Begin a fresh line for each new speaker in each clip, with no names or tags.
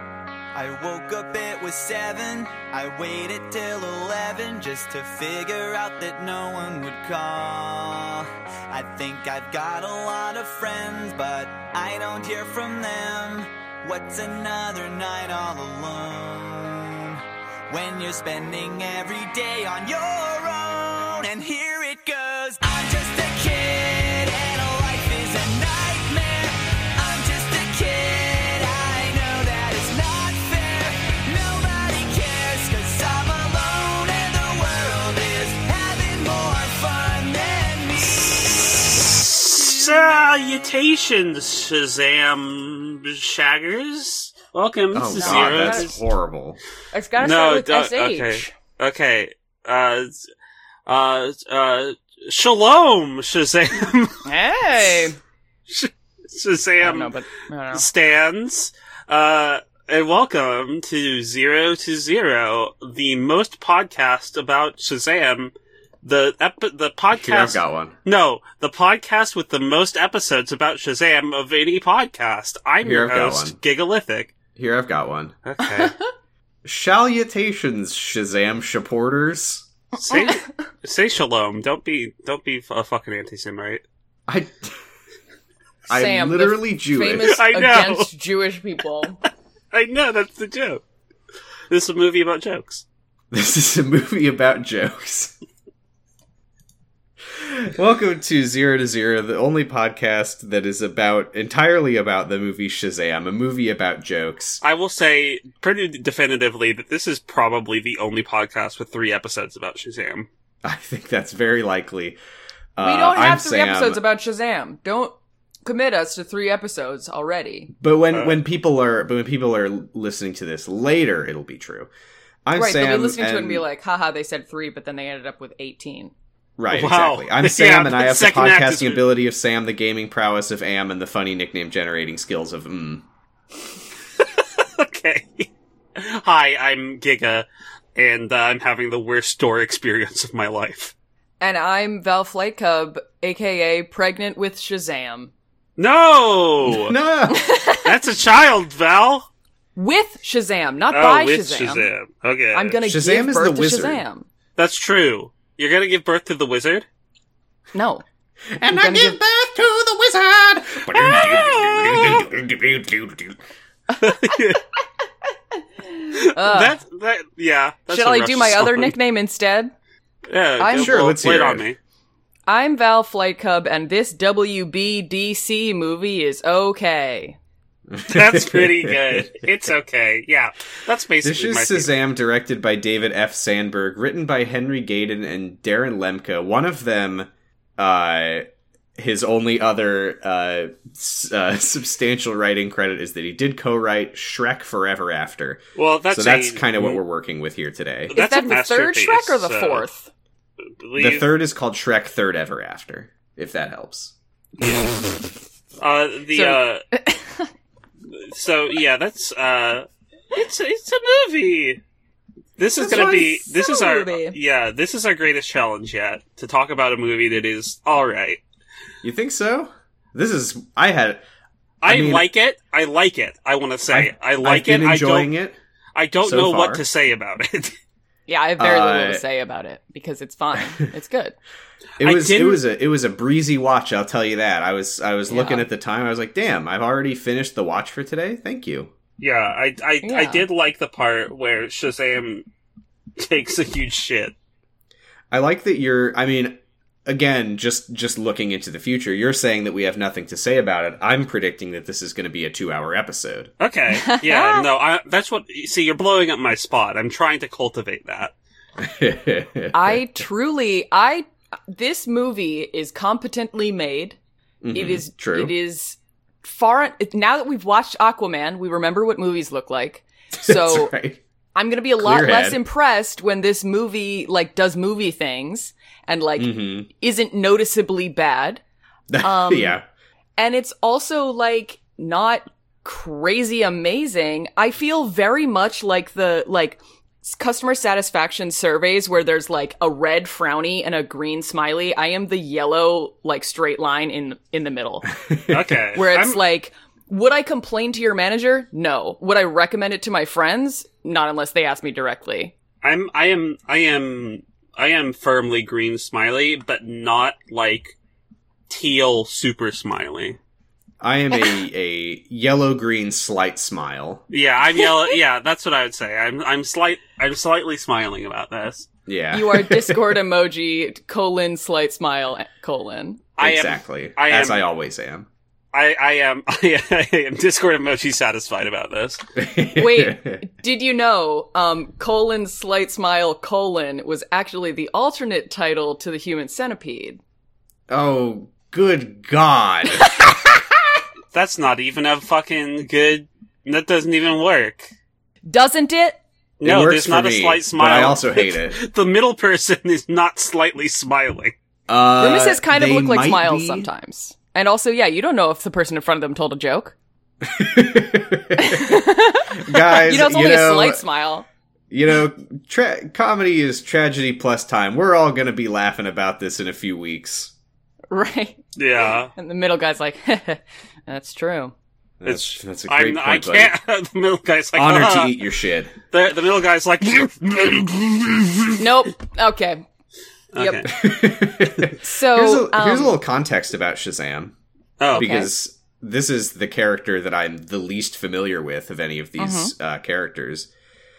I woke up, it was seven. I waited till eleven just to figure out that no one would call. I think I've got a lot of friends, but I don't hear from them. What's another night all alone? When you're spending every day on your own, and here it goes. I'm just a kid, and life is a nightmare. I'm just a kid, I know that it's not fair. Nobody cares, cause I'm alone, and the world is having more fun than me.
Salutations, Shazam Shaggers. Welcome
Oh
to
god,
Zero.
that's horrible.
It's gotta
no,
start with
don't-
SH.
okay, okay. Uh, uh, uh, shalom, Shazam.
Hey! I
Shazam
don't know, but I don't know.
stands. Uh, and welcome to Zero to Zero, the most podcast about Shazam. The ep- the podcast.
Here, I've got one.
No, the podcast with the most episodes about Shazam of any podcast. I'm
Here,
your
I've got
host,
one.
Gigalithic.
Here, I've got one.
Okay.
Salutations, Shazam supporters.
say, say shalom. Don't be don't be a fucking anti-Semite.
I,
Sam,
I'm
the
literally Jewish.
Famous
I know.
against Jewish people.
I know that's the joke. This is a movie about jokes.
This is a movie about jokes. Welcome to Zero to Zero, the only podcast that is about entirely about the movie Shazam, a movie about jokes.
I will say pretty definitively that this is probably the only podcast with three episodes about Shazam.
I think that's very likely.
we
Uh,
don't have 3 episodes about Shazam. Don't commit us to three episodes already.
But when
Uh,
when people are but when people are listening to this later, it'll be true. I'm
right,
Sam.
they'll be listening to it and be
and-
like, haha, they said three, but then they ended up with 18.
right,
Wow.
exactly. I'm
Yeah,
Sam, and I
the
have the
second act is-
podcasting ability of Sam, the gaming prowess of Am, and the funny nickname generating skills of Mm.
Okay. Hi, I'm Giga, and uh, I'm having the worst store experience of my life.
And I'm Val Flight Cub, aka Pregnant with Shazam.
No,
No,
that's a child, Val.
With Shazam, not
oh,
by
with
Shazam.
Shazam. Okay,
I'm gonna
Shazam
give
is
birth
the
to
wizard.
Shazam.
That's true. You're gonna give birth to the wizard.
No.
and I
gonna
give
give-
birth to the wizard.
Uh,
that's that. Yeah. That's
shall
a
I do my
Rush
other
song.
nickname instead?
Yeah,
I'm-
go-
Sure,
well,
let's
lay it
hear
on
it.
me.
I'm Val Flight Cub, and this WBDC movie is okay.
That's pretty good. It's okay. Yeah, that's
This
basically
is
my. favorite.
Shazam, directed by David F. Sandberg, written by Henry Gayden and Darren Lemke. One of them, uh, his only other uh, s- uh, substantial writing credit is that he did co-write Shrek Forever After.
Well, that's
so that's
a-
kind of what we're working with here today.
That's a
is that the third
masterpiece, Uh,
Shrek or the
so-
fourth?
believe-
The third is called Shrek Third Ever After, if that helps.
Uh, the
So-
uh, so yeah, that's uh, it's it's a movie. This is
That's
gonna
why
be
it's
this
so
is our
movie.
yeah this is our greatest challenge yet to talk about a movie that is all right.
You think so? This is I had
I,
I mean-
like it. I like it. I want to say I, like
I've been
it.
enjoying
I don't.
it.
I don't
so
know
far.
what to say about it.
Yeah, I have very little
Uh,
to say about it because it's fine. It's good.
It
I
was it
didn't-
was a it was a breezy watch. I'll tell you that. I was I was
Yeah.
looking at the time. I was like, damn, I've already finished the watch for today. Thank you.
yeah, I I, I
Yeah.
did like the part where Shazam takes a huge shit.
I like that you're. I mean, again, just just looking into the future, you're saying that we have nothing to say about it. I'm predicting that this is going to be a two hour episode.
Okay. Yeah. no. I, that's what. See, you're blowing up my spot. I'm trying to cultivate that.
I truly, I this movie is competently made. It is
Mm-hmm. true.
It is far. it- Now that we've watched Aquaman, we remember what movies look like. So
That's right.
I'm gonna be a lot
Clear
less
head.
impressed when this movie like does movie things and like
Mhm.
isn't noticeably bad. Um,
yeah.
and it's also like not crazy amazing. I feel very much like the like s- customer satisfaction surveys where there's like a red frowny and a green smiley. I am the yellow like straight line in in the middle
Okay.
where it's
I'm-
like Would I complain to your manager? No. Would I recommend it to my friends? Not unless they ask me directly.
I'm I am I am I am firmly green smiley, but not like teal super smiley.
I am a, a yellow green slight smile.
Yeah, I'm yellow. yeah, that's what I would say. I'm I'm slight I'm slightly smiling about this.
Yeah.
You are Discord emoji colon slight smile colon.
I am-
exactly.
I
as
am-
I always am.
I I am I, am Discord emoji satisfied about this.
Wait. Did you know um, colon slight smile colon was actually the alternate title to the human centipede?
oh, good God.
That's not even a fucking good. That doesn't even work.
Doesn't it?
No,
it works
there's
for
not
me,
a slight smile.
But I also hate it.
the middle person is not slightly smiling.
Uh,
Nemesis kind of
they
look like
might
smiles
be-
sometimes. And also, yeah, you don't know if the person in front of them told a joke.
Guys,
you know, it's only a slight smile.
you know, tra- comedy is tragedy plus time. We're all going to be laughing about this in a few weeks.
Right.
Yeah,
And the middle guy's like, that's true.
It's-
That's, that's a
I'm,
great
I
point, buddy.
can't. the middle guy's like,
Honor
"Ah."
to eat your shit.
The, the middle guy's like,
Nope. Okay. Yep.
Okay.
So
here's, a,
um,
here's a little context about Shazam
Oh,
because this is the character that I'm the least familiar with of any of these
Mm-hmm.
uh, characters.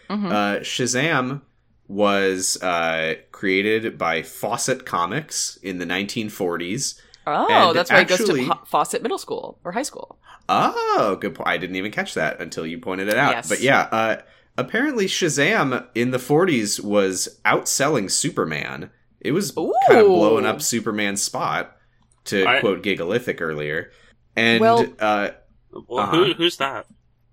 mhm.
Uh, Shazam was uh, created by Fawcett Comics in the 1940s.
oh,
and
that's why he
actually-
goes to Ho- Fawcett Middle School or high school.
Oh, good point. I didn't even catch that until you pointed it out.
Yes.
But yeah, uh, apparently Shazam in the 40s was outselling Superman. It was kind of
Ooh.
blowing up Superman's spot, to
I-
quote Gigalithic earlier. And
Well-
uh,
well,
Uh-huh.
who, who's that?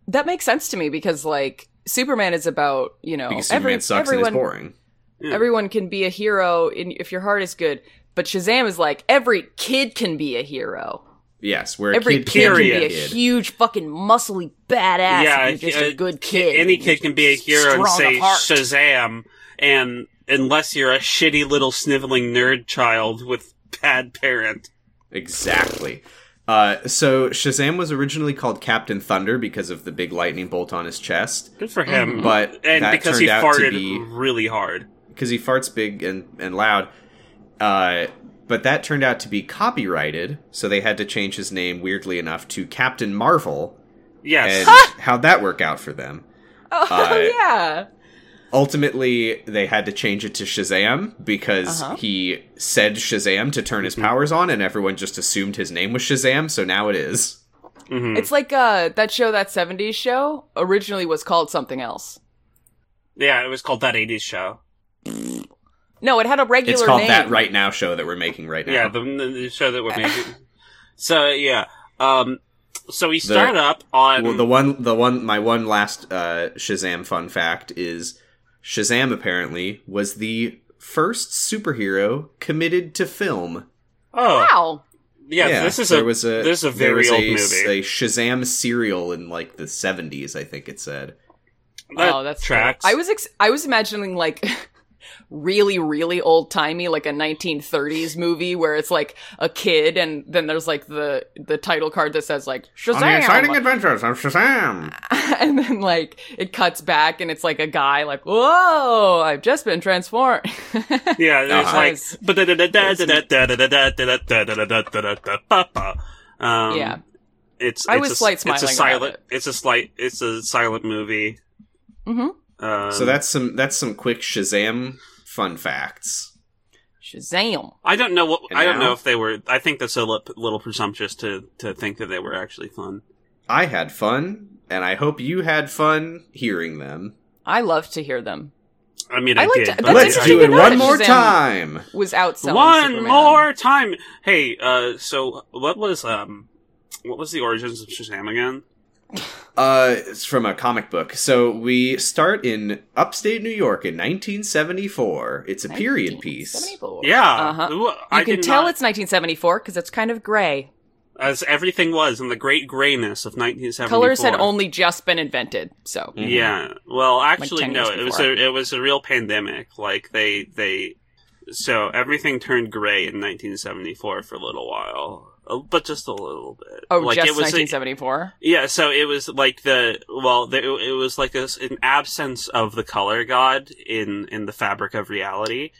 That makes sense to me because like Superman is about you know
because
oh, every-
Superman sucks and is
everyone
boring.
Yeah.
everyone can be a hero in, if your heart is good. But Shazam is like every kid can be a hero.
Yes, where
Every
a kid
kid
can be
can be
a
a
kid.
huge fucking muscly badass.
Yeah,
if you're just
uh,
a good
Ki-
kid.
Any kid can be a hero and
Strong
say
of heart.
Shazam, and unless you're a shitty little sniveling nerd child with bad parent.
Exactly. Uh, so Shazam was originally called Captain Thunder because of the big lightning bolt on his chest,
Good for him.
Mm, but
Mm-hmm. and
that
because
turned
he
out to
farted
be
really hard.
because he farts big and, and loud. Uh, but that turned out to be copyrighted, so they had to change his name, weirdly enough, to Captain Marvel.
Yes.
And how'd that work out for them?
Oh
Uh,
yeah.
Ultimately, they had to change it to Shazam because
Uh-huh.
he said Shazam to turn his
Mm-hmm.
powers on, and everyone just assumed his name was Shazam, so now it is.
Mhm.
It's like uh that show that 70s show originally was called something else.
Yeah, it was called That 80s Show.
No, it had a regular
It's called
name.
that right now show that we're making right now.
Yeah, the, the show that we're making. so, yeah. Um, so we start up on.
Well, the one, the one, my one last uh, Shazam fun fact is Shazam apparently was the first superhero committed to film.
oh,
Wow.
yeah, This is
there
a,
was a
this is a
there
very
was
old
a,
movie.
a Shazam serial in like the seventies, I think it said.
That
oh, that's
tracks.
I was ex- I was imagining like really really old timey like a 1930s movie where it's like a kid and then there's like the the title card that says like Shazam
adventures of Shazam.
and then like it cuts back and it's like a guy like whoa I've just been transformed.
Yeah, it's
Uh-huh.
like
Nice.
but da- da- da- da- da- da- da- da- da- da- da- da- da- da- da- da- da- da- ba- ba. Um,
Yeah.
It's
I
it's
was
a,
slight
It's a
smiling
silent.
about it.
It's a slight. It's a silent movie.
Mhm.
Um,
so that's some that's some quick Shazam fun facts.
Shazam.
I don't know what
And
I don't
now?
know if they were. I think that's a li- little presumptuous to to think that they were actually fun.
I had fun, and I hope you had fun hearing them.
I love to hear them.
I mean,
I
I,
liked-
did.
that's
but-
Let's
interesting
do it
to know
one
that
more
Shazam-
time.
Was outselling
one
Superman.
more time. Hey, uh, so what was um, what was the origins of Shazam again?
Uh, it's from a comic book. So we start in upstate New York in 1974. It's a period piece.
1974.
Yeah,
Uh-huh.
Ooh,
You
I
can
did
tell
not-
it's 1974 because it's kind of gray.
as everything was in the great grayness of 1974.
Colors had only just been invented, so
Mhm.
Yeah. Well, actually,
10
no.
years
It was
before.
a it was a real pandemic. Like they they so everything turned gray in 1974 for a little while. Uh, but just a little bit.
Oh,
like
just
it was a-
1974.
yeah, so it was like the well, the, it was like this an absence of the color god in in the fabric of reality.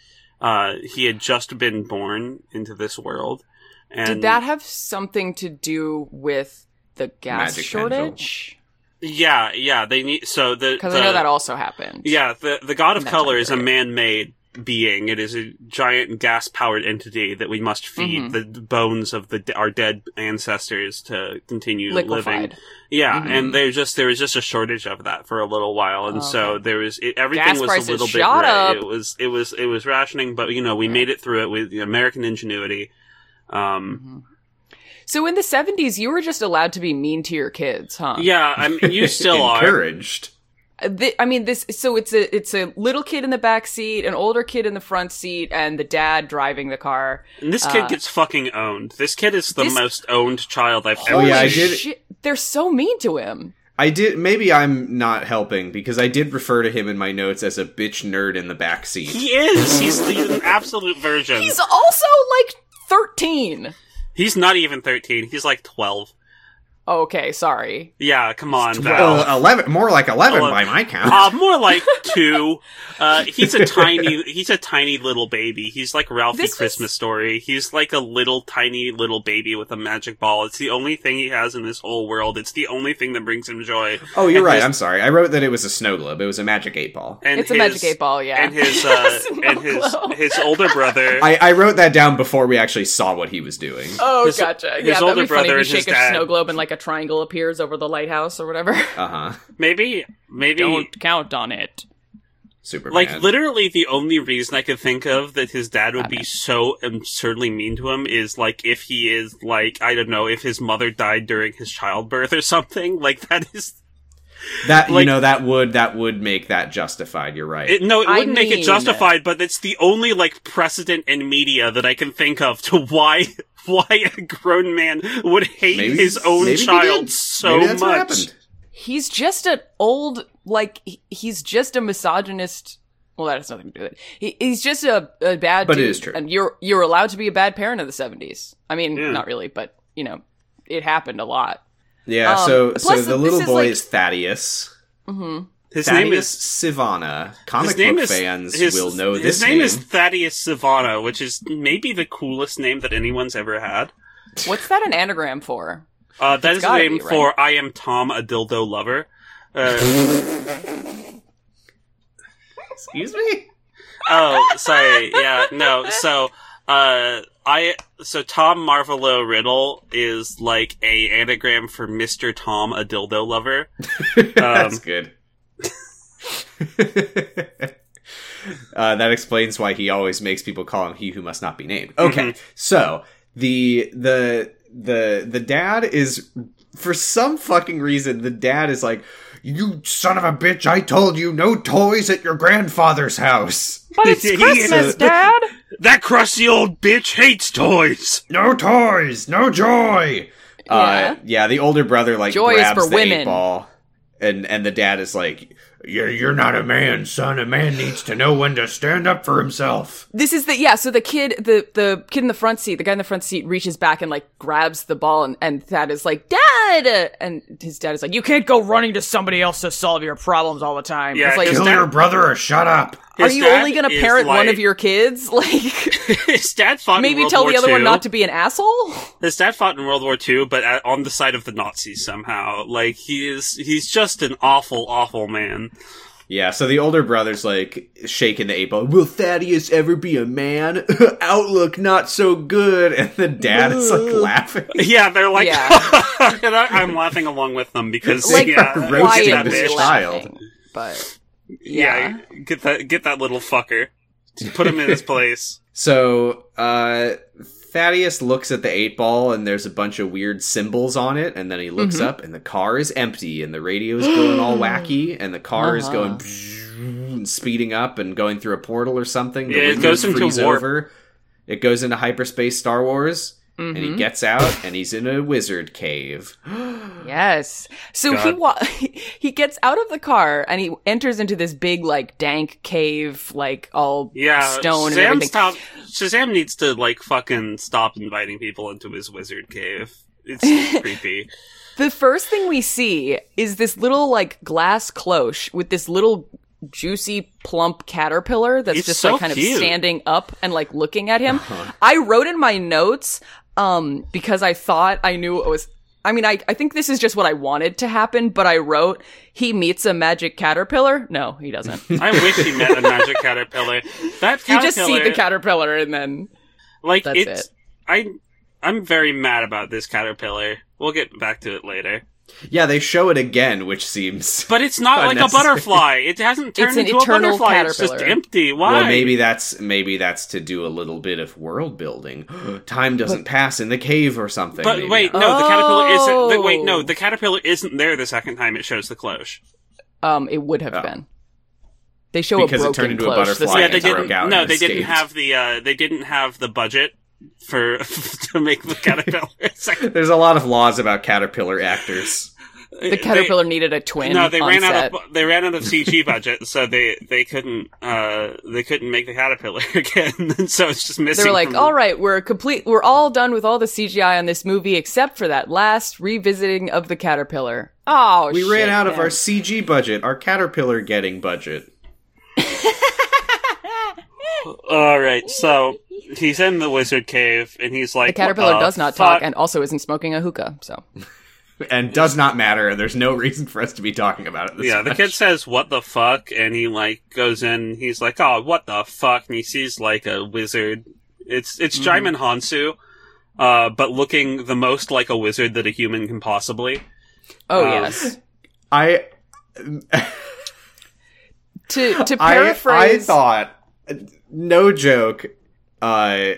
Uh, he had just been born into this world, and
Did that have something to do with the gas
Magic
shortage?
yeah, yeah, they need so the
Because
the-
I know that also happened.
Yeah, the the god of
In that
color
time
is a
period.
man-made being. It is a giant gas-powered entity that we must feed
Mhm.
the d- bones of the d- our dead ancestors to continue living.
liquefied. Mm-hmm.
Yeah,
Mhm.
and there just there was just a shortage of that for a little while, and so
Oh, Okay.
there was it, everything
Gas
was
prices
a little bit.
shot
gray.
up.
It was it was it was rationing, but you know we made it through it with you know, American ingenuity. Um,
Mhm. So in the 70s, you were just allowed to be mean to your kids, huh?
yeah, I mean, you still are.
encouraged.
Uh, thi- I mean, this. So it's a it's a little kid in the back seat, an older kid in the front seat, and the dad driving the car.
And this kid
Uh,
gets fucking owned. This kid is the
this-
most owned child I've ever.
Oh, yeah, I
Holy
did-
Shit, they're so mean to him.
I did. Maybe I'm not helping because I did refer to him in my notes as a bitch nerd in the backseat.
He is. He's, he's an absolute virgin.
He's
He's,
also like 13.
not even thirteen. He's like twelve.
Oh, Okay, sorry.
Yeah, come on,
well,
Val.
eleven, more like eleven
Eleven.
by my count.
Uh, more like two. Uh, he's a tiny, he's a tiny little baby. He's like Ralphie
This was-
Christmas Story. He's like a little tiny little baby with a magic ball. It's the only thing he has in this whole world. It's the only thing that brings him joy.
oh, you're
and
right.
his-
I'm sorry. I wrote that it was a snow globe. It was a magic eight ball.
And
it's
his,
a magic eight ball, yeah.
And his uh,
Snow
and his
globe.
his older brother.
I, I wrote that down before we actually saw what he was doing.
Oh,
His-
gotcha.
his
yeah, that'd
older
be funny
brother
if
and
you shake
his dad.
a snow globe and like a triangle appears over the lighthouse or whatever.
Uh huh.
maybe maybe
Don't count on it.
Superman.
Like literally, the only reason I could think of that his dad would be so absurdly mean to him is like if he is like I don't know if his mother died during his childbirth or something. Like that is
that. you
like-
know that would that would make that justified. You're right.
it, no, it
I
wouldn't make it
mean-
justified, but it's the only like precedent in media that I can think of to why why a grown man would hate
Maybe-
his own
maybe he
child
did.
so
Maybe that's what
much.
happened.
He's just an old, like, he- he's just a misogynist. Well, that has nothing to do with it. He, he's just a, a bad
But it
dude.
is true.
And you're, you're allowed to be a bad parent in the 70s. I mean,
Yeah.
not really, but, you know, it happened a lot.
Yeah.
Um,
so
plus
so
this-
the little
this is
boy
like-
is Thaddeus.
hmm
His
Thaddeus
name is
Sivana. Comic
his name
book
is,
fans
his-
will know
his
this
name, is Thaddeus Savannah, which is maybe the coolest name that anyone's ever had.
What's that an anagram for?
Uh, that is the
gotta
name
be, right?
for I am Tom, a dildo lover. Uh,
Excuse me.
oh, sorry. Yeah, no. So, uh, I so Tom Marvolo Riddle is like a anagram for Mister Tom, a dildo lover.
Um,
That's good. uh, that explains why he always makes people call him "He Who Must Not Be Named."
Mm-hmm.
Okay, so the the the the dad is for some fucking reason the dad is like, "You son of a bitch! I told you no toys at your grandfather's house.
But it's
He is
Christmas,
a-
Dad!
That crusty old bitch hates toys.
No toys, no joy." Uh,
Yeah.
yeah, the older brother like
Joy is
grabs
for
the eight
women.
ball, and and the dad is like, "You're you're not a man, son. A man needs to know when to stand up for himself."
This is the yeah. So the kid, the the kid in the front seat, the guy in the front seat reaches back and like grabs the ball, and and Thad is like, "Dad!" And his dad is like, "You can't go running to somebody else to solve your problems all the time."
Yeah,
it's like,
his
are
dad-
brother or shut up.
His
you
dad
only gonna
is
parent one of
like-
your kids? Like,
His dad fought in
maybe
World
tell
War
the other
II.
one not to be an asshole.
His dad fought in World War II, but at, on the side of the Nazis somehow. Like he is—he's just an awful, awful man.
Yeah, so the older brother's like shaking the eight ball. Will Thaddeus ever be a man? Outlook not so good. And the dad is like laughing.
Yeah, they're like,
Yeah.
and I, I'm laughing along with them because
Like,
yeah,
roasting
get that
this
bitch.
child.
But
Yeah. get that get that little fucker. Just Put him in his place.
So uh, Thaddeus looks at the eight ball, and there's a bunch of weird symbols on it. And then he looks
Mhm.
up, and the car is empty, and the radio is going all wacky, and the car is
Uh-huh.
going and speeding up and going through a portal or something. The
Yeah, it
windows
goes into
freeze
warp.
Over. It goes into hyperspace Star Wars. and he gets out and he's in a wizard cave.
Yes. So he
God.
wa- he gets out of the car and he enters into this big like dank cave like all
Yeah,
stone and
Sam
everything.
Stop, Shazam needs to like fucking stop inviting people into his wizard cave. It's creepy.
The first thing we see is this little like glass cloche with this little juicy plump caterpillar that's
It's
just
so
like kind
cute.
of standing up and like looking at him.
Uh-huh.
I wrote in my notes um because I thought I knew it was I mean I I think this is just what I wanted to happen, but I wrote he meets a magic caterpillar. No, he doesn't. you
I wish he met a magic caterpillar. That caterpillar,
just see the caterpillar and then
like
That's
it's.
it.
I I'm very mad about this caterpillar. We'll get back to it later.
Yeah, they show it again, which seems
But it's not like a
Unnecessary.
butterfly. It hasn't turned
an
into a
eternal
butterfly. It's just
caterpillar.
empty. Why?
well, maybe that's maybe that's to do a little bit of world building. Time doesn't pass in the cave or something.
But
maybe.
wait, no, the caterpillar isn't. The, wait,
Oh.
no, the caterpillar isn't there the second time it shows the cloche.
um it would have
Oh.
been. They show
Because
a
it
broken
turned into a
cloche.
butterfly
This-
Fly
yeah,
and
they
broke
didn't.
out
No,
and
they didn't
escaped.
have the. Uh, they didn't have the budget for to make the caterpillar. a second.
There's a lot of laws about caterpillar actors.
the caterpillar needed a twin.
no, they
on
ran
set.
out of they ran out of CG budget, so they they couldn't uh they couldn't make the caterpillar again. so it's just missing.
they were like,
from-
"All right, we're complete. We're all done with all the CGI on this movie except for that last revisiting of the caterpillar." Oh,
We
shit,
ran out of
man.
our CG budget, our caterpillar getting budget.
all right. So he's in the wizard cave, and he's like,
The caterpillar
"What the
does not
fuck?"
talk and also isn't smoking a hookah. So
And does not matter, and there's no reason for us to be talking about it this
Yeah, the
much.
kid says "What the fuck," and he like goes in. He's like, "Oh, what the fuck?" And he sees like a wizard. It's it's
Mm-hmm.
Jaimon Hansu, uh, but looking the most like a wizard that a human can possibly.
oh
Um,
yes.
I
To to
I, I
paraphrase,
thought, no joke, uh,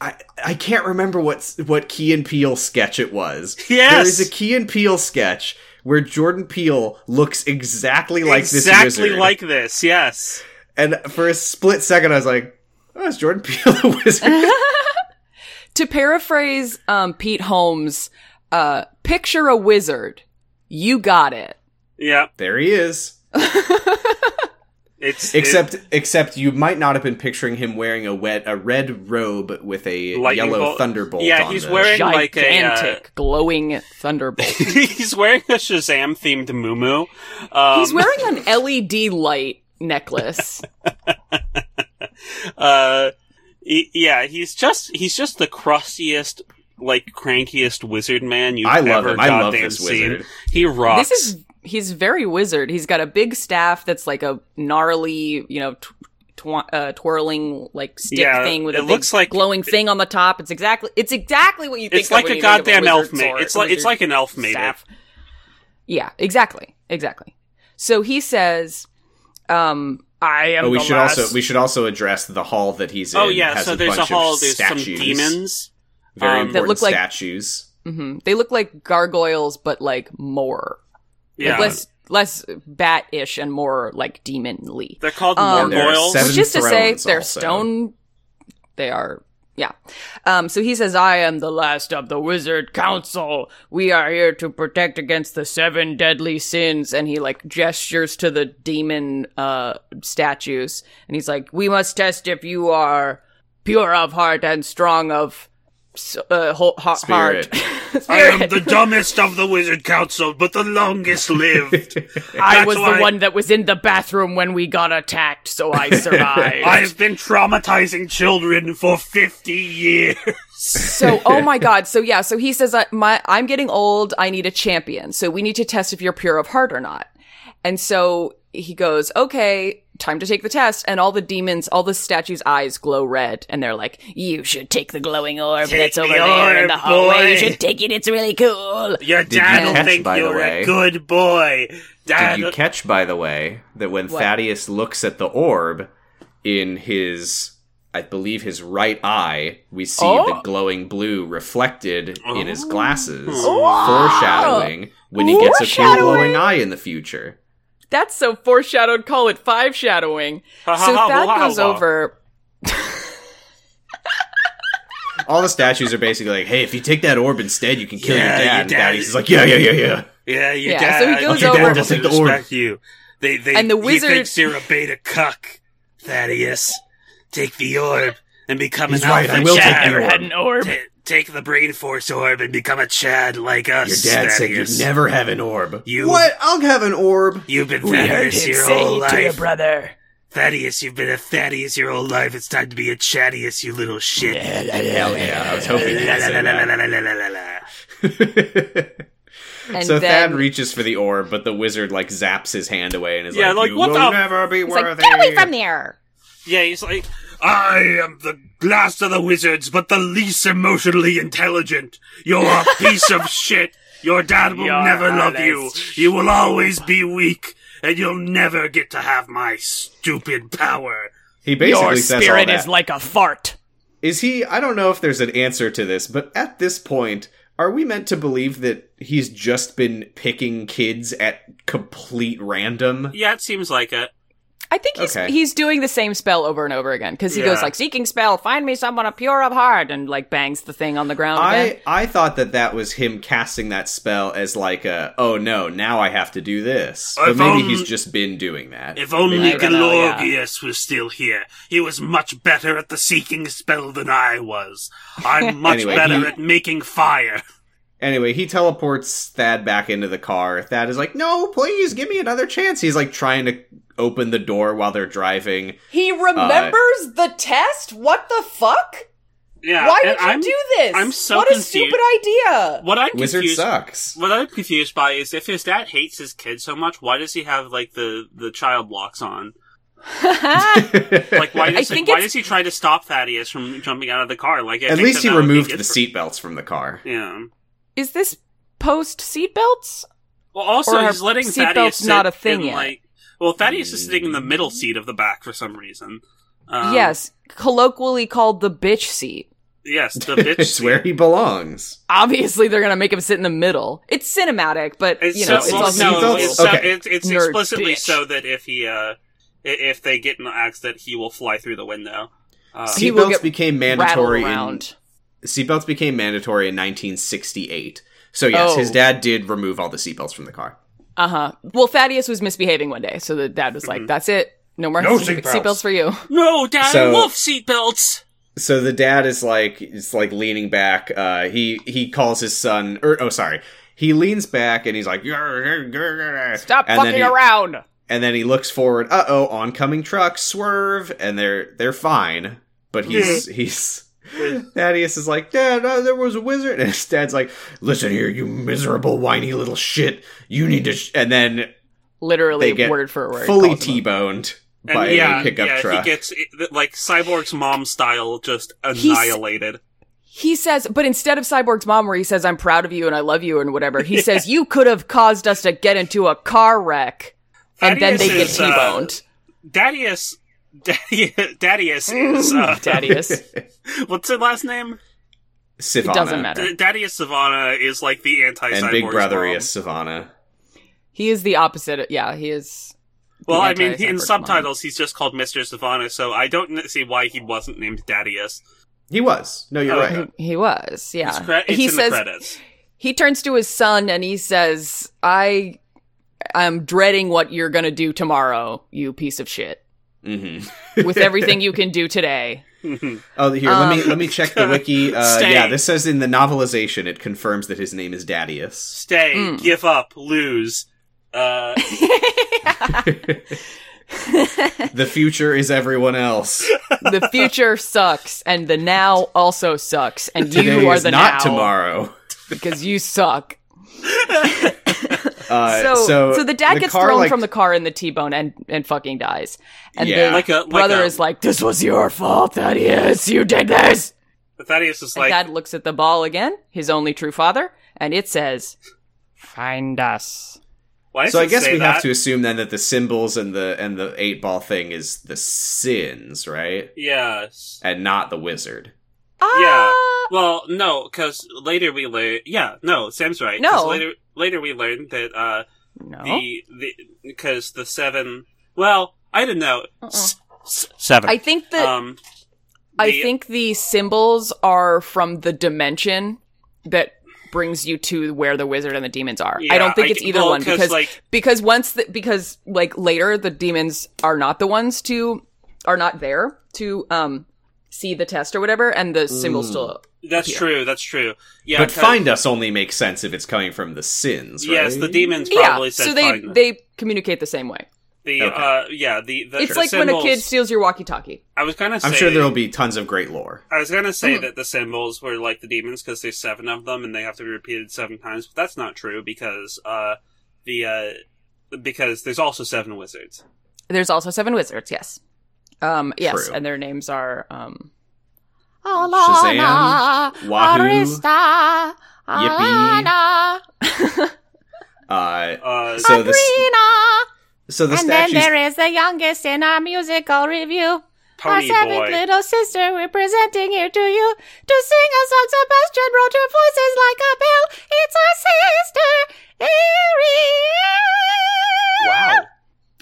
I I can't remember what what Key and Peele sketch it was.
Yes!
there is a Key and Peele sketch where Jordan Peele looks exactly like
exactly
this wizard.
like this. Yes,
and for a split second, I was like, "Oh, is Jordan Peele a
Uh-huh.
wizard?"
to paraphrase um, Pete Holmes, uh, picture a wizard. You got it.
yeah.
there he is.
It's
Except, except you might not have been picturing him wearing a wet a red robe with a
Lightning
yellow
bolt.
thunderbolt.
Yeah,
on
he's
the-
wearing- Thing like
Gigantic,
a, uh,
glowing thunderbolt.
it- he's wearing a Shazam themed muumuu. Um,
He's wearing an LED light necklace.
uh, he- yeah, he's just he's just the crustiest, like crankiest wizard man you've
I love
ever
him. I love
goddamn
this
seen.
wizard.
He rocks.
This is he's very wizard. He's got a big staff that's like a gnarly, you know, tw- tw- uh, twirling like stick
Yeah,
thing with
it
a big
looks like-
glowing thing on the top. It's exactly it's exactly what you think.
it's
of
like
when
a
you think of
goddamn elf
wizard's
maid.
sword,
It's like it's
wizard's
like an elf maid.
staff. Yeah, exactly, exactly. So he says, um, "I am."
But we
the
should
last-
also we should also address the hall that he's in.
Oh yeah,
has
so
a
there's a
bunch of
hall. There's some
statues,
demons.
very
um,
that
important
look like-
statues.
Oh.
Mhm. They look like gargoyles, but like more,
Yeah,
like less less bat-ish and more like demonly.
they're called
Um,
There are
gargoyles.
seven-
Which is to say,
thrones
they're
also.
stone. They are, yeah. Um, so he says, "I am the last of the Wizard Council. We are here to protect against the seven deadly sins." And he like gestures to the demon uh, statues, and he's like, "We must test if you are pure of heart and strong of s- uh, ho- ha-
Spirit.
heart."
I am
Spirit.
the dumbest of the wizard council, but the longest lived.
I
That's
was the
why-
one that was in the bathroom when we got attacked, so I survived.
I have been traumatizing children for fifty years.
So, oh my God. So yeah. So he says, I, my, I'm getting old. I need a champion. So we need to test if you're pure of heart or not. And so he goes, okay, time to take the test. And all the demons, all the statues' eyes glow red. And they're like, you should take the glowing orb
Take
that's over
the
there in
orb,
the hallway.
boy."
You should take it. It's really cool.
Your
you
dad will
catch,
think
by the
you're
way?
a good boy. Dad,
Did you catch, by the way, that when
Ah, What?
Thaddeus looks at the orb in his, I believe, his right eye, we see
Oh.
the glowing blue reflected in his glasses,
Oh.
foreshadowing when he gets a cool
Foreshadowing.
glowing eye in the future.
That's so foreshadowed. Call it five shadowing. so
Ha, ha, ha,
that
ha, ha,
goes
ha.
over.
all the statues are basically like, "Hey, if you take that orb instead, you can kill
Yeah,
your
your
dad." And
dad
Daddy's
is-
just like, "Yeah, yeah, yeah, yeah."
Yeah, your
Yeah,
dad.
so he goes
your
over-
dad doesn't
Take the orb.
respect you. They, they,
And the
he
wizard-
thinks you're a beta cuck, Thaddeus. Take the orb and become
He's
an
right,
alpha
I will take
Chad.
the
Never
orb.
had an orb.
Ta- take the brain force orb and become a Chad like
Your
us.
dad said
Thaddeus.
you'd never have an orb.
You-
what? I'll have an orb.
You've been
We heard him
Thaddeus your
say
whole
to your
life.
brother.
Thaddeus, you've been a Thaddeus your whole life. It's time to be a Chadius, you little shit.
Hell yeah! I was hoping you'd
La, la,
say
la, la,
that.
la, la, la, la, la.
And
so
then
Thad reaches for the orb, but the wizard like zaps his hand away and is
Yeah,
like,
like,
"You
what
will
the-
never be
It's like,
worthy."
get away from there.
Yeah, he's like, I am the last of the wizards, but the least emotionally intelligent. You're a piece of shit. Your dad will
You're
never love
honest
you. You will always be weak, and you'll never get to have my stupid power.
he basically
Your
says all
spirit
that.
is like a fart.
Is he? I don't know if there's an answer to this, but at this point, are we meant to believe that he's just been picking kids at complete random?
Yeah, it seems like it.
I think he's
Okay.
he's doing the same spell over and over again because he
Yeah.
goes like seeking spell, find me someone of pure of heart, and like bangs the thing on the ground. again.
I I thought that that was him casting that spell as like a oh no now I have to do this, but
If
maybe
only-
he's just been doing that.
If only
I don't know, yeah.
Galorgius was still here, he was much better at the seeking spell than I was. I'm much
Anyway,
better
he-
at making fire.
Anyway, he teleports Thad back into the car. Thad is like, "No, please give me another chance." He's like trying to open the door while they're driving.
He remembers the test? What the fuck?
Yeah,
Why did you do this?
I'm so
what
confused.
a stupid idea.
What I'm
Wizard
confused.
sucks.
What I'm confused by is if his dad hates his kid so much, why does he have like the the child locks on? Like why does
think
why
it's-
does he try to stop Thaddeus from jumping out of the car? Like I
At
think
least
that
he
that would be
removed the
good for-
seatbelts from the car.
Yeah.
Is this post seatbelts?
Well, also
Or
he's
are
letting
seatbelts
Thaddeus sit
not a thing
in,
yet?
like well, Thaddeus is sitting in
Mm.
the middle seat of the back for some reason. Um,
yes, colloquially called the bitch seat.
yes, the bitch.
it's
seat.
where he belongs.
Obviously, they're gonna make him sit in the middle. It's cinematic, but
It's
you
so,
know,
well,
it's
no,
also
seatbelts-
it's, so-
okay.
it's, it's
Nerd
explicitly
bitch.
so that if he uh, i- if they get in the axe, that he will fly through the window. Uh,
He will
Seatbelts
get
became
rattle
mandatory in
around.
seatbelts became mandatory in 1968. So yes,
Oh.
his dad did remove all the seatbelts from the car.
Uh huh. Well, Thaddeus was misbehaving one day, so the dad was like, "That's it. No more
No
seat-
seatbelts."
seatbelts for you."
no, Dad,
So-
I love seatbelts.
So the dad is like is like leaning back. Uh, he he calls his son. Or, oh, sorry. He leans back and he's like, "Grr, grr, grr, grr,"
Stop
and then
fucking
he-
around.
And then he looks forward. Uh oh, oncoming truck swerve, and they're they're fine. But he's
Mm-hmm.
he's Thaddeus is like, Dad, uh, there was a wizard, and his dad's like, Listen here, you miserable whiny little shit. You need to. Sh-. And then
Literally,
they get
word for word.
fully
calls him
t
out.
boned by a pickup
yeah,
truck.
He gets it- like cyborg's mom style, just
He's-
annihilated.
He says, but instead of Cyborg's mom, where he says, "I'm proud of you and I love you" and whatever, he says, "You could have caused us to get into a car wreck." And then they get
Thaddeus is, uh,
T-boned.
Daddius, Daddius, Daddius is uh,
Thaddeus.
what's his last name?
Savannah.
It doesn't matter.
D- Daddius Savannah is like the anti
And Big Brother
mom.
is Savannah.
He is the opposite. Of, yeah, he is. the
Well, I mean, in
anti-Cyborg's
subtitles he's just called Mister Savannah, so I don't kn- see why he wasn't named Daddius.
He was. No, you're
Oh,
right.
mom. He, he was. Yeah.
It's, cre- it's
he
in
says
the credits.
he turns to his son and he says, "I, I'm dreading what you're gonna do tomorrow, you piece of shit.
hmm
With everything you can do today."
Oh, here. let me
Um,
let me check the wiki. Uh,
Stay.
yeah, this says in the novelization it confirms that his name is Daddius.
Stay,
Mm.
give up, lose. Uh,
The future is everyone else.
the future sucks, and the now also sucks, and
Today
you are
is
the
not
now
tomorrow.
because you suck.
Uh,
so, so, the dad gets
car,
thrown
like-
from the car in the T-bone and and fucking dies. And
Yeah.
the
Like a- like
brother
a-
is like, "This was your fault, Thaddeus. You did this."
Thaddeus is
And
like,
dad looks at the ball again, his only true father, and it says, "Find us."
why does
So I
it
guess
say
we
that?
have to assume then that the symbols and the and the eight ball thing is the sins, right?
Yes.
And not the wizard.
Yeah.
Ah!
Well, no, because later we learn. Yeah, no, Sam's right. 'cause
No. Oh.
Later, later we learned that uh,
No.
the the because the seven. Well, I don't know. S- s- seven.
I think that
um,
I
The-
think the symbols are from the dimension that brings you to where the wizard and the demons are. I
Yeah,
don't think
I-
it's either
well,
one
'cause,
because
like-
because once the, because like later the demons are not the ones to are not there to um see the test or whatever and the
Mm.
symbols still
That's true. That's true. Yeah,
but
'cause-
find us only makes sense if it's coming from the sins, right?
Yes, the demons
yeah
probably said
so they
find them.
they communicate the same way.
the
Okay.
uh yeah the, the
It's
the
like when a
symbols-
kid steals your walkie-talkie.
I was gonna say
I'm sure there'll be tons of great lore.
I was gonna say that the symbols were like the demons because there's seven of them and they have to be repeated seven times, but that's not true because uh the uh because there's also seven wizards.
There's also seven wizards, yes. Um yes,
True.
and their names are um
Shazam, Wahoo,
Arista,
Yippee. Uh,
Uh,
so the s- so the statues.
is the youngest in our musical review.
Pony Boy.
little sister, we're presenting here to you to sing a song. Sebastian wrote her voices like a bell. It's our sister, Ariel.
Wow,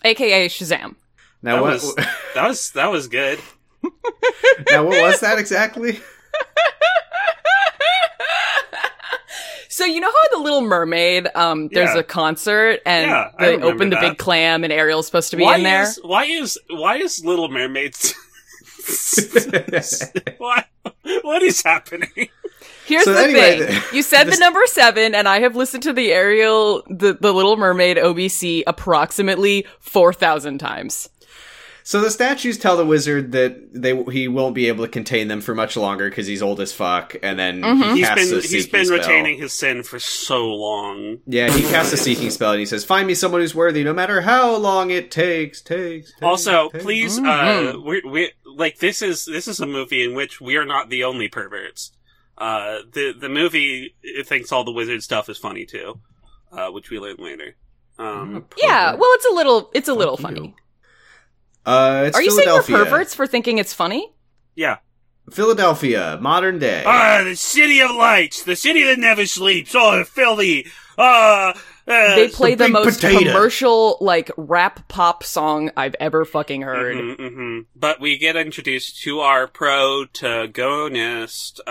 AKA Shazam.
now
that
what?
was that was that was good.
now what was that exactly?
So you know how in the Little Mermaid, um, there's
Yeah.
a concert and
Yeah, I
they
remember
open the
that.
big clam and Ariel's supposed to be
why
in there.
is why is why is Little Mermaids? what what is happening?
Here's
So
the
anyway,
thing:
the-
you said
this-
the number seven, and I have listened to the Ariel, the the Little Mermaid OBC approximately four thousand times.
so the statues tell the wizard that they he won't be able to contain them for much longer because he's old as fuck, and then
Hmm? Mm-hmm.
he
He's
casts
been
a
he's
seeking
been
spell.
retaining his sin for so long.
Yeah, he casts a seeking spell and he says, "Find me someone who's worthy, no matter how long it takes." Takes. takes
Also,
takes."
please,
Mm-hmm.
uh, we we like this is this is a movie in which we are not the only perverts. Uh, the the movie thinks all the wizard stuff is funny too, uh, which we learn later.
Mm-hmm.
Um,
Yeah, well, it's a little, it's a little
you.
funny.
Uh, it's
Are you saying we're
Philadelphia.
perverts for thinking it's funny?
yeah.
Philadelphia, modern day.
Ah, the city of lights, the city that never sleeps. Oh, filthy. Ah, uh,
They play the,
big
most
potato.
commercial, like rap pop song I've ever fucking heard.
mhm, mhm. But we get introduced to our protagonist, uh,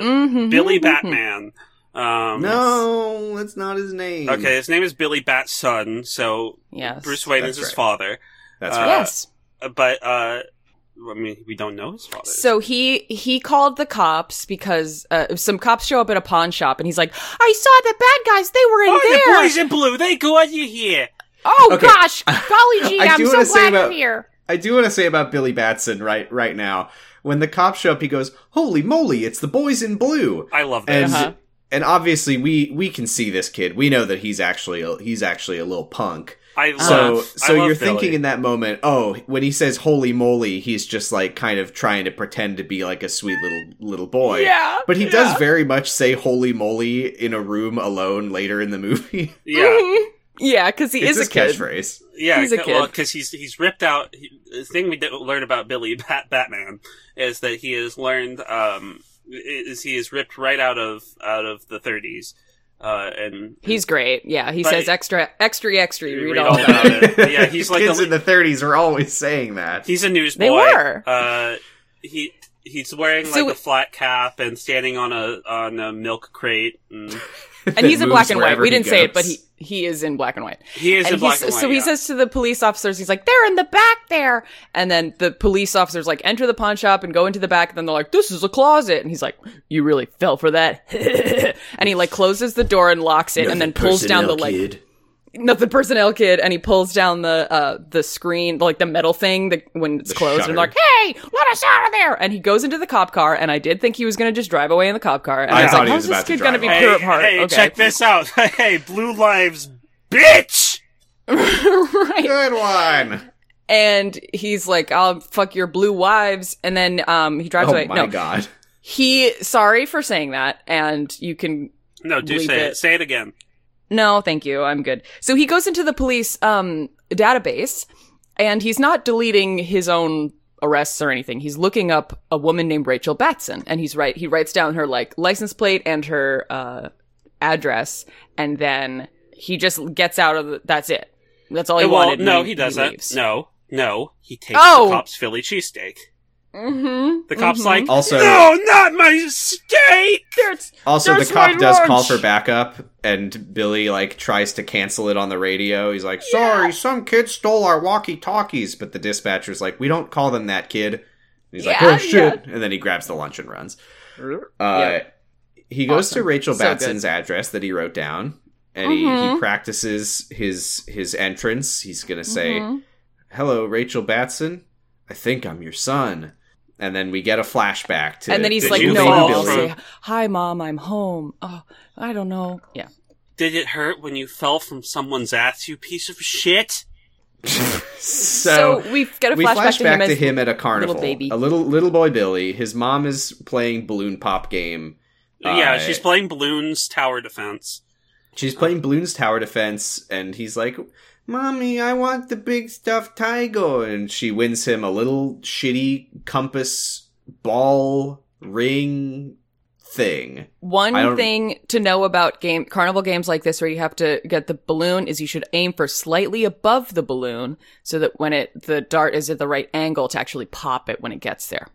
Mhm.
Billy Batman. Um,
no, that's not his name.
Okay, his name is Billy Bat's son, so
Yes.
Bruce Wayne is
That's
his
right.
father.
that's
uh,
right.
yes.
But uh I mean we don't know his father.
So he he called the cops because uh, some cops show up at a pawn shop and he's like, "I saw the bad guys. They were in
Oh, the
there.
boys in blue, they got you here.
Oh
Okay.
gosh, golly gee,
I
I'm
do
so
wanna say
glad
about-
you're here."
I do want to say about Billy Batson right right now. When the cops show up, he goes, "Holy moly! It's the boys in blue."
I love that.
and
Uh-huh.
and obviously we we can see this kid. We know that he's actually a, he's actually a little punk.
I
Uh-huh.
So
love
so
I love
you're
Billy.
thinking in that moment, oh, when he says "holy moly," he's just like kind of trying to pretend to be like a sweet little little boy.
Yeah,
But he does very much say "holy moly" in a room alone later in the movie.
Yeah.
Yeah, because he
it's his
is a kid.
catchphrase.
Yeah,
He's a
c- well,
kid.
cuz he's he's ripped out he, the thing we didn't learn about Billy Bat- Batman is that he has learned um is he is ripped right out of out of the 30s. Uh and
He's great. Yeah, he
But-
says extra, extra, extra. You read, all
about
that.
it. Yeah, he's like
kids
a-
in the 30s were always saying that.
He's a newsboy.
They were.
Uh, he he's wearing like
So-
a flat cap and standing on a on a milk crate. And
and he's in
moves
black and white.
wherever
We
he
didn't say it, but
goes.
he he is in black and white.
he is
and
in black
he's,
and white.
so he
yeah.
says to the police officers, he's like, "They're in the back there." And then the police officers like enter the pawn shop and go into the back. And then they're like, "This is a closet." And he's like, "You really fell for that." and he like closes the door and locks it, and then pulls down the like nothing personnel kid, and he pulls down the uh the screen, like the metal thing that when it's closed, and they're
shutter.
like, "Hey, let us out of there!" And he goes into the cop car, and I did think he was going to just drive away in the cop car, and
I
I, was
thought
like,
he
"How's
was
this
about to
kid going to
drive
be
away.
pure
Hey,
of heart?"
hey,
okay,
check this out. Hey, Blue Lives, bitch.
right.
Good one.
and he's like, "I'll fuck your blue wives," and then um, he drives
Oh
away.
my
no,
god.
he. Sorry for saying that, and you can.
No, do
Bleep
say it.
it.
Say it again.
No, thank you. I'm good. So he goes into the police um database, and he's not deleting his own arrests or anything. He's looking up a woman named Rachel Batson, and he's right. He writes down her like license plate and her uh address, and then he just gets out of. The, that's it. That's all he
well,
wanted. and
no,
he
he doesn't.
leaves.
no, no, he takes
Oh!
the cops Philly cheesesteak.
Mm-hmm.
The cop's like,
Also-
no, not my skate.
There's-
Also,
There's
the cop
my
does call
lunch!
for backup, and Billy like tries to cancel it on the radio. He's like, "Sorry, some kid stole our walkie-talkies," but the dispatcher's like, "We don't call them that, kid." And he's like,
Yeah,
"Oh shit!" And then he grabs the lunch and runs. Uh, He goes to
Awesome.
Rachel
So good.
Batson's address that he wrote down, and he, he
Mhm.
practices his his entrance. He's gonna say,
Mhm.
"Hello, Rachel Batson. I think I'm your son." And then we get a flashback to
and then he's
Did
like,
you
"No,
fall
I'll
from-
say hi, mom. I'm home. Oh, I don't know. Yeah,
Did it hurt when you fell from someone's ass, you piece of shit?
so
we've got a
we
flashback
flash
to him
back to
as
him at a carnival.
baby.
A little little boy Billy. His mom is playing balloon pop game.
yeah,
Uh,
she's playing balloons, tower defense.
She's playing balloons tower defense, and he's like, "Mommy, I want the big stuffed tiger." And she wins him a little shitty compass ball ring thing.
One
I don't-
thing to know about game carnival games like this, where you have to get the balloon, is you should aim for slightly above the balloon, so that when it the dart is at the right angle to actually pop it when it gets there.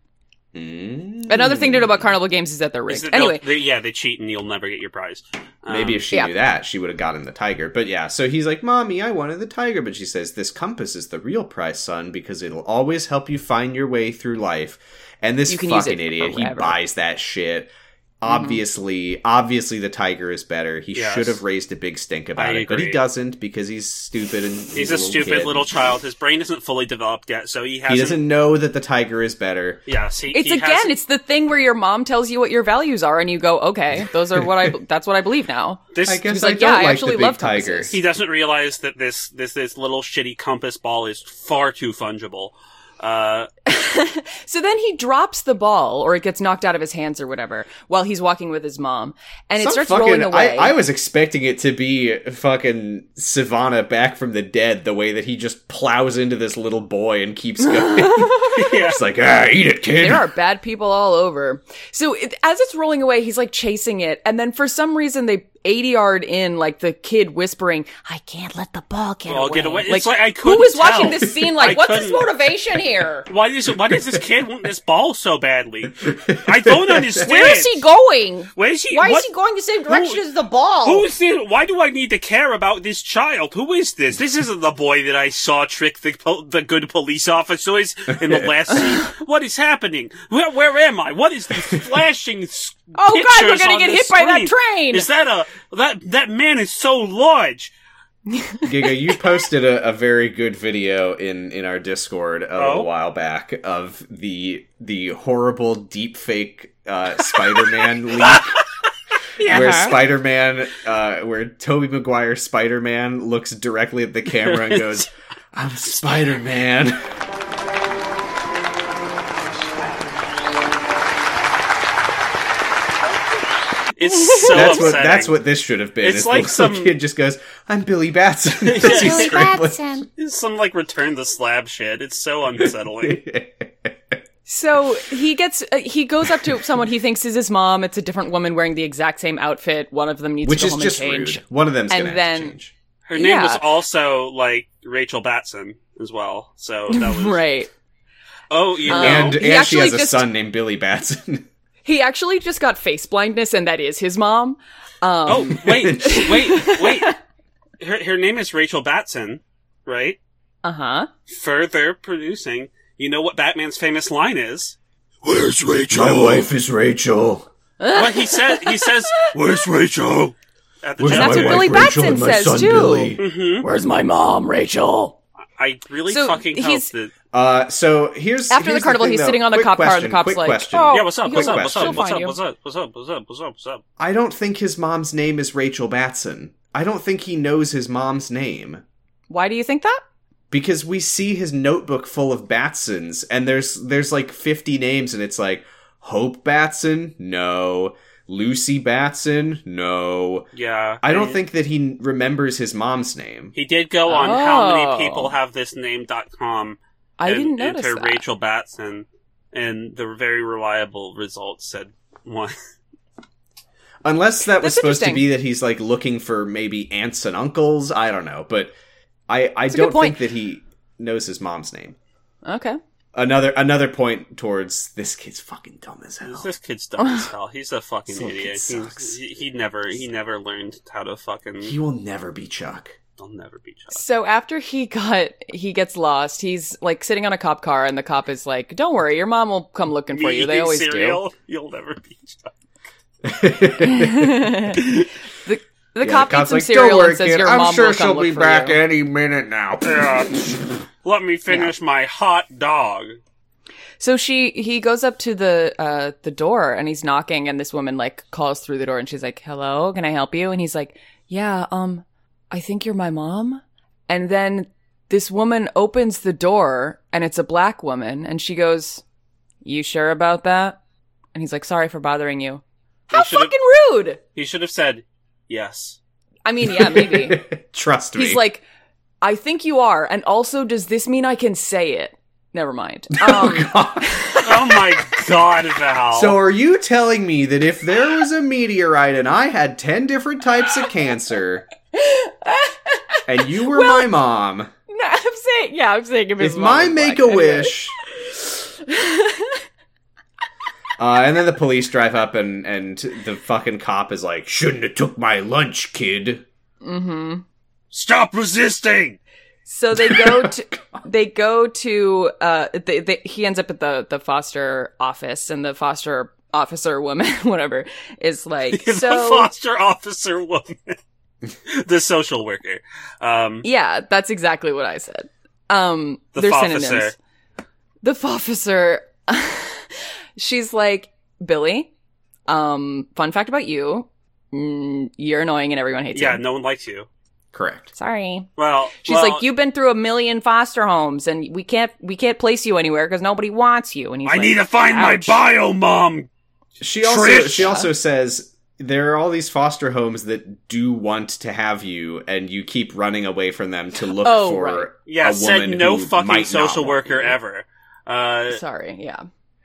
Mm.
Another thing to know about carnival games is that they're
Is
rigged.
that they'll-
Anyway,
they- yeah, they cheat and you'll never get your prize. Um,
Maybe if she
yeah.
knew that, she would have gotten the tiger. But yeah, so he's like, Mommy, I wanted the tiger. But she says, This compass is the real prize, son, because it'll always help you find your way through life. And this
You can use
fucking
it
idiot, he
forever. Mm-hmm.
buys that shit. Obviously, obviously, the tiger is better. He
Yes.
should have raised a big stink about
I
it, but he
agree.
doesn't because he's stupid and
he's a stupid
kid.
little child. His brain isn't fully developed yet, so he hasn't.
He doesn't know that the tiger is better.
Yes, he,
it's
he
again,
hasn't-
it's the thing where your mom tells you what your values are, and you go, "Okay, those are what I. That's what I believe now."
this.
I guess I
like,
don't
"Yeah, I
like
actually
the big
love
tiger.
compasses."
He doesn't realize that this this this little shitty compass ball is far too fungible. Uh,
So then he drops the ball, or it gets knocked out of his hands, or whatever, while he's walking with his mom, and it
Some
starts
fucking-
rolling away.
I, I was expecting it to be fucking Savannah back from the dead, the way that he just plows into this little boy and keeps going.
yeah.
it's like, ah, eat it, kid.
There are bad people all over. So it, as it's rolling away, he's like chasing it, and then for some reason they 80 yard in, like the kid whispering, "I can't let the ball get
Ball
away."
get away. It's like, I
who
couldn't
was watching
tell.
this scene? Like,
I
what's his
couldn't-
motivation here?
Why does why does this kid want this ball so badly? I don't understand.
Where is he going?
Where is he?
Why is
what-
he going the same direction
Who-
as the ball?
Who's this? Why do I need to care about this child? Who is this? This isn't the boy that I saw trick the po- the good police officers in the last scene. What is happening? Where, where am I? What is these flashing? s-
Oh, God, we're
pictures
gonna
on
get
the
hit by that
screen?
train!
Is that a that that man is so large?
Giga, you posted a, a very good video in in our Discord a
Oh?
little while back of the the horrible deep fake uh, Spider-Man leak. Where
Uh-huh.
Spider-Man, uh, where Toby Maguire Spider-Man looks directly at the camera and goes, "I'm Spider-Man."
It's so
that's what
upsetting.
that's what this should have been.
It's
It's
like
like some
some-
kid just goes, "I'm Billy Batson." as
Billy
he's scrambling.
It's some like return the slab shit. It's so unsettling.
So he gets uh, he goes up to someone he thinks is his mom. It's a different woman wearing the exact same outfit. One of them needs
Which
to go
is
home
just
and change.
rude. One of them's
And
gonna have
then-
to change.
Her name was
Yeah.
also like Rachel Batson as well. So that was
Right.
Oh, you know.
Um,
and
He
and she
actually
has a
just-
son named Billy Batson.
He actually just got face blindness, and that is his mom. Um,
Oh, wait, wait, wait. Her, her name is Rachel Batson, right?
Uh huh.
Further producing. You know what Batman's famous line is?
Where's Rachel?
is Rachel.
Well, he says he says
Where's Rachel?
at the
Where's
And
time.
that's
my
what
wife,
Billy
Rachel,
Batson
and my
says,
son,
too.
Billy?
Mhm.
Where's my mom, Rachel?
I really
So,
fucking hope
he's-
that.
Uh, so here's
After the
here's
carnival,
thing,
he's
though.
sitting on the
Quick
cop car, and the
question,
cop's
quick
like,
question.
"Oh,
Yeah, what's up?
you'll-
What's up?
quick
What's up?
question.
What's up?
You'll
What's up? What's up? What's up? What's up? What's up?
I don't think his mom's name is Rachel Batson. I don't think he knows his mom's name.
Why do you think that?
because we see his notebook full of Batsons, and there's there's like 50 names, and it's like Hope Batson, no, Lucy Batson, no.
Yeah.
I don't
he-
think that he remembers his mom's name.
He did go on how
Oh.
many people have this name.com
I
and
didn't notice
enter
that.
Rachel Batson, and the very reliable results said one.
Unless that was
That's
supposed to be
interesting.
that he's like looking for maybe aunts and uncles. I don't know, but I I
a good
don't think
point.
that he knows his mom's name.
Okay.
another another point towards this kid's fucking dumb as hell.
This kid's dumb as hell. He's a fucking
This little kid
idiot.
sucks.
He's, he, he never he never learned how to fucking.
He will never be Chuck.
I'll never be Chuck.
So after he got he gets lost, he's like sitting on a cop car and the cop is like, "Don't worry, your mom will come looking for you. They
Eating
always
cereal, You'll never be Chuck.
do." the the
Yeah,
cop
the
eats
cop's
some
like,
cereal
"Don't worry,
and says,
kid.
"Your
I'm
mom
sure
will come
she'll
look
be
for
back
you."
any minute now.
Let me finish my hot dog.
So she he goes up to the uh the door and he's knocking and this woman like calls through the door and she's like, "Hello, can I help you?" And he's like, "Yeah, um I think you're my mom." And then this woman opens the door and it's a black woman and she goes, "You sure about that?" And he's like, "Sorry for bothering you." How
should've-
fucking rude.
He should have said yes.
I mean, yeah, maybe.
Trust me.
he's like, "I think you are." And also, does this mean I can say it? Never mind. Um,
Oh my god, Val.
So are you telling me that if there was a meteorite and I had 10 different types of cancer and you were my mom,
No, I'm saying, yeah, I'm saying if, his
if
mom
my
was black,
make a wish Uh, and then the police drive up and and the fucking cop is like, "Shouldn't have took my lunch, kid."
Anyway. hmm
stop resisting.
So they go to they go to uh, they, they, he ends up at the the foster office, and the foster officer woman, whatever, is like
the
so.
foster officer woman, the social worker. Um,
Yeah, that's exactly what I said. Um,
The
they're
fofficer.
synonyms. The officer. she's like Billy. Um, fun fact about you: mm, you're annoying, and everyone hates you.
yeah, no one likes you.
Correct.
Sorry.
Well,
She's
well,
like, you've been through a million foster homes, and we can't we can't place you anywhere because nobody wants you. And he's
I
like,
need to find
ouch.
my bio mom.
She also
Trish.
she also says there are all these foster homes that do want to have you, and you keep running away from them to look
Oh,
for.
right.
Yeah,
a
said
woman
no
who might
fucking
not
social
want
worker
you.
ever. Uh,
Sorry, yeah.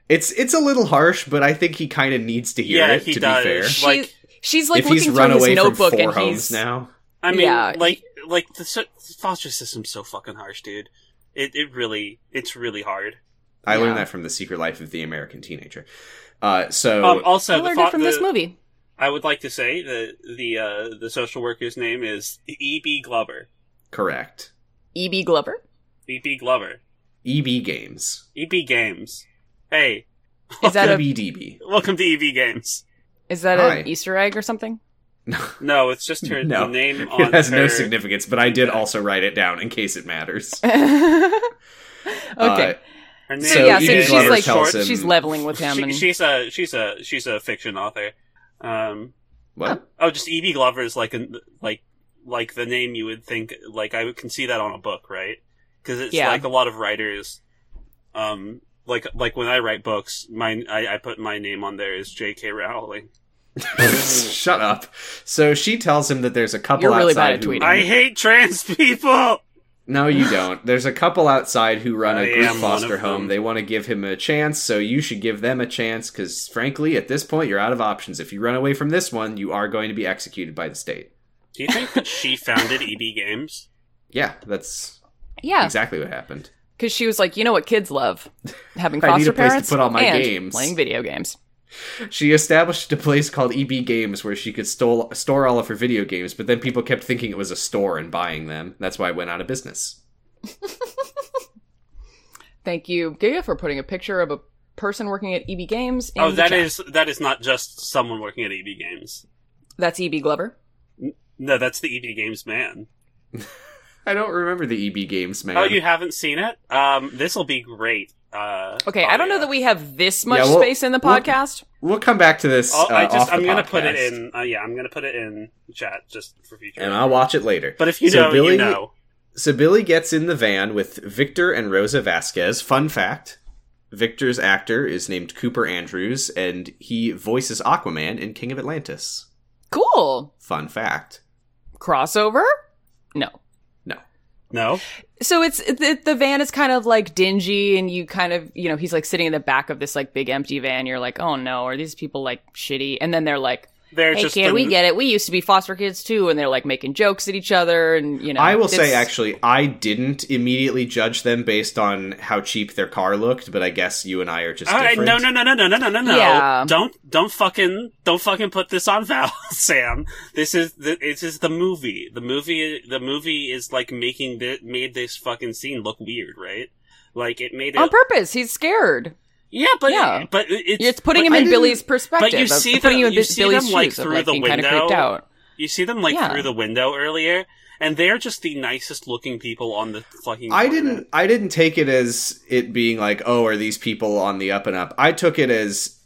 It's it's a little harsh, but I think he kind of needs to hear
Yeah,
it.
he
to
does.
be fair,
She's
Like,
she's like
if
looking
he's run
through
away
his
from
notebook,
four
and
homes
he's
now.
I mean,
Yeah.
like, like the, so- foster system's so fucking harsh, dude. It it really it's really hard.
I
Yeah.
learned that from the Secret Life of the American Teenager. Uh, so
Um, also,
I
the
learned
fo-
it from this
the-
movie.
I would like to say the the uh, the social worker's name is E.B. Glover.
correct.
E.B. E Glover.
E.B. Glover.
EB Games.
EB Games. Hey,
Is that a
WDB.
welcome to EB Games.
is that
Hi.
an Easter egg or something?
No, it's just her
No.
the name on
It has
her.
no significance, but I did also write it down in case it matters.
okay.
Uh,
her name E
so,
so
yeah,
E.B.
so she's
Glover
like
tells him-
she's leveling with him,
She-
and
she's a she's a she's a fiction author. Um,
what?
oh, just EB Glover is like an like like the name you would think like I can see that on a book, right? Because it's
Yeah.
like a lot of writers. Um, like like when I write books, mine I, I put my name on there as J.K. Rowling.
Shut up. So she tells him that there's a couple
You're really
outside
bad at
who-
tweeting.
I hate trans people.
No, you don't. There's a couple outside who run
I
a group
am one
foster
of
home.
them.
They want to give him a chance, so you should give them a chance because, frankly, at this point, you're out of options. If you run away from this one, you are going to be executed by the state.
Do you think that she founded EB Games?
Yeah, that's
yeah,
exactly what happened.
because she was like, you know what kids love, having
I need
foster
a place to
parents
put all my
and
games.
playing video games.
She established a place called EB Games where she could stole, store all of her video games, but then people kept thinking it was a store and buying them. That's why it went out of business.
Thank you, Giga, for putting a picture of a person working at EB Games. In
Oh,
the
that
chat.
is that is not just someone working at EB Games.
That's E.B. Glover.
No, that's the EB Games man.
I don't remember the EB Games, man.
Oh, you haven't seen it? Um, this will be great. Uh,
Okay, I don't know
audio.
that we have this much
Yeah, we'll-
space in the
we'll-
podcast.
We'll come back to this.
I'll,
uh,
Oh, I just
off the
I'm gonna put
podcast,
it in. Uh, yeah, I'm gonna put it in chat just for future.
and I'll watch it later.
but if you
So
know,
Billy-
you know.
So Billy gets in the van with Victor and Rosa Vasquez. Fun fact Victor's actor is named Cooper Andrews, and he voices Aquaman in King of Atlantis.
Cool.
Fun fact.
Crossover? No.
No.
No,
So it's the, the van is kind of like dingy and you kind of, you know, he's like sitting in the back of this like big empty van. You're like, "Oh no, are these people like shitty?" And then they're like,
They're
Hey,
just
can we
an-
get it? We used to be foster kids too, and they're like making jokes at each other, and you know.
I will say,
it's-
actually, I didn't immediately judge them based on how cheap their car looked, but I guess you and I are just
All right,
different.
Uh, no, no, no, no, no, no, no, no, no.
Yeah.
Don't, don't fucking, don't fucking put this on Val, Sam. This is, the, this is the movie. The movie, the movie is like making the, made this fucking scene look weird, right? Like it made it.
on purpose, he's scared.
yeah, but
Yeah.
but it's,
It's putting
but
him
I
in
didn't-
Billy's perspective.
but you
of-
see
putting
them-
you in
you
Bi-
see
Billy's
them, like,
shoes of,
through
like,
the
being kind of creeped
window.
out.
You see them like
Yeah.
through the window earlier, and they're just the nicest looking people on the fucking.
I
planet.
didn't. I didn't take it as it being like, oh, are these people on the up and up? I took it as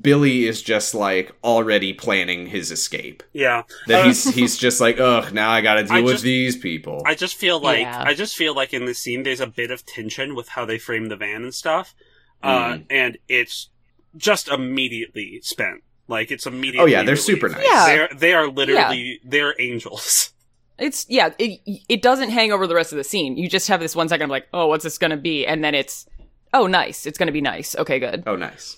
Billy is just like already planning his escape.
Yeah,
That
Uh,
he's he's just like, ugh, now I got to deal
I
with
just-
these people.
I just feel like
Yeah.
I just feel like in this scene there's a bit of tension with how they frame the van and stuff, uh,
Mm.
and it's just immediately spent. Like it's immediately.
oh yeah, they're super
relieved.
nice.
Yeah.
They're they are literally they're angels.
It's yeah. It it doesn't hang over the rest of the scene. You just have this one second of like, oh, what's this gonna be? And then it's, oh, nice. It's gonna be nice. Okay, good.
Oh, nice.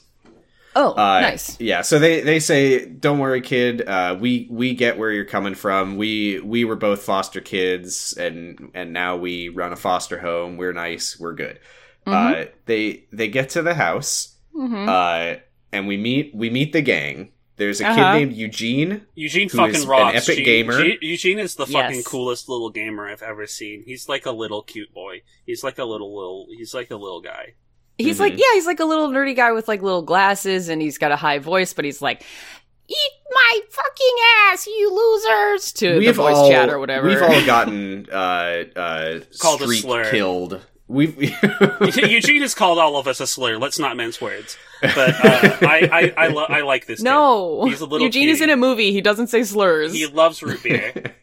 Oh,
Uh,
nice.
Yeah. So they they say, "Don't worry, kid. Uh, we we get where you're coming from. We we were both foster kids, and and now we run a foster home. We're nice. We're good."
Mm-hmm.
Uh, they they get to the house,
Mhm.
Mm-hmm.
uh, and we meet we meet the gang. There's a
Uh-huh.
kid named Eugene.
Eugene
Who is
fucking
an
rocks.
epic
Eugene-
gamer.
Eugene- Eugene is the fucking
Yes.
coolest little gamer I've ever seen. He's like a little cute boy. He's like a little little. He's like a little guy.
He's like, yeah, he's like a little nerdy guy with like little glasses, and he's got a high voice, but he's like, eat my fucking ass, you losers, to the voice chat or whatever.
We've all gotten uh, uh,
Called a
streak
slur.
killed. We've
Eugene has called all of us a slur. Let's not mince words. But uh, I I I, lo- I like this.
no,
He's a little
Eugene is in
cutie.
a movie. He doesn't say
kid.
slurs,
He loves root beer.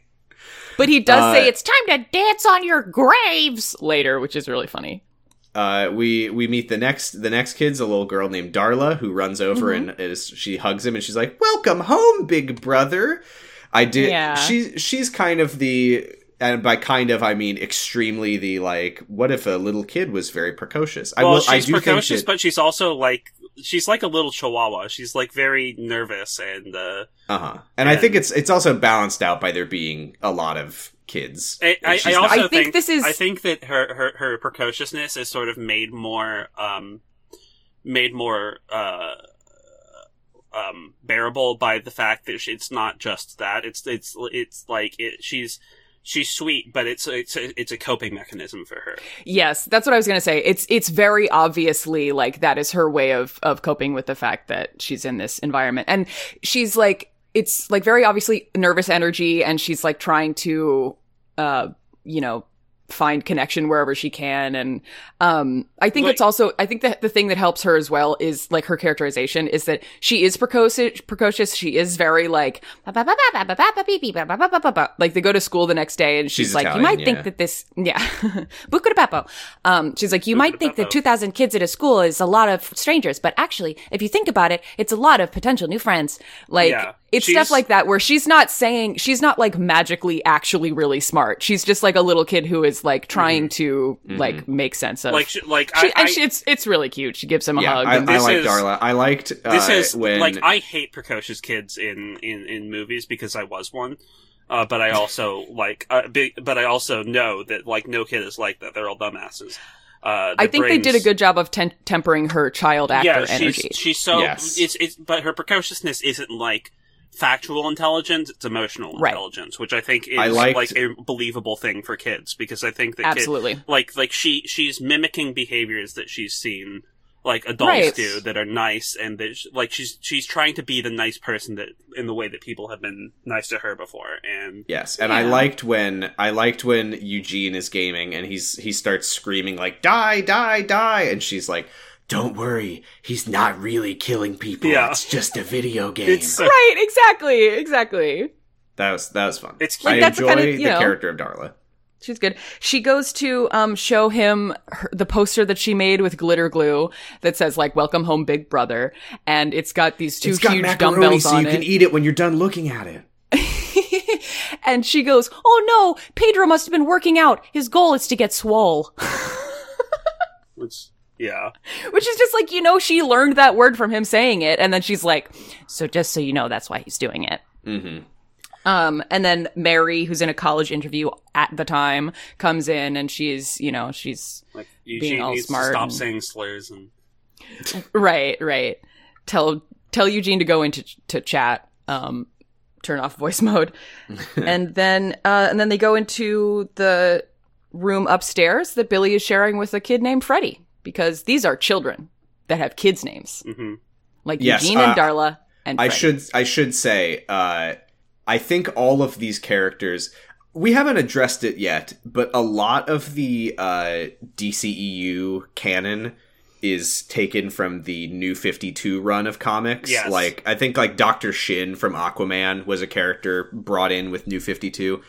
but he does
Uh,
say it's time to dance on your graves later, which is really funny.
uh, we we meet the next the next kid's a little girl named Darla who runs over
Mm-hmm.
and is she hugs him and she's like, "Welcome home, big brother." I did.
Yeah.
She she's kind of the and by kind of I mean extremely the like. What if a little kid was very precocious? I
well,
will.
she's
I do
precocious,
think that,
but she's also like she's like a little chihuahua. She's like very nervous and uh,
Uh-huh. And, I
And-
think it's it's also balanced out by there being a lot of kids.
I,
And
I, I
she's
also
not-
I think this is-
I think that her, her her precociousness is sort of made more um made more uh um bearable by the fact that she, it's not just that it's it's it's like it, she's she's sweet but it's it's a, it's a coping mechanism for her
Yes, that's what I was going to say. It's it's very obviously like that is her way of of coping with the fact that she's in this environment. And she's like it's like very obviously nervous energy and she's like trying to uh you know find connection wherever she can and um I think
Like-
it's also I think that the thing that helps her as well is like her characterization is that she is precocious precocious she is very like like they go to school the next day and she's,
She's
like you
Italian,
might
yeah.
think that this yeah bucarapapo um she's like you might think that
Bucarapapo.
2000 kids at a school is a lot of strangers but actually if you think about it it's a lot of potential new friends like
Yeah.
it's
She's-
stuff like that where she's not saying she's not like magically actually really smart she's just like a little kid who is like trying to like make sense of
Mm-hmm. like she, like
she,
I,
and
I-
she, it's it's really cute she gives him a
yeah,
hug
I,
and
I
this
like
is-
Darla. I liked uh,
this is
when
like I hate precocious kids in in in movies because I was one. Uh, but I also like, uh, be, but I also know that like no kid is like that. They're all dumbasses. Uh, their
I think they did a
brains-
good job of ten- tempering her child actor
yeah.
energy
She's she's so
Yes.
it's it's but her precociousness isn't like factual intelligence; it's emotional
Right.
intelligence, which I think is
I liked-
like a believable thing for kids because I think that kid-
absolutely
like like she she's mimicking behaviors that she's seen like adults
Right.
do that are nice and that sh like she's she's trying to be the nice person that in the way that people have been nice to her before and
yes, and I
Yeah.
liked when I liked when Eugene is gaming and he's he starts screaming like die die die, and she's like,
Don't worry, he's not really killing people.
Yeah.
It's just a video game.
it's so,
right exactly exactly
that was that was fun.
It's-
I
Like, that's the
enjoy
kind of,
the
you know-
character of Darla.
She's good. She goes to um, show him her, the poster that she made with glitter glue that says like "Welcome Home, Big Brother," and it's got these two
it's got
huge
macaroni
dumbbells
so
on
you
it.
can eat it when you're done looking at it.
and she goes, "Oh no, Pedro must have been working out. His goal is to get swole."
it's Yeah.
Which is just like, you know, she learned that word from him saying it, and then she's like, so just so you know, that's why he's doing it.
Mm-hmm.
Um, and then Mary, who's in a college interview at the time, comes in and she's, you know, she's
Like Eugene
all
needs
smart
to stop
and-
saying slurs and
right, right. Tell tell Eugene to go into to chat. Um, turn off voice mode, and then uh, and then they go into the room upstairs that Billy is sharing with a kid named Freddie because these are children that have kids names
hmm
like
Yes,
Eugene and
uh,
Darla and
I
Freddie.
should I should say uh, I think all of these characters we haven't addressed it yet, but a lot of the uh, DCEU canon is taken from the New Fifty Two run of comics.
Yes.
Like I think like Doctor Shin from Aquaman was a character brought in with New Fifty Two.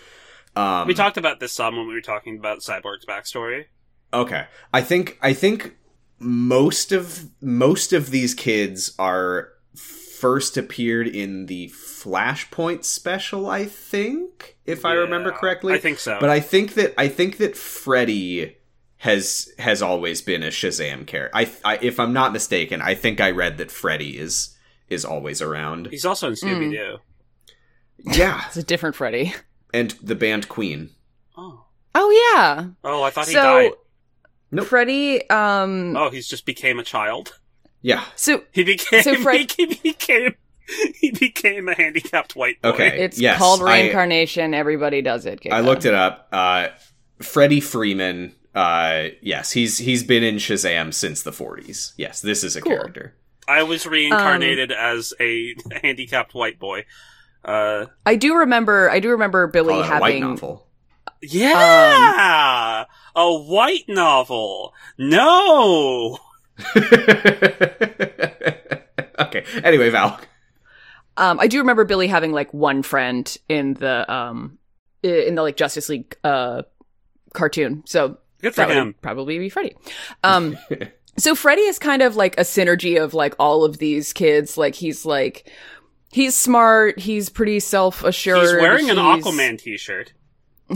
Um,
we talked about this some when we were talking about Cyborg's backstory.
Okay. I think I think most of most of these kids are first appeared in the Flashpoint special, I think, if I remember
Yeah,
correctly.
I think so.
But I think that I think that Freddy has has always been a Shazam character. I, I if I'm not mistaken, I think I read that Freddy is is always around.
He's also in Scooby Doo.
Mm.
Yeah,
it's a different Freddie.
and the band Queen.
Oh.
Oh yeah,
Oh, I thought he
so
died.
Nope.
Freddie. Um,
Oh, he's just became a child.
Yeah.
so
He became
So Fred-
he became he became a handicapped white boy.
Okay.
it's
Eh, Yes,
called
I-
reincarnation. Everybody does it.
I looked it up. Uh, Freddie Freeman. Uh, yes, he's he's been in Shazam since the 40s. Yes, this is a
Cool.
character.
I was reincarnated
Um,
as a handicapped white boy. Uh
I do remember. I do remember Billy
Call it a white
having
novel.
yeah, a white novel. No,
okay. Anyway, Val.
Um, I do remember Billy having like one friend in the um i- in the like Justice League uh cartoon. So
good for
that
him.
would probably be Freddy. Um, so Freddy is kind of like a synergy of like all of these kids. Like he's like he's smart. He's pretty self assured.
He's wearing an Aquaman T-shirt.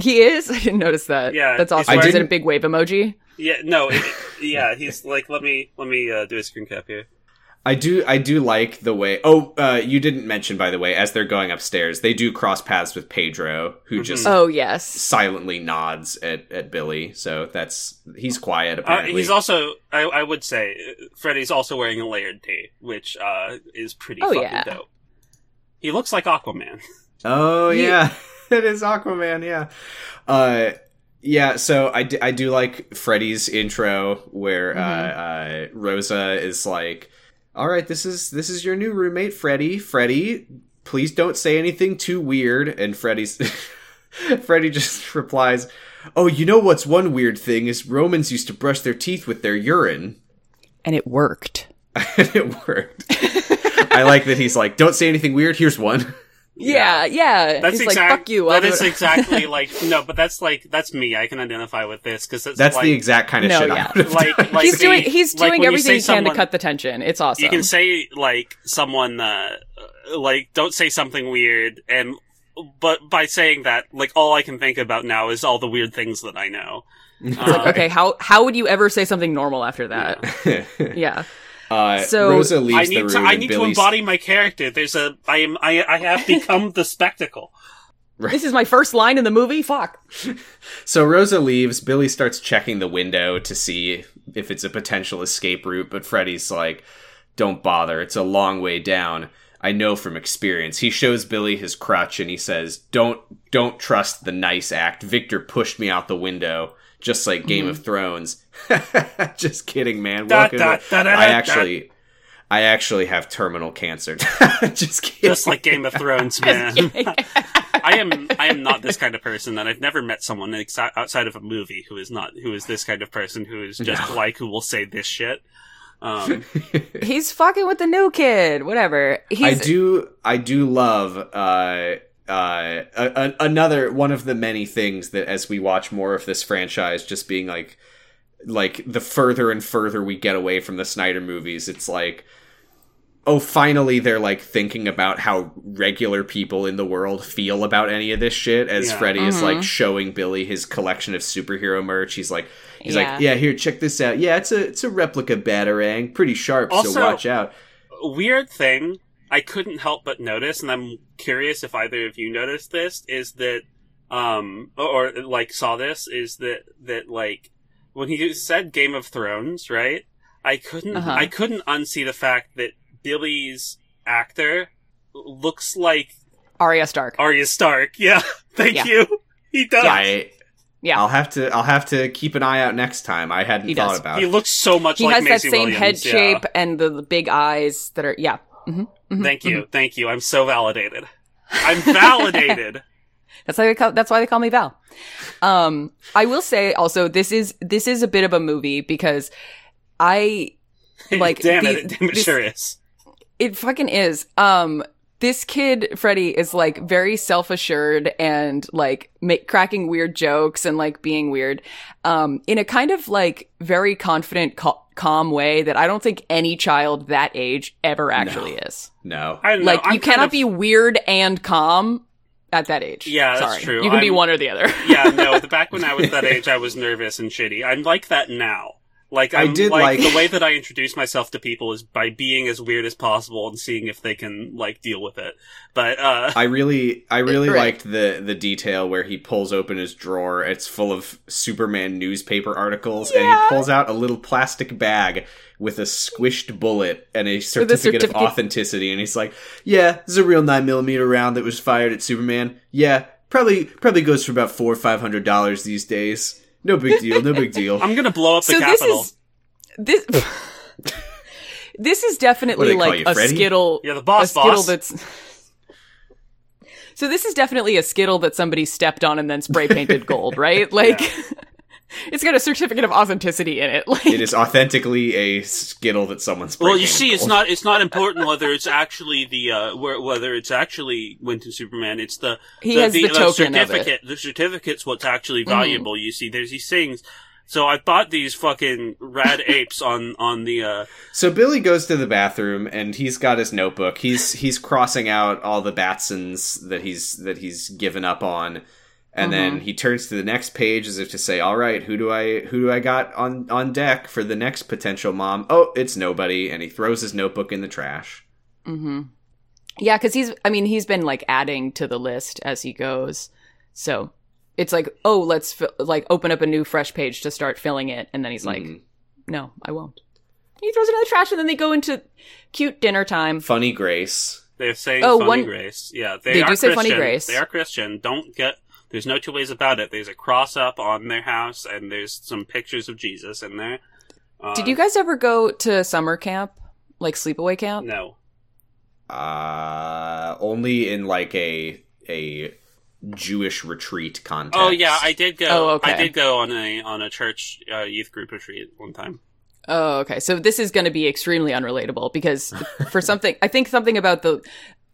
He is. I didn't notice that.
Yeah,
that's
he's
awesome. Is it a
wearing-
big wave emoji?
Yeah, no, it, yeah, he's like, let me let me uh, do a screen cap here.
I do I do like the way. Oh, uh, you didn't mention by the way as they're going upstairs, they do cross paths with Pedro, who
Mhm.
just
Oh yes.
silently nods at at Billy. So that's he's quiet
Uh,
apparently.
he's also, I, I would say, uh, Freddy's also wearing a layered tee, which uh, is pretty
Oh,
fucking
yeah.
dope. He looks like Aquaman.
Oh
You-
yeah, it is Aquaman. Yeah, uh, yeah. So I d- I do like Freddy's intro where uh, uh, Rosa is like, "All right, this is this is your new roommate, Freddy. Freddy, please don't say anything too weird." And Freddy's Freddy just replies, "Oh, you know what's one weird thing is Romans used to brush their teeth with their urine,
And it worked.
and it worked." I like that he's like, "Don't say anything weird. Here's one."
Yeah, yeah.
That's
he's
exactly.
like, fuck you. I'll
That
do
is
it."
exactly like no, but that's like that's me. I can identify with this because
That's
like,
the exact kind of
No,
shit
yeah.
I would have
like like
he's
say-
doing he's
like,
doing
when
everything
you,
he
say
can to
someone-
cut the tension. It's awesome.
You can say like someone uh, uh, like don't say something weird, and but by saying that, like all I can think about now is all the weird things that I know. Uh,
okay, how how would you ever say something normal after that? Yeah.
Uh,
So-
Rosa leaves
I need
the
to
room
I
and
need to
Billy's-
embody my character. There's a I am I I have become the spectacle.
This is my first line in the movie. Fuck.
So Rosa leaves. Billy starts checking the window to see if it's a potential escape route, but Freddy's like, "Don't bother. It's a long way down. I know from experience." He shows Billy his crutch and he says, "Don't don't trust the nice act. Victor pushed me out the window." Just like Game of Thrones. Just kidding, man.
Da,
Welcome.
da,
to-
da, da, da,
I
da.
actually, I actually have terminal cancer. Just kidding.
Just like Game of Thrones, man. I am I am not this kind of person, and I've never met someone exi- outside of a movie who is not who is this kind of person who is just like who will say this shit. Um,
He's fucking with the new kid. Whatever.
I
He's
do I do love uh uh a, a, another one of the many things that as we watch more of this franchise just being like like the further and further we get away from the Snyder movies it's like oh, finally they're like thinking about how regular people in the world feel about any of this shit. As
Yeah.
Freddy is like
Mhm.
showing Billy his collection of superhero merch, he's like, he's
Yeah.
like, yeah, here, check this out. Yeah, it's a it's a replica batarang, pretty sharp,
Also-
so watch out.
weird thing I couldn't help but notice, and I'm curious if either of you noticed this, is that um or, or, like saw this is that that like when he said Game of Thrones, right? I couldn't
Uh-huh.
I couldn't unsee the fact that Billy's actor looks like
Arya Stark.
Arya Stark. Yeah, thank
Yeah.
you. He does.
I,
Yeah.
I'll have to I'll have to keep an eye out next time. I hadn't
He
thought
does.
about
He
it.
looks so much
he
like
has
Maisie
that same
Williams,
head
yeah.
shape and the, the big eyes that are yeah. hmm
Thank you, thank you. I'm so validated. I'm validated.
That's why they call, that's why they call me Val. Um, I will say also this is this is a bit of a movie because I Like,
damn
the-
it, damn it
this-
sure is.
it fucking is. Um, this kid Freddy is like very self assured and like make, cracking weird jokes and like being weird, um, in a kind of like very confident, cal- calm way that I don't think any child that age ever actually is.
no.
I don't know,
like
I'm
you
kind
cannot
of-
be weird and calm at that age.
Yeah, that's
Sorry.
true.
You can be
I'm-
one or the other.
yeah, no. The back when I was that age, I was nervous and shitty. I'm like that now. Like
I
I'm,
did
like,
like-
the way that I introduce myself to people is by being as weird as possible and seeing if they can like deal with it. But uh
I really, I really
Right.
liked the the detail where he pulls open his drawer. It's full of Superman newspaper articles, and
Yeah.
he pulls out a little plastic bag with a squished bullet and a certificate,
certificate.
of authenticity. And he's like, "Yeah, this is a real nine millimeter round that was fired at Superman. Yeah, probably probably goes for about four or five hundred dollars these days. No big deal. No big deal.
I'm gonna blow up the capital.
this is this this is definitely
they call
like
you,
a
Freddy?
skittle
You're the boss,
a skittle
boss.
that's so this is definitely a skittle that somebody stepped on and then spray painted gold right like it's got a certificate of authenticity in it like
it is authentically a skittle that someone's.
Well, you
breaking.
see, it's not it's not important whether it's actually the uh whe- whether it's actually Winton Superman. It's the uh,
He has the token of it. Mm-hmm.
certificate. The certificate's what's actually valuable. You see, there's these things. So I bought these fucking rad apes on on the uh
So Billy goes to the bathroom and he's got his notebook. He's he's crossing out all the Batsons that he's that he's given up on.
Mm-hmm.
And then he turns to the next page as if to say, "All right, who do I who do I got on on deck for the next potential mom?" Oh, it's nobody, and he throws his notebook in the trash.
hmm yeah because he's i mean he's been like adding to the list as he goes so it's like oh let's fi- like open up a new fresh page to start filling it and then he's like
Mhm.
no i won't he throws it in the trash and then they go into cute dinner time
"Funny Grace."
They're saying
Oh,
funny
one-
grace. Yeah, they,
They
are
do say
Christian.
funny grace.
They are Christian. Don't get. There's no two ways about it. There's a cross up on their house, and there's some pictures of Jesus in there. Uh,
Did you guys ever go to summer camp, like sleepaway camp?
Um, No.
Uh only in like a a Jewish retreat context.
Oh yeah, I did go.
Oh, okay.
I did go on a on a church uh, youth group retreat one time.
Oh, okay. So this is going to be extremely unrelatable because for something, I think something about the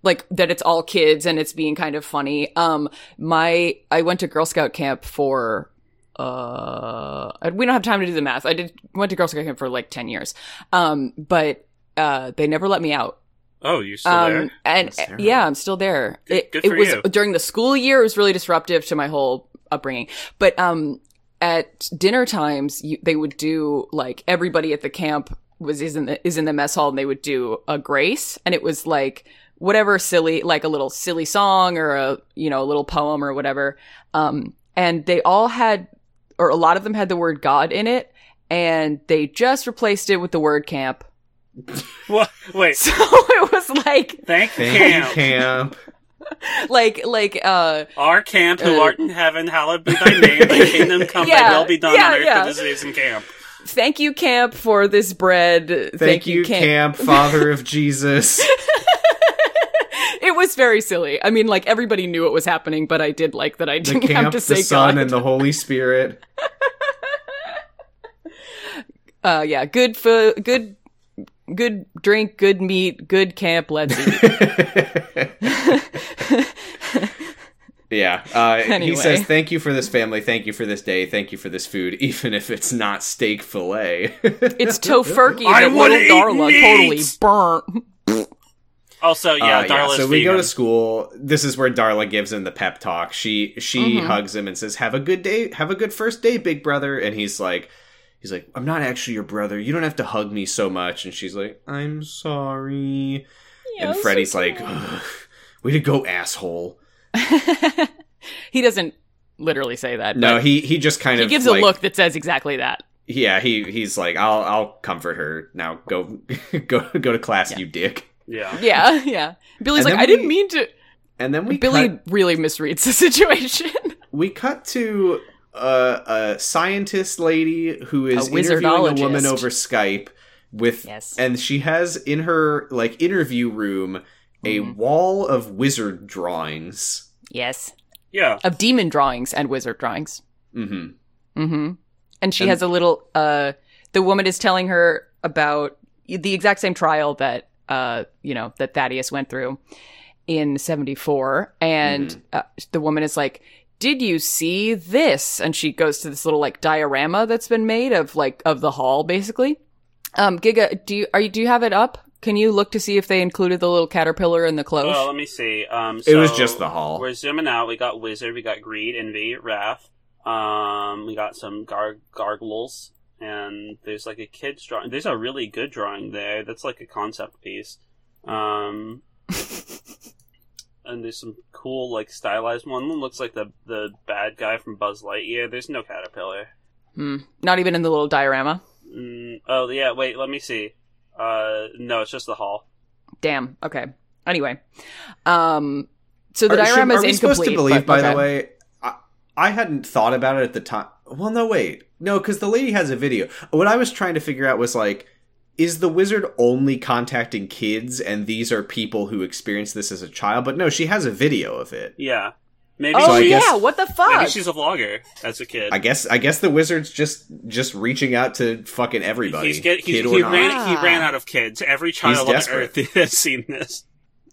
like that it's all kids and it's being kind of funny. Um, my I went to Girl Scout camp for uh I- we don't have time to do the math. I did went to Girl Scout camp for like 10 years. Um, but uh they never let me out.
Oh, you still
Um
there?
and
That's terrible.
yeah, I'm still there.
Good-
it
good
it
for
was
you.
during the school year. It was really disruptive to my whole upbringing. But um, at dinner times, you, they would do like everybody at the camp was is in the is in the mess hall, and they would do a grace, and it was like whatever silly, like a little silly song or a you know a little poem or whatever. Um, and they all had, or a lot of them had the word God in it, and they just replaced it with the word camp.
What? Wait.
So it was like
Thank,
Thank
camp.
you, camp.
like like uh
Our camp, who
Uh,
art in heaven, hallowed be thy name. Thy kingdom come.
Yeah,
thy will be done
yeah,
on earth
yeah.
as it is in camp.
thank you camp for this bread thank,
Thank you, camp, father of Jesus.
it was very silly i mean like everybody knew it was happening but i did like that i
the
didn't have
camp,
to
the
say
Son,
God.
and the Holy Spirit.
uh yeah good for good good drink good meat good camp let's eat
yeah. Uh,
Anyway.
He says, Thank you for this family. Thank you for this day. Thank you for this food, even if it's not steak filet. Uh,
it's tofurkey
I
that
wanna
little
eat
darla
meat!
totally burnt
Also, yeah,
Uh,
Darla's
so we go
vegan.
to school. This is where Darla gives him the pep talk. She she hugs him and says, "Have a good day. Have a good first day, big brother." And he's like, he's like, "I'm not actually your brother. You don't have to hug me so much." And she's like, "I'm sorry." and Freddy's like, "Ugh, "Way to go, asshole."
he doesn't literally say that.
No,
but
he he just kind
he
of
gives
like-
a look that says exactly that.
Yeah, he he's like, "I'll I'll comfort her now. Go go go to class, you dick."
yeah.
Yeah, yeah. Billy's
And
like,
then
I didn't
we-
mean to.
And then we
Billy
cut-
really misreads the situation.
we cut to a, a scientist lady who is
A
interviewing a woman
wizardologist.
over Skype with,
Yes.
and she has in her like interview room a
Mm-hmm.
wall of wizard drawings.
yes.
Yeah.
Of demon drawings and wizard drawings.
hmm
Mm-hmm. And she
And-
has a little. Uh, the woman is telling her about the exact same trial that uh, you know that Thaddeus went through in '74, and
Mhm.
uh, the woman is like. Did you see this? And she goes to this little like diorama that's been made of like of the hall, basically. Um, Giga, do you are you do you have it up? Can you look to see if they included the little caterpillar in the cloche?
Well, let me see. Um,
it was
so
just the
Oh.
hall.
We're zooming out. We got Wizard, we got Greed, Envy, Wrath. Um, we got some gar- gargles, and there's like a kid's drawing. There's a really good drawing there. That's like a concept piece. Um, and there's some cool, like stylized one. One looks like the the bad guy from Buzz Lightyear. There's no caterpillar.
Hmm. Not even in the little diorama.
Mm, oh yeah, wait. Let me see. Uh, no, it's just the hall.
Damn. Okay. Anyway, um, so the
Are- should-
diorama
are we
is incomplete.
supposed to believe,
but-
by
okay.
the way? I, I hadn't thought about it at the time. Well, no, wait, no, because the lady has a video. What I was trying to figure out was like, is the wizard only contacting kids, and these are people who experienced this as a child? But no, she has a video of it.
Yeah, maybe.
Oh
So I
she,
yeah,
guess-
what the
maybe
fuck?
she's a vlogger as a kid.
I guess, I guess the wizard's just just reaching out to fucking everybody,
He's get, he's,
kid
he,
or not.
ran,
Ah.
he ran out of kids. Every child on
desperate.
Earth has seen this.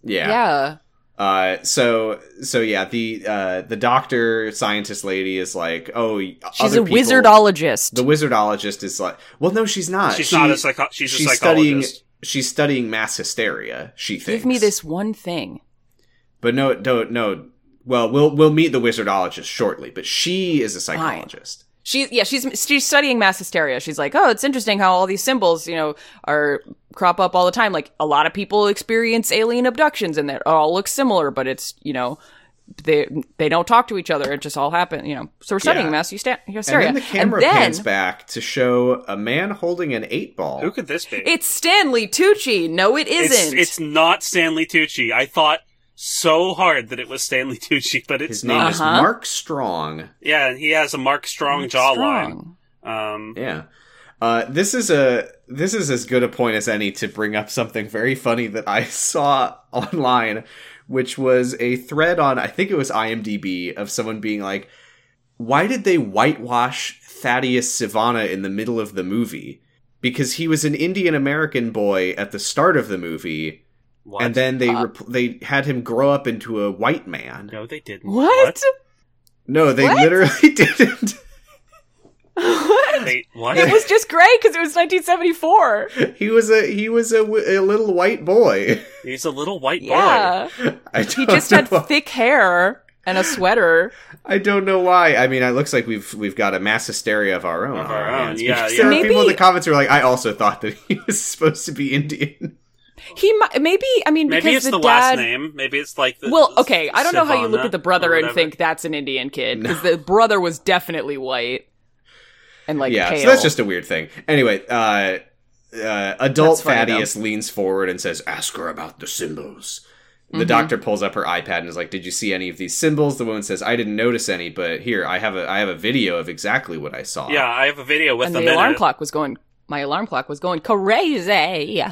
yeah.
Uh, so so yeah, the uh, the doctor scientist lady is like, oh,
she's
other
a
people-
wizardologist.
The wizardologist is like, well, no, Uh, she's not.
She's
She-
not a psycho- she's, a
studying.
psychologist.
She's studying mass hysteria. She thinks.
Give me this one thing.
But no, no, no. Well, we'll we'll meet the wizardologist shortly. But she is a psychologist.
She yeah, she's she's studying mass hysteria. She's like, "Oh, it's interesting how all these symbols, you know, are crop up all the time. Like a lot of people experience alien abductions and they all look similar, but it's, you know, they they don't talk to each other. It just all happens, you know. So we're studying
Yeah.
mass hyste-
And
hysteria.
then the camera
And then-
pans back to show a man holding an eight ball.
Who could this be?
It's Stanley Tucci. No, it
it's,
isn't.
it's not Stanley Tucci. I thought so hard that it was Stanley Tucci, but it's
His name
not.
is
Uh-huh.
Mark Strong.
Yeah, and he has a Mark Strong jawline.
Strong.
Um,
Yeah. Uh, this is a this is as good a point as any to bring up something very funny that I saw online, which was a thread on I think it was IMDb of someone being like, "Why did they whitewash Thaddeus Savannah in the middle of the movie? Because he was an Indian American boy at the start of the movie,
what?
and then they
Uh.
rep- they had him grow up into a white man.
no, they didn't.
What?
No, they
What?
literally didn't.
What? They, what?
it was just great because it was 1974.
he was a he was a, w- a little white boy.
He's a little white boy.
Yeah.
I
He
don't
just
know
had thick hair and a sweater.
I don't know why. I mean, it looks like we've we've got a mass hysteria of our own.
Of
on
our own,
hands,
yeah,
because
yeah.
There are
Maybe-
people in the comments who are like, I also thought that he was supposed to be Indian.
He mi- maybe I mean
Maybe it's
because
the,
the,
last
dad.
name. Maybe it's like the
Well, okay, I don't know how you look
Savannah
at the brother
or
and
whatever.
think that's an Indian kid because the brother was definitely white and like
yeah,
pale.
so that's just a weird thing. Anyway, uh, uh, adult
That's funny,
Thaddeus leans forward and says, "Ask her about the symbols." The
Mhm.
doctor pulls up her iPad and is like, "Did you see any of these symbols?" The woman says, "I didn't notice any, but here I have a I have a video of exactly what I saw."
Yeah, I have a video with
and
them
the
in
alarm
it.
clock was going. My alarm clock was going crazy.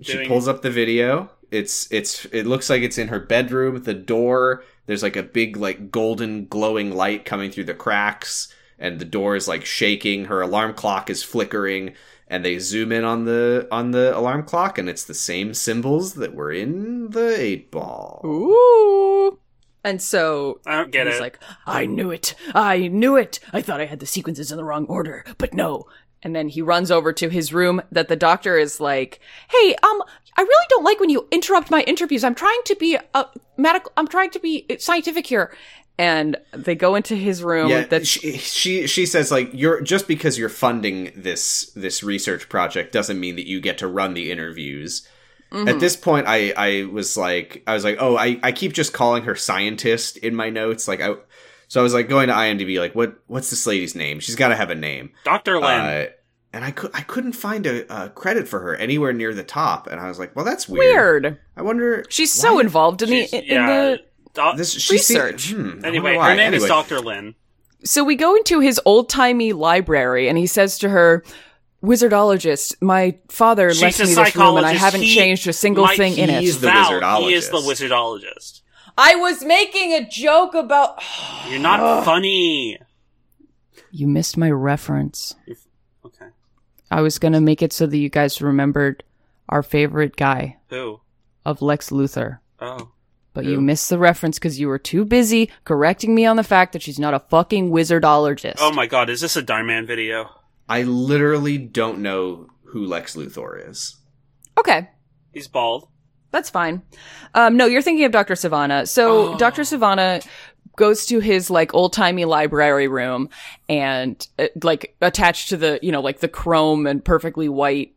She
doing-
pulls up the video. It's it's it looks like it's in her bedroom. The door there's like a big like golden glowing light coming through the cracks, and the door is like shaking. Her alarm clock is flickering, and they zoom in on the on the alarm clock, and it's the same symbols that were in the eight ball.
Ooh. And so
I don't get
he's
it.
like, I knew it. I knew it. I thought I had the sequences in the wrong order, but no. And then he runs over to his room that the doctor is like, Hey, um, I really don't like when you interrupt my interviews. I'm trying to be a medical, I'm trying to be scientific here. And they go into his room
yeah,
Oh, that's
she, she she says like you're just because you're funding this this research project doesn't mean that you get to run the interviews.
Mm-hmm.
At this point, I I was like I was like oh I I keep just calling her scientist in my notes like I so I was like going to IMDb like what what's this lady's name? She's got to have a name.
Dr.
Um,
Len.
Uh, and I could I couldn't find a, a credit for her anywhere near the top, and I was like, well that's weird.
weird.
I wonder.
She's so involved in
She's-
the, in
yeah.
the
Doc-
This she se-
Research.
hmm, I wonder
anyway,
why.
her name
Anyway.
is Dr. Lynn.
So we go into his old timey library, and he says to her, "Wizardologist, my father
She's
left
a
me this
psychologist.
room, and I haven't
He-
changed a single
Mike,
thing in
he's
it."
the
Val,
wizardologist.
He is the wizardologist.
I was making a joke about.
You're not funny.
You missed my reference.
Okay.
I was gonna make it so that you guys remembered our favorite guy
Who?
of Lex Luthor.
Oh.
But
Who?
you missed the reference because you were too busy correcting me on the fact that she's not a fucking wizardologist.
Oh my god, is this a Darman video?
I literally don't know who Lex Luthor is.
okay,
He's bald.
That's fine. Um, no, you're thinking of Dr. Savannah. So
Oh.
Dr. Savannah goes to his like old timey library room and uh, like attached to the, you know, like the chrome and perfectly white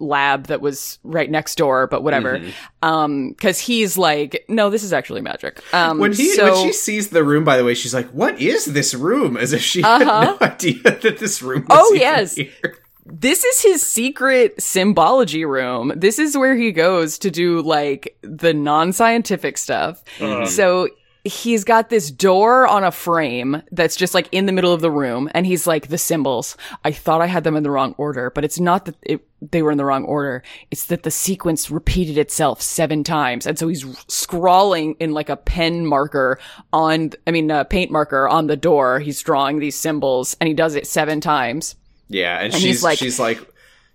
lab that was right next door, but whatever.
Mm-hmm.
Um, cause he's like, no, this is actually magic. Um,
When he
so
when she sees the room, by the way, she's like, "What is this room?" As if she
Uh-huh.
had no idea that this room. Was
Oh,
even
yes.
here.
this is his secret symbology room. This is where he goes to do like the non-scientific stuff.
Um,
So he's got this door on a frame that's just like in the middle of the room, and he's like, "The symbols. I thought I had them in the wrong order, but it's not that it, they were in the wrong order. It's that the sequence repeated itself seven times." And so he's scrawling in like a pen marker on, I mean, a paint marker on the door. He's drawing these symbols, and he does it seven times.
Yeah, and,
he's
she's
like-
she's like,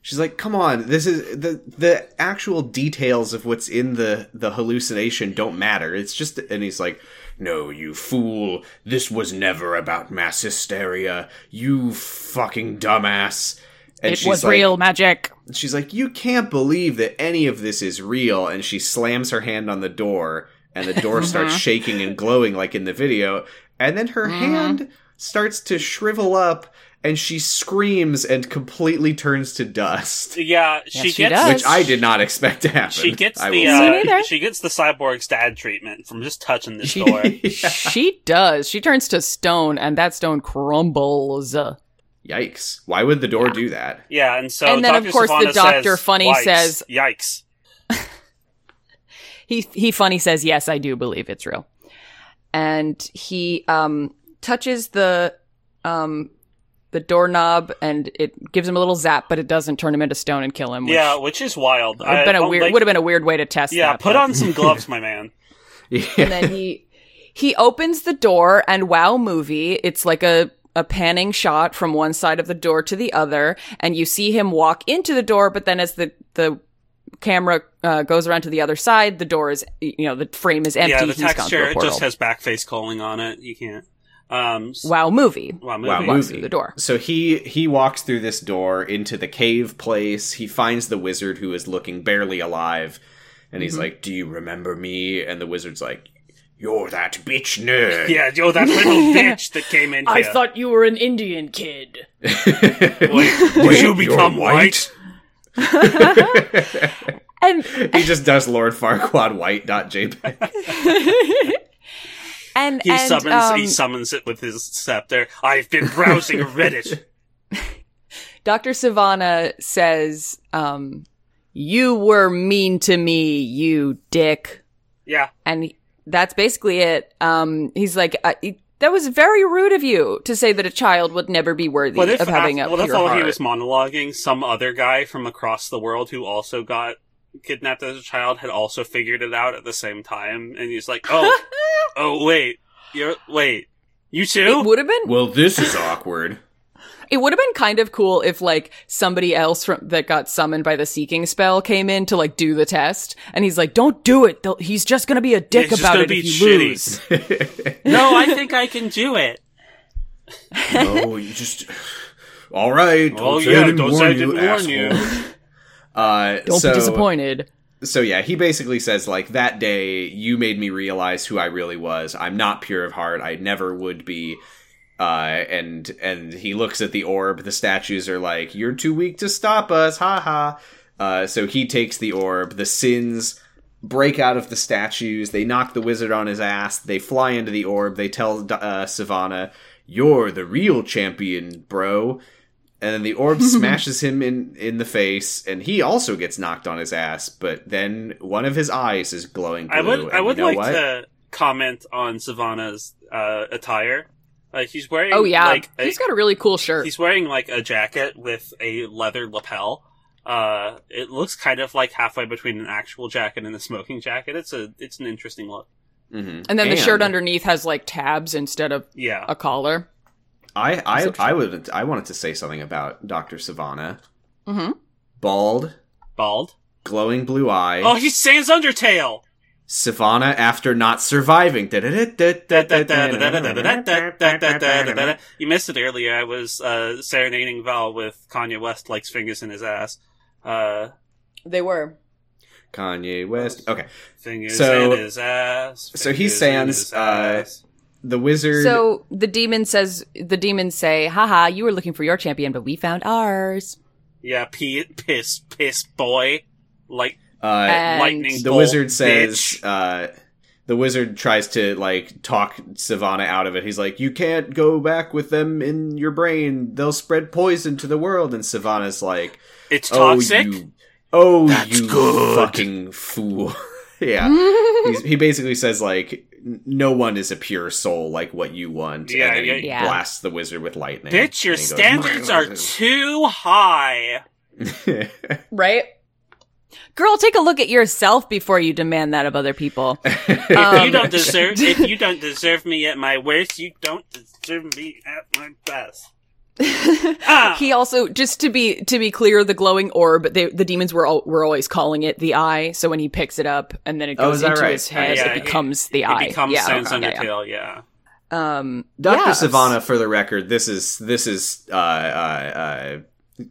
she's like, "Come on, this is the the actual details of what's in the the hallucination don't matter. It's just." And he's like. No, you fool. This was never about mass hysteria. You fucking dumbass. And
it
she's
was
like-
real magic.
She's like, "You can't believe that any of this is real," and she slams her hand on the door, and the door
Mm-hmm.
starts shaking and glowing like in the video, and then her hand starts to shrivel up, and she screams and completely turns to dust,
yeah, she
she
gets
does.
which I did not expect to happen.
She gets
I
the
will say.
Me
uh,
neither.
she gets the cyborg's dad treatment from just touching this door.
She does. She turns to stone, and that stone crumbles.
Yikes! Why would the door do that?
yeah, and so
And then, of
Dr.
course, the
Savannah
doctor
says,
funny
"Yikes,
says-
"Yikes!"
he he funny says yes i do believe it's real and he um touches the um the doorknob and it gives him a little zap but it doesn't turn him into stone and kill him which
yeah, which is wild.
would have been a
don't
weird
like-
would have been a weird way to test
Yeah,
that,
put
but-
on some gloves, my man.
and then he he opens the door and wow movie it's like a a panning shot from one side of the door to the other and you see him walk into the door but then as the the camera uh, goes around to the other side the door is you know the frame is empty
yeah, the
He's gone through a
texture it
portal.
just has backface calling on it. You can't. Um, s-
wow movie
wow, movie.
Wow,
walks
movie.
through the door.
So he he walks through this door into the cave place. He finds the wizard who is looking barely alive, and
Mm-hmm.
he's like, "Do you remember me?" And the wizard's like, "You're that bitch nerd."
Yeah, yo, that little bitch that came in. here.
you were an Indian kid.
Wait, would you become white?
And
He just does Lord Farquaad White dot JPEG.
and
He
and,
summons.
um,
he summons it with his scepter. I've been browsing Reddit.
Dr. Savannah says, um, "You were mean to me, you dick."
Yeah,
and he- that's basically it. Um, he's like, I, it- that was very rude of you to say that a child would never be worthy
what if,
of having
af-
a
what if
pure
all
heart.
he was monologuing, some other guy from across the world who also got kidnapped as a child had also figured it out at the same time, and he's like, "Oh, oh, wait, you're wait, you
it
too."
would have been.
well, this is awkward.
It would have been kind of cool if like somebody else from that got summoned by the seeking spell came in to like do the test, and he's like, "Don't do it. They'll- he's just gonna be a dick
just
about
gonna
it
be
if you
shitty."
lose."
no, I think I can do it.
oh, you just. All right. Don't
Oh,
say
yeah,
I didn't
don't
warn
say I
you,
didn't warn you.
asshole. Uh,
Don't
so,
be disappointed.
So yeah, he basically says like that day you made me realize who I really was. I'm not pure of heart. I never would be. Uh, and and he looks at the orb. The statues are like, "You're too weak to stop us." Ha ha. Uh, so he takes the orb. The sins break out of the statues. They knock the wizard on his ass. They fly into the orb. They tell uh, Savannah, "You're the real champion, bro." and then the orb smashes him in in the face, and he also gets knocked on his ass. But then one of his eyes is glowing blue.
I would.
and
I would
you know
like
what?
to comment on Savannah's uh, attire. Like he's wearing.
Oh yeah,
like, a-
he's got a really cool shirt.
He's wearing like a jacket with a leather lapel. Uh, it looks kind of like halfway between an actual jacket and a smoking jacket. It's a it's an interesting look.
Mhm.
And then the shirt
And
underneath has like tabs instead of
Yeah,
a collar.
I I I would I wanted to say something about Doctor Savannah.
hmm
Bald,
bald.
glowing blue eye.
Oh, he's Sans Undertale.
Savannah after not surviving.
You missed it earlier. I was uh, serenading Val with Kanye West likes fingers in his ass. Uh,
They were.
Kanye West. Okay,
fingers
So-
in his ass.
so he
fingers in
sans,
his
uh,
ass.
the wizard.
So the demon says, the demons say, haha, you were looking for your champion, but we found ours.
yeah, p- piss, piss, boy, like
uh,
And-
lightning.
the
bolt,
wizard says
bitch.
uh, the wizard tries to like talk savannah out of it he's like you can't go back with them in your brain they'll spread poison to the world and savannah's like
"It's
oh
toxic."
you oh
That's
you
good."
fucking fool yeah He's, he basically says like n- no one is a pure soul like what you want
Yeah,
and then he
yeah, yeah.
blasts the wizard with lightning
Bitch, your
And he goes,
standards are too high.
right? Girl, take a look at yourself before you demand that of other people.
you
Um,
don't deserve. if you don't deserve me at my worst, you don't deserve me at my best. Ah!
he also, just to be to be clear, the glowing orb, they, the demons were al- were always calling it the eye. So when he picks it up and then it
Oh,
goes
is that
into
right?
his head,
Yeah,
it
it-
becomes the
It
eye.
becomes
yeah,
Sans
okay, yeah, yeah.
Undertale, yeah.
Um,
Dr.
yeah.
Savannah, for the record, this is this is uh, uh,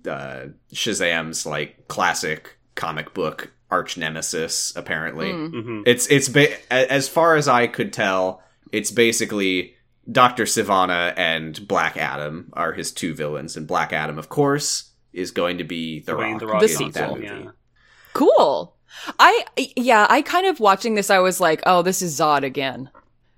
uh, uh, Shazam's like classic comic book arch nemesis. Apparently,
Mm.
hmm
it's it's ba- a- as far as I could tell, it's basically Dr. Savannah and Black Adam are his two villains, and Black Adam, of course, is going to be the
Dwayne
Rock.
The Rock
in
Johnson,
that movie.
yeah.
Cool. I yeah, I kind of watching this I was like, "Oh, this is Zod again."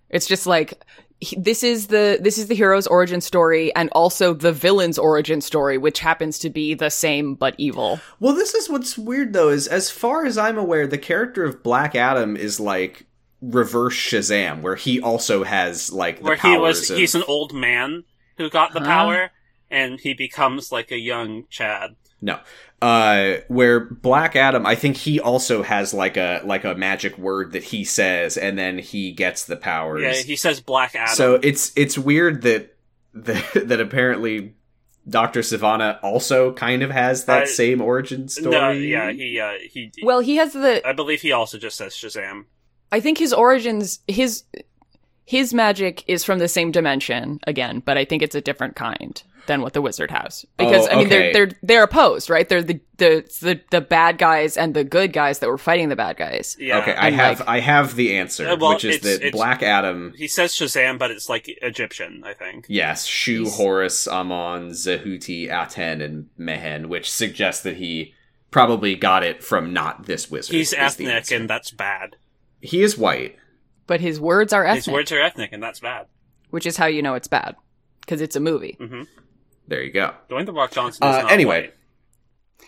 It's just like he- this is the this is the hero's origin story and also the villain's origin story, which happens to be the same but evil.
Well, this is what's weird though is as far as I'm aware, the character of Black Adam is like reverse Shazam, where he also has like the
Where
powers.
he was,
of-
he's an old man who got the
Huh?
power, and he becomes like a young Chad.
no, uh, where Black Adam, I think he also has like a like a magic word that he says, and then he gets the powers.
Yeah, he says Black Adam.
so it's it's weird that that, that apparently Doctor Savannah also kind of has that
I-
same origin story.
no, yeah, he, uh, he.
Well, he has the
I believe he also just says Shazam.
I think his origins his his magic is from the same dimension again, but I think it's a different kind than what the wizard has. Because
Oh,
I mean
okay.
they're they're they're opposed, right? They're the, the the the bad guys and the good guys that were fighting the bad guys.
Yeah.
Okay, I
And,
have
like-
I have the answer,
Uh, well,
which is
it's-
that
it's-
Black Adam
He says Shazam, but it's like Egyptian, I think.
Yes, Shu,
He's-
Horus, Amon, Zahuti, Aten, and Mehen, which suggests that he probably got it from not this wizard.
He's
is the
ethnic,
answer.
and that's bad.
he is white.
But his words are ethnic.
His words are ethnic, and that's bad.
which is how you know it's bad because it's a movie.
There you go.
Dwayne the Rock Johnson. Is
Uh,
not
anyway.
white.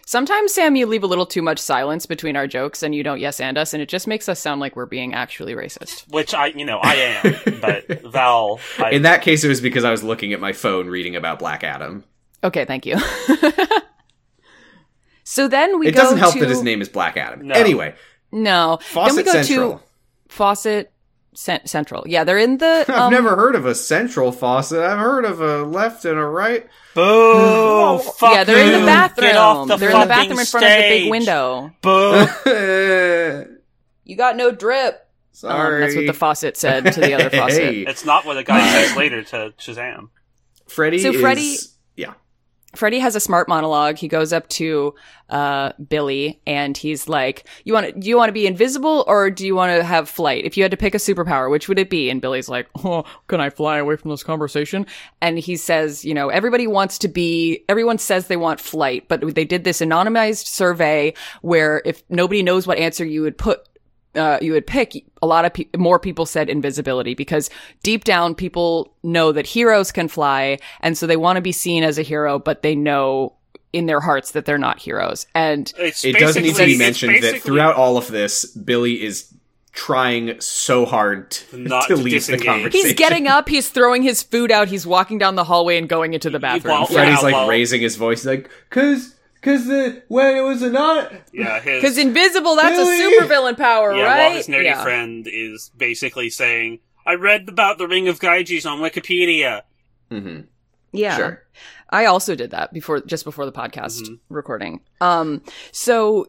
Sometimes, Sam, you leave a little too much silence between our jokes and you don't yes and us, and it just makes us sound like we're being actually racist.
which I, you know, I am, but Val, I,
In that case, it was because I was looking at my phone reading about Black Adam.
Okay, thank you. so then we
it
go
doesn't help
to
that his name is Black Adam.
No.
Anyway,
No. then we
Fawcett
go
Central.
to Fawcett cent- central. Yeah, they're in the.
I've
um,
never heard of a central faucet. I've heard of a left and a right.
Boo! Oh, fuck
Yeah, they're in
you.
the bathroom.
Get off the
they're in the
fucking
bathroom in front of the big
stage.
window. Um,
Boo!
You got no drip. Um,
Sorry.
that's what the faucet said to the other faucet.
Hey,
That's not what the guy says later to Shazam.
Freddy
So
is-
Freddy-
Yeah.
Freddie has a smart monologue. He goes up to uh, Billy and he's like, "You want to? Do you want to be invisible or do you want to have flight? If you had to pick a superpower, which would it be?" And Billy's like, "Oh, can I fly away from this conversation?" And he says, "You know, everybody wants to be. Everyone says they want flight, but they did this anonymized survey where if nobody knows what answer you would put." Uh, you would pick a lot of pe- more people said invisibility because deep down people know that heroes can fly and so they want to be seen as a hero but they know in their hearts that they're not heroes and
It's
It does need to
basically-
be
it's
mentioned that
basically
throughout all of this, Billy is trying so hard to,
Not to
to leave
disengage.
the
He's
conversation.
he's getting up he's throwing his food out he's walking down the hallway and going into the bathroom
won't-
Freddy's
Yeah,
like
well-
raising his voice, like, cause, cause the when it was not.
Yeah, his,
because invisible that's
Billy!
a supervillain power
yeah,
right
well, his nerdy
yeah.
friend is basically saying, "I read about the Ring of Gyges on Wikipedia."
Mm-hmm.
yeah
Sure.
I also did that before, just before the podcast
Mhm.
Mm-hmm.
recording. Um, so,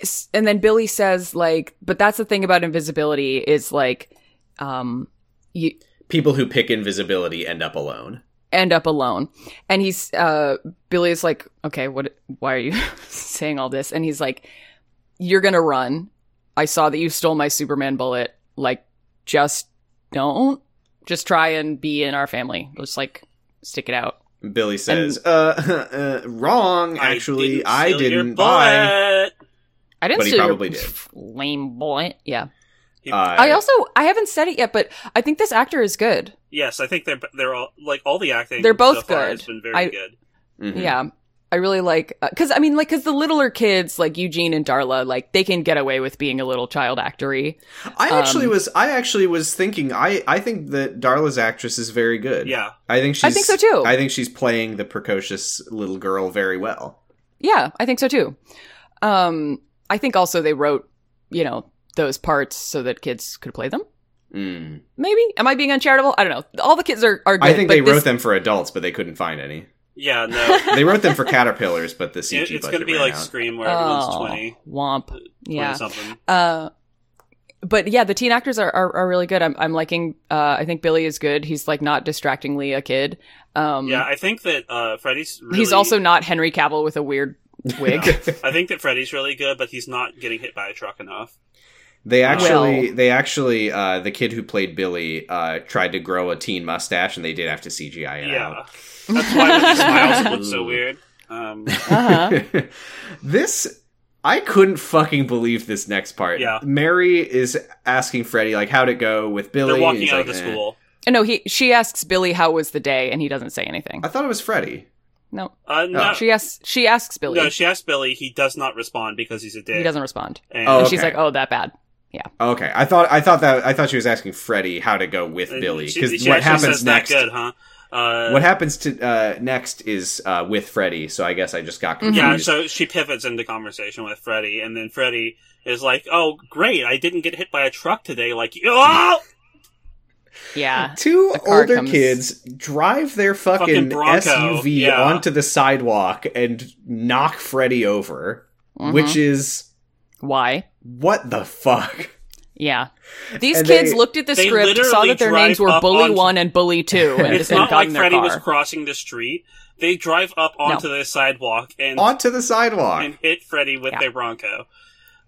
s- and then Billy says, like, but that's the thing about invisibility is like, um, you
People who pick invisibility end up alone.
end up alone. And he's, uh, Billy is like, okay, what, why are you saying all this? And he's like, you're gonna run. I saw that you stole my Superman bullet. Like, just don't. Just try and be in our family. Just like, stick it out.
Billy says, uh, uh, wrong, actually. I
steal
didn't,
your
buy.
bullet.
I didn't
But he
steal your
probably did.
Lame bullet. Yeah.
Uh,
I also I haven't said it yet, but I think this actor is good.
Yes, I think they're they're all like all the acting.
They're both
so far
good.
Has been very
I-
good.
mhm.
Yeah. I really like because I mean like because the littler kids like Eugene and Darla like they can get away with being a little child actory.
I actually
Um,
was. I actually was thinking. I I think that Darla's actress is very good.
Yeah,
I think she's.
I think so, too.
I think she's playing the precocious little girl very well.
Yeah, I think so too. Um, I think also they wrote you know those parts so that kids could play them.
Mm.
Maybe am I being uncharitable? I don't know. All the kids are are good.
I think
but
they
this-
wrote them for adults, but they couldn't find any.
yeah. No,
They wrote them for caterpillars, but the CG
It- it's
budget
going to be
ran
like
out.
Scream where everyone's
Oh,
20,
womp.
20
Yeah.
something.
Uh, but yeah, the teen actors are, are, are really good. I'm, I'm liking, uh, I think Billy is good. He's like not distractingly a kid. Um,
Yeah, I think that uh, Freddy's. Really,
he's also not Henry Cavill with a weird wig.
I think that Freddy's really good, but he's not getting hit by a truck enough.
They actually,
Well-
they actually, uh, the kid who played Billy uh, tried to grow a teen mustache, and they did have to CGI it
Yeah,
out.
that's why when he smiles it looks so
Ooh.
weird. Um,
Uh-huh.
this I couldn't fucking believe this next part.
Yeah.
Mary is asking Freddy like how'd it go with Billy.
they're
and
walking
he's
out of the
like, "Eh."
school.
And no, he, she asks Billy, how was the day? And he doesn't say anything.
I thought it was Freddy.
No,
Oh.
Uh, no,
she asks, she asks Billy.
no, she asks Billy. He does not respond because he's a dick.
he doesn't respond.
And
Oh,
And
okay.
she's like, oh, that bad.
Okay, I thought I thought that I thought she was asking Freddy how to go with
and
Billy
Uh, she-
because
she
what
actually
happens
says that
next?
Good, huh? Uh,
What happens to uh, next is uh, with Freddy. So I guess I just
Mm-hmm.
got confused.
Yeah, so she pivots into conversation with Freddy, and then Freddy is like, "Oh, great! I didn't get hit by a truck today." Like, you- oh,
Yeah.
Two
The car
older
comes-
kids drive their
Fucking
fucking,
Bronco,
SUV
yeah.
onto the sidewalk and knock Freddy over,
Mhm.
which is
Why?
what the fuck.
Yeah. These
And
kids
they-
looked at the
they
script, saw
literally
that their names
drive
were
up
Bully
onto-
1 and Bully 2, and
it's
just then
not
got
like
in their
Freddy
car.
was crossing the street. They drive up onto the sidewalk and,
onto the sidewalk.
and hit Freddy with
Yeah.
their Bronco.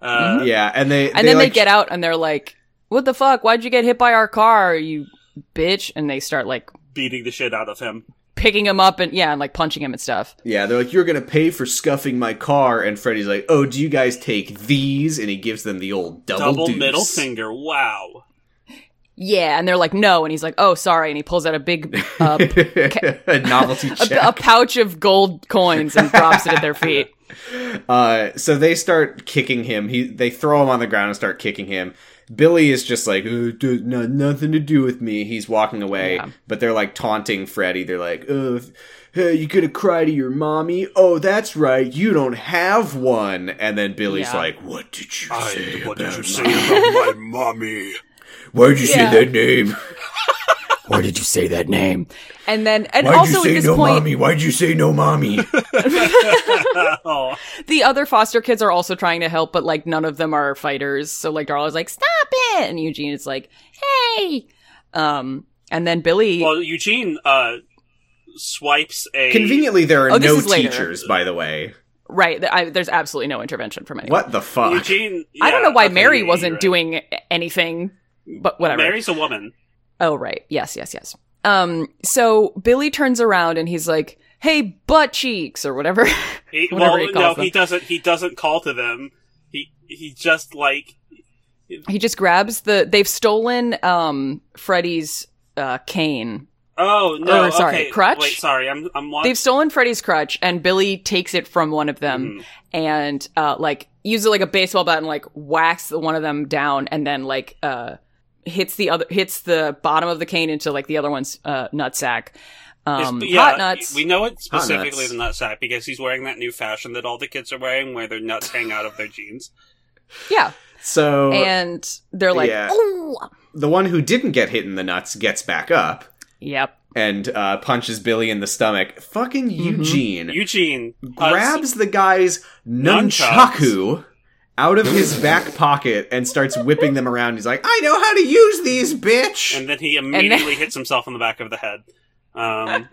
Uh,
yeah, and they
And then
like,
they get out and they're like, "What the fuck? Why'd you get hit by our car, you bitch?" And they start like
Beating the shit out of him.
picking him up and yeah, and like punching him and stuff.
Yeah, they're like, "You're gonna pay for scuffing my car," and Freddy's like, "Oh, do you guys take these?" And he gives them the old double,
Double,
deuce.
middle finger. Wow.
Yeah, and they're like, "No," and he's like, "Oh, sorry," and he pulls out a big uh, a,
a novelty check.
a pouch of gold coins and drops it at their feet.
Uh, so they start kicking him. He they throw him on the ground and start kicking him. Billy is just like, "Uh, d- no, nothing to do with me. He's walking away,
Yeah.
but they're like taunting Freddy. They're like, "Uh, hey, you gonna cry to your mommy? Oh, that's right, you don't have one. And then Billy's
Yeah.
like, what did you say?
What did you say about my mommy?
Why'd you
Yeah.
say that name?
Why did you say that name? And then, and
Why'd
also
you say
at this
no
point,
mommy? Why'd you say no mommy?
oh,
the other foster kids are also trying to help, but like none of them are fighters. So like Darla's like, stop it. And Eugene is like, hey. Um, and then Billy,
well, Eugene uh, swipes a
Conveniently, there are
Oh, this
no
is later.
teachers, by the way.
right. th- I, there's absolutely no intervention from anyone.
What the fuck?
Eugene.
I don't
yeah,
know why
okay,
Mary
you're
wasn't
right. Oh,
doing anything, but whatever.
Mary's a woman.
Oh, right. Yes, yes, yes. Um, so Billy turns around and he's like, hey, butt cheeks or whatever.
He,
Whatever
well, no,
he calls
he
them.
doesn't. He doesn't call to them. He he just like
he just grabs the, they've stolen, um, Freddy's, uh, cane
oh no
Or, sorry,
okay.
crutch?
Wait, sorry, I'm I'm watching.
They've stolen Freddy's crutch, and Billy takes it from one of them
Mm-hmm.
and uh, like uses it like a baseball bat and like whacks the one of them down, and then like uh, hits the other hits the bottom of the cane into like the other one's uh, nutsack.
It's-
Um,
yeah,
hot nuts.
We know it
Hot
specifically
nuts.
the nutsack because he's wearing that new fashion that all the kids are wearing, where their nuts hang out of their jeans.
yeah,
Uh,
So
and they're like,
yeah.
oh,
the one who didn't get hit in the nuts gets back up
yep.
and uh, punches Billy in the stomach. Fucking
Mm-hmm.
Eugene
Eugene uh,
grabs the guy's
Nunchucks.
nunchaku out of his back pocket and starts whipping them around. He's like, "I know how to use these, bitch!"
and then he immediately hits himself on the back of the head. Um,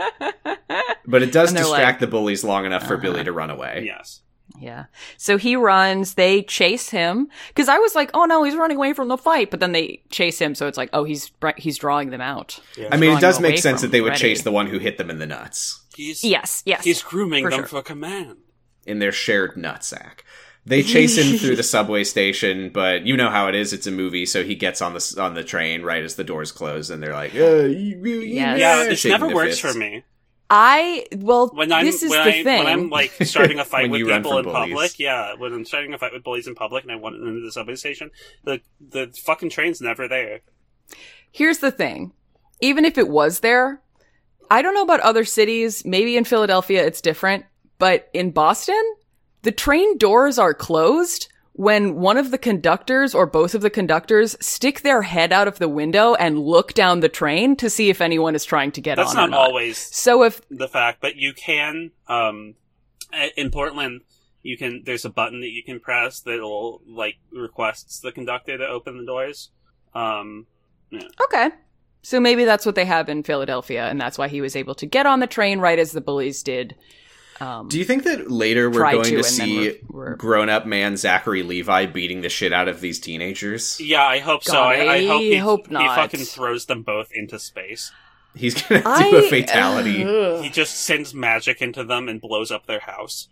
But it does
And they're
distract
like- uh,
the bullies long enough for Billy to run away.
yes.
Yeah. So he runs, they chase him cuz I was like, "Oh no, he's running away from the fight." But then they chase him, so it's like, "Oh, he's br- he's drawing them out."
I mean, it
Drawing
does
them
make
away
sense
from
that they would
Freddy.
chase the one who hit them in the nuts
He's
Yes, yes.
he's grooming
for
them
sure.
for command.
in their shared nutsack. They chase him through the subway station, but you know how it is. It's a movie, so he gets on the s- on the train right as the doors close, and they're like, "Uh, you- you-
Yes.
Yeah,
Yeah,
this
shaking
never
their
works
fists.
for me.
I well
When I'm
this is
when,
the
I,
thing.
when I'm like starting a fight
When
with
you run
people in
from bullies.
public, yeah, when I'm starting a fight with bullies in public, and I want them into the subway station, the the fucking train's never there.
Here's the thing. Even if it was there, I don't know about other cities, maybe in Philadelphia it's different, but in Boston, the train doors are closed when one of the conductors or both of the conductors stick their head out of the window and look down the train to see if anyone is trying to get
That's
on. or
not always
So if
the fact, but you can um a- in Portland you can there's a button that you can press that'll like requests the conductor to open the doors. Um
Okay. So maybe that's what they have in Philadelphia, and that's why he was able to get on the train right as the bullies did. Um,
Do you think that later we're
Try
going
to,
to,
and then
see
we're- we're-
grown up man Zachary Levi beating the shit out of these teenagers?
yeah, I hope so.
God,
I, I hope,
I
he,
hope
he
not.
fucking throws them both into space.
He's gonna do
I- uh,
a fatality.
He just sends magic into them and blows up their house.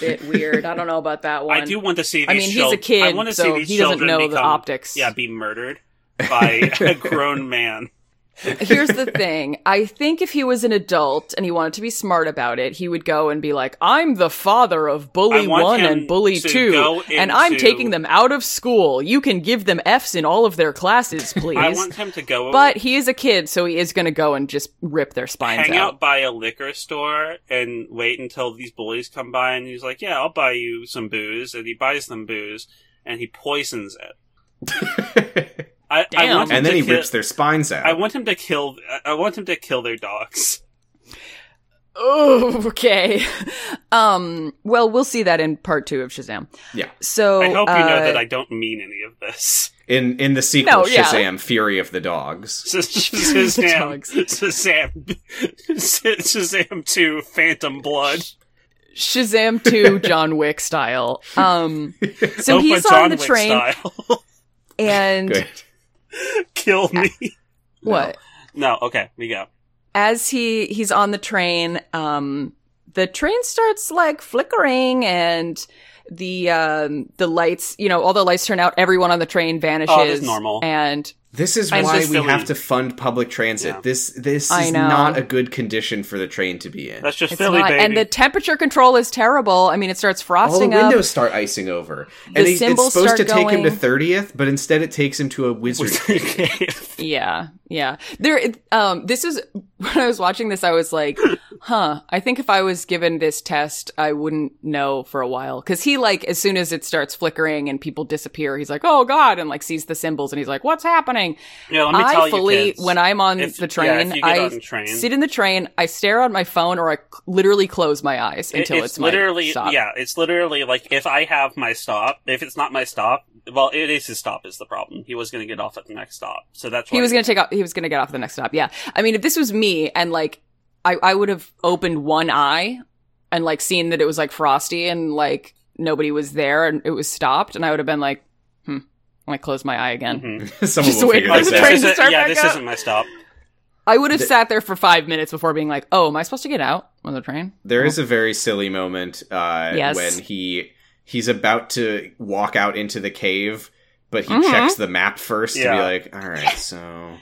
bit weird. I don't know about that one.
I do want to see. These
I mean, he's
chil-
a kid,
I want to
so
see these
he doesn't
children
know the
become-
optics.
Yeah, be murdered by a grown man.
Here's the thing. I think if he was an adult and he wanted to be smart about it, he would go and be like, "I'm the father of
I
bully
want
one
him
and bully
to
two,
go
and I'm
into-
taking them out of school. You can give them Fs in all of their classes, please."
I want him to go.
but he is a kid, so he is going to go and just rip their spines
hang out by a liquor store and wait until these bullies come by and he's like yeah i'll buy you some booze and he buys them booze and he poisons it i, I
Damn.
want him
and then
to
he
kill,
rips their spines out.
i want him to kill I- i want him to kill their dogs
Oh, okay. Um, well, we'll see that in part two of Shazam.
yeah.
So
i hope you know
uh,
that i don't mean any of this
In in the sequel
No, yeah.
Shazam Fury of the Dogs.
Shazam,
dogs.
Shazam, Shazam 2, Phantom Blood.
Shazam two John Wick style. Um, so
Open
he's
John
on the
Wick
train
Style.
and
Good.
Kill me.
what?
No, okay, we go.
As he he's on the train, um, the train starts like flickering and the um the lights you know all the lights turn out everyone on the train vanishes
Oh, normal.
and
This is
I'm
why
just
we
silly.
have to fund public transit.
Yeah.
This this
I
is
know.
not a good condition for the train to be in.
That's just
it's
Philly,
not
baby.
and the temperature control is terrible i mean it starts
All Oh, the
frosting up
windows start icing over, and it- it's
symbols
supposed
start
to take him to
going.
thirtieth, but instead it takes him to a wizard.
Yeah, yeah. There, it- um, this is when I was watching this, I was like, huh, I think if I was given this test, I wouldn't know for a while. Cause he like, as soon as it starts flickering and people disappear, he's like, oh God, and like sees the symbols and he's like, what's happening?
Yeah, let me
I
tell
fully,
you, kids,
when I'm on
if-
the
yeah, if
train,
you get
I
on the train-
sit in the train, I stare at my phone or I c- literally close my eyes
It-
until it's, my
literally
stop.
yeah, it's literally like if I have my stop, if it's not my stop, well, it is his stop is the problem. He was going to get off at the next stop, so that's why
He was gonna take off. He was gonna get off the next stop. Yeah, I mean, if this was me and like, I I would have opened one eye and like seen that it was like frosty and like nobody was there and it was stopped, and I would have been like, hmm, and I closed my eye again.
Mhm.
Someone
Just
will
wait
figure
for
Like,
this
the
this
out.
train
isn't-
to start
yeah,
back
this
up.
isn't my stop.
I would have
Th-
sat there for five minutes before being like, oh, am I supposed to get out on the train?
There is a very silly moment uh,
Yes.
when he he's about to walk out into the cave, but he
Mhm.
checks the map first to
Yeah.
be like, "All right, so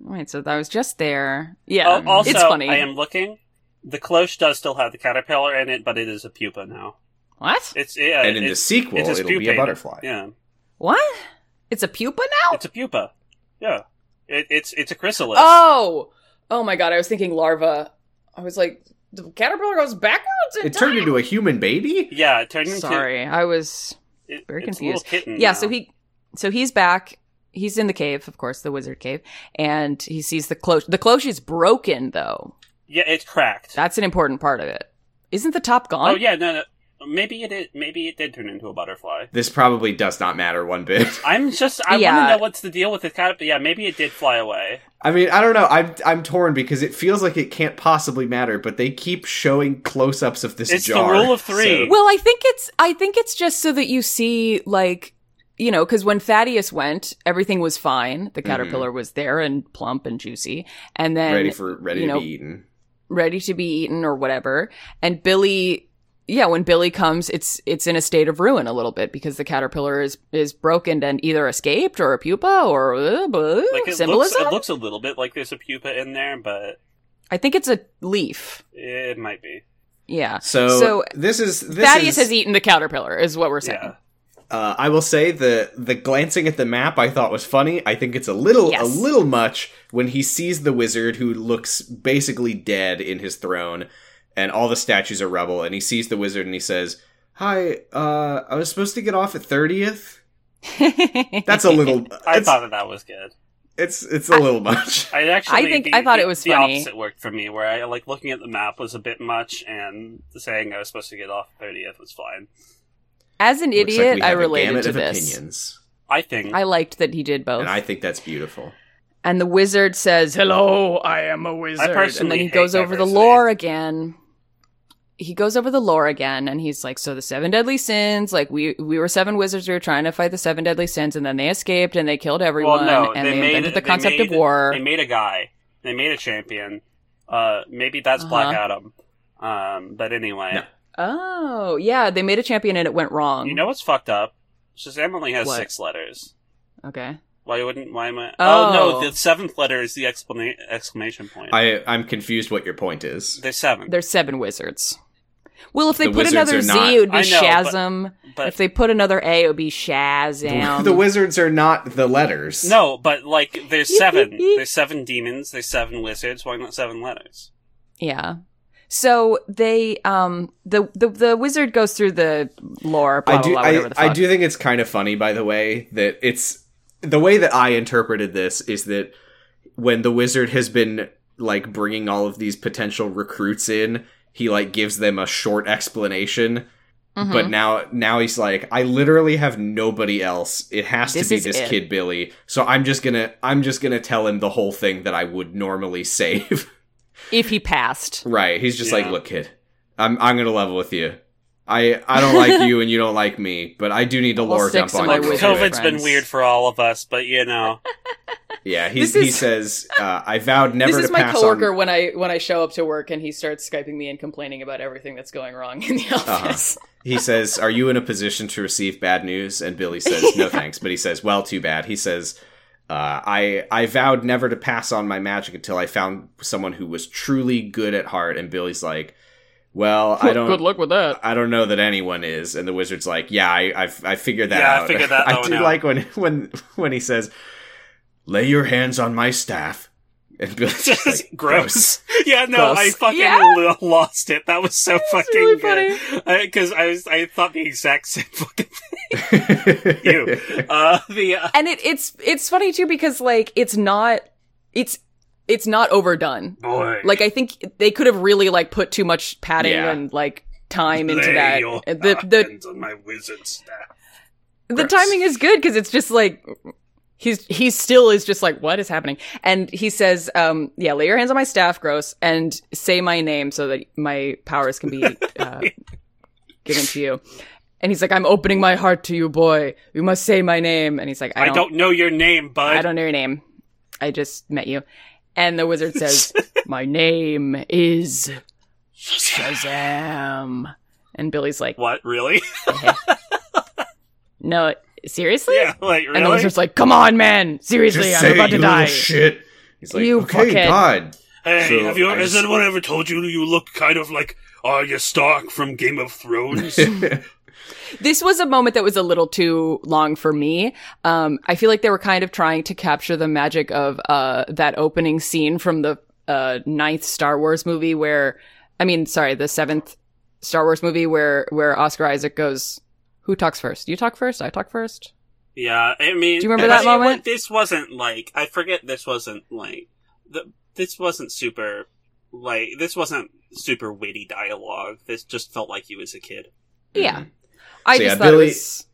Wait, so that was just there. Yeah,
Al- Oh, also,
it's funny.
I am looking. The cloche does still have the caterpillar in it, but it is a pupa now.
what?
It's yeah,
and in the
it's,
sequel,
it's his
it'll be a
pupae.
butterfly."
yeah,
What? It's a pupa now.
it's a pupa. Yeah, it, it's it's a chrysalis.
oh, oh my god! I was thinking larva. I was like, the caterpillar goes backwards. In
It turned
time?
into a human baby.
Yeah, it turned into
Sorry, I was.
it-
Very
it's a little
confused.
kitten
Yeah,
now.
so he, so he's back. He's in the cave, of course, the wizard cave, and he sees the cloche. The cloche is broken, though.
yeah, it's cracked.
That's an important part of it. Isn't the top gone?
oh yeah, no, no, maybe it did, maybe it did turn into a butterfly.
This probably does not matter one bit.
I'm just I want
Yeah.
to know what's the deal with the caterpillar. Yeah, maybe it did fly away.
I mean, I don't know. I'm I'm torn because it feels like it can't possibly matter, but they keep showing close-ups of this
It's the
jar.
rule of three.
so-
Well, I think it's I think it's just so that you see like you know because when Thaddeus went, everything was fine.
Mm-hmm.
The caterpillar was there and plump and juicy, and then
ready for ready
you know,
to be eaten.
ready to be eaten or whatever. And Billy, yeah, when Billy comes, it's it's in a state of ruin a little bit because the caterpillar is is broken and either escaped or a pupa or uh, blah,
Like it looks,
symbolism.
it looks a little bit like there's a pupa in there, but
I think it's a leaf.
it might be.
Yeah.
So,
so
this is this
Thaddeus
is,
has eaten the caterpillar, is what we're saying.
Yeah,
Uh, I will say the the glancing at the map I thought was funny. I think it's a little
Yes.
a little much when he sees the wizard who looks basically dead in his throne, and all the statues are rubble. And he sees the wizard and he says, "Hi, uh, I was supposed to get off at thirtieth. That's a little.
I
it's,
thought that, that was good.
it's it's a little much.
I actually,
think-
the-
I thought
the-
it was
the
funny.
opposite worked for me, where I like looking at the map was a bit much, and saying I was supposed to get off thirtieth was fine.
As an
Looks like we
idiot, I
have a
related
gamut
to
of
this.
Opinions,
I think
I liked that he did both.
and I think that's beautiful.
and the wizard says, "Hello, I am a wizard." and
personally
then he
hate
goes over the
diversity.
lore again. He goes over the lore again, and he's like, "So the seven deadly sins, like we we were seven wizards, we were trying to fight the seven deadly sins, and then they escaped and they killed everyone,
well, no,
and
they,
they,
made,
invented the
they
concept
made-
of war."
They made a guy. They made a champion. Uh, maybe that's Black
Uh-huh.
Adam. Um, but anyway,
No.
oh, yeah, they made a champion, and it went wrong.
you know what's fucked up? Shazam only has
What?
six letters.
okay,
Why wouldn't? Why am I?
Oh.
Oh, no, the seventh letter is the exclama- exclamation point.
I I'm confused what your point is.
There's seven.
there's seven wizards. Well, if they
The
put
wizards
another
are
Z,
not-
it would be
I know, but-
Shazam.
but
if they put another A, it would be Shazam.
the wizards are not the letters.
no, but like there's seven. there's seven demons. There's seven wizards. Why not seven letters?
Yeah. So they um the the, the wizard goes through the lore blah
I do.
blah blah whatever the
I,
fuck.
I do think it's kind of funny, by the way, that it's the way that I interpreted this is that when the wizard has been like bringing all of these potential recruits in, he like gives them a short explanation.
Mhm.
But now, now he's like, I literally have nobody else. It has
This
to be
is
this
it.
kid Billy. So I'm just gonna, I'm just gonna tell him the whole thing that I would normally save.
if he passed.
right? He's just like,
Yeah.
look, kid, I'm, I'm gonna level with you. I, I don't like you and you don't like me, but I do need a
I'll
lore
stick
dump
some
on
My
you.
Look,
real
wizard
quick."
COVID's been
friends.
weird for all of us, but you know,
Yeah, he
This
he
is-
says uh, I vowed never
this
to
is my
pass
coworker
on.
when I when I show up to work and he starts skyping me and complaining about everything that's going wrong in the
Uh-huh.
office.
He says, "Are you in a position to receive bad news?" And Billy says, "No thanks." But he says, "Well, too bad." He says, uh, "I I vowed never to pass on my magic until I found someone who was truly good at heart." And Billy's like, "Well, I don't."
luck with that.
I don't know that anyone is, and the wizard's like, "Yeah, I, I, I figured that
Yeah, I
out."
figured that
I
one
do
out.
like when when when he says, "Lay your hands on my staff, And be like, just like,
gross. Yeah, no, I
Gross.
fucking
Yeah.
lo- lost it. That was so fucking
really
good. Because I, was, I thought the exact same fucking you. Uh, the uh,
and it, it's it's funny too because like it's not it's it's not overdone.
boy,
Like I think they could have really like put too much padding
Yeah.
and like time into
lay
that.
your
And The the
hands on my wizard staff.
the timing is good because it's just like he's he still is just like what is happening and he says um yeah lay your hands on my staff gross and say my name so that my powers can be uh, given to you and he's like i'm opening my heart to you boy you must say my name and he's like
I don't, know your name, bud.
I don't know your name. I just met you. And the wizard says, My name is Shazam. And Billy's like,
What really?
No, seriously?
yeah, like
And the
really.
wizard's like, Come on, man. Seriously,
just
I'm
say
about
it,
to
you
die.
little shit. He's like,
You
okay,
fuckhead."
God.
hey,
So,
have you?
I
Has
just-
anyone ever told you you look kind of like Arya Stark from Game of Thrones?
This was a moment that was a little too long for me. Um, I feel like they were kind of trying to capture the magic of uh, that opening scene from the uh, ninth Star Wars movie, where I mean, sorry, the seventh Star Wars movie, where where Oscar Isaac goes, "Who talks first? You talk first. I talk first?
Yeah, I mean,
Do you remember
but
that
it wa-
moment?
This wasn't like I forget. This wasn't like the, this wasn't super like this wasn't super witty dialogue. This just felt like he was a kid.
Yeah.
Mm.
I
So,
just
yeah,
thought
Billy-
it was.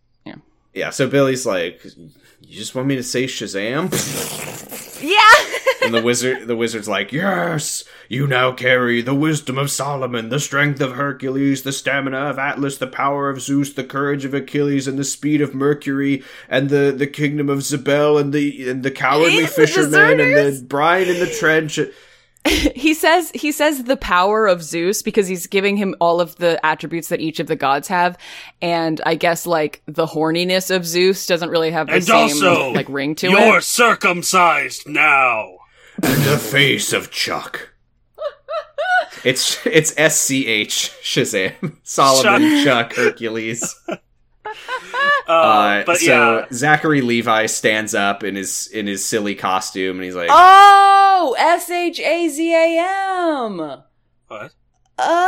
Yeah, so Billy's like, you just want me to say Shazam?
Yeah.
and the wizard, the wizard's like, yes, you now carry the wisdom of Solomon, the strength of Hercules, the stamina of Atlas, the power of Zeus, the courage of Achilles, and the speed of Mercury, and the, the kingdom of Zabel, and the and the cowardly
He's the
fisherman, and
deserters.
the brine in the trench.
he says he says the power of Zeus because he's giving him all of the attributes that each of the gods have, and I guess like the horniness of Zeus doesn't really have the
And
same
also,
like ring to
You're
it.
circumcised now.
the face of Chuck. It's it's S C H Shazam Solomon Chuck, Hercules.
Uh,
Uh,
but
so
yeah,
Zachary Levi stands up in his in his silly costume, and he's like,
Oh, S H A Z A M.
what?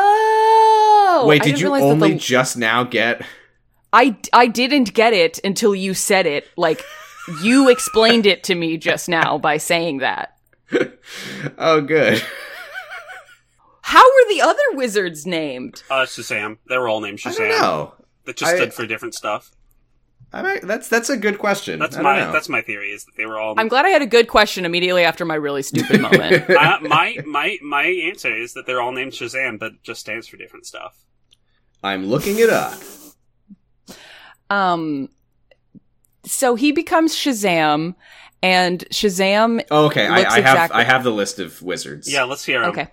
Oh,
"Wait,
I
did
didn't
you
realize that
only
the-
just now get?"
I I didn't get it until you said it. Like you explained it to me just now by saying that.
Oh, good.
How were the other wizards named?
Uh, Shazam. They were all named
I
Shazam.
don't know.
That just
I-
stood for different stuff.
I might, that's that's a good question.
That's
I don't
my
know.
that's my theory is that they were all.
I'm glad I had a good question immediately after my really stupid moment.
uh, my my my answer is that they're all named Shazam, but just stands for different stuff.
I'm looking it up.
Um, so he becomes Shazam, and Shazam.
Oh, okay, I,
Looks
I have
exactly-
I have the list of wizards.
Yeah, let's hear 'em.
Okay,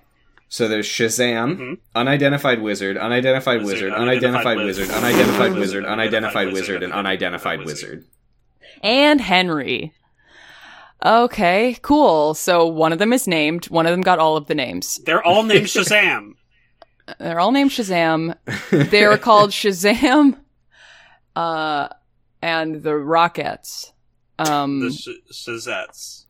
So there's Shazam,
Mhm.
unidentified wizard, unidentified
Wizard,
wizard,
unidentified
unidentified wizard,
wizard,
unidentified
wizard,
wizard,
unidentified
unidentified wizard, and unidentified
wizard.
wizard.
and Henry. Okay, cool. So one of them is named. One of them got all of the names.
They're all named Shazam.
They're all named Shazam. They were called Shazam, uh, and the Rockets.
the
Um,
sh- Shazettes.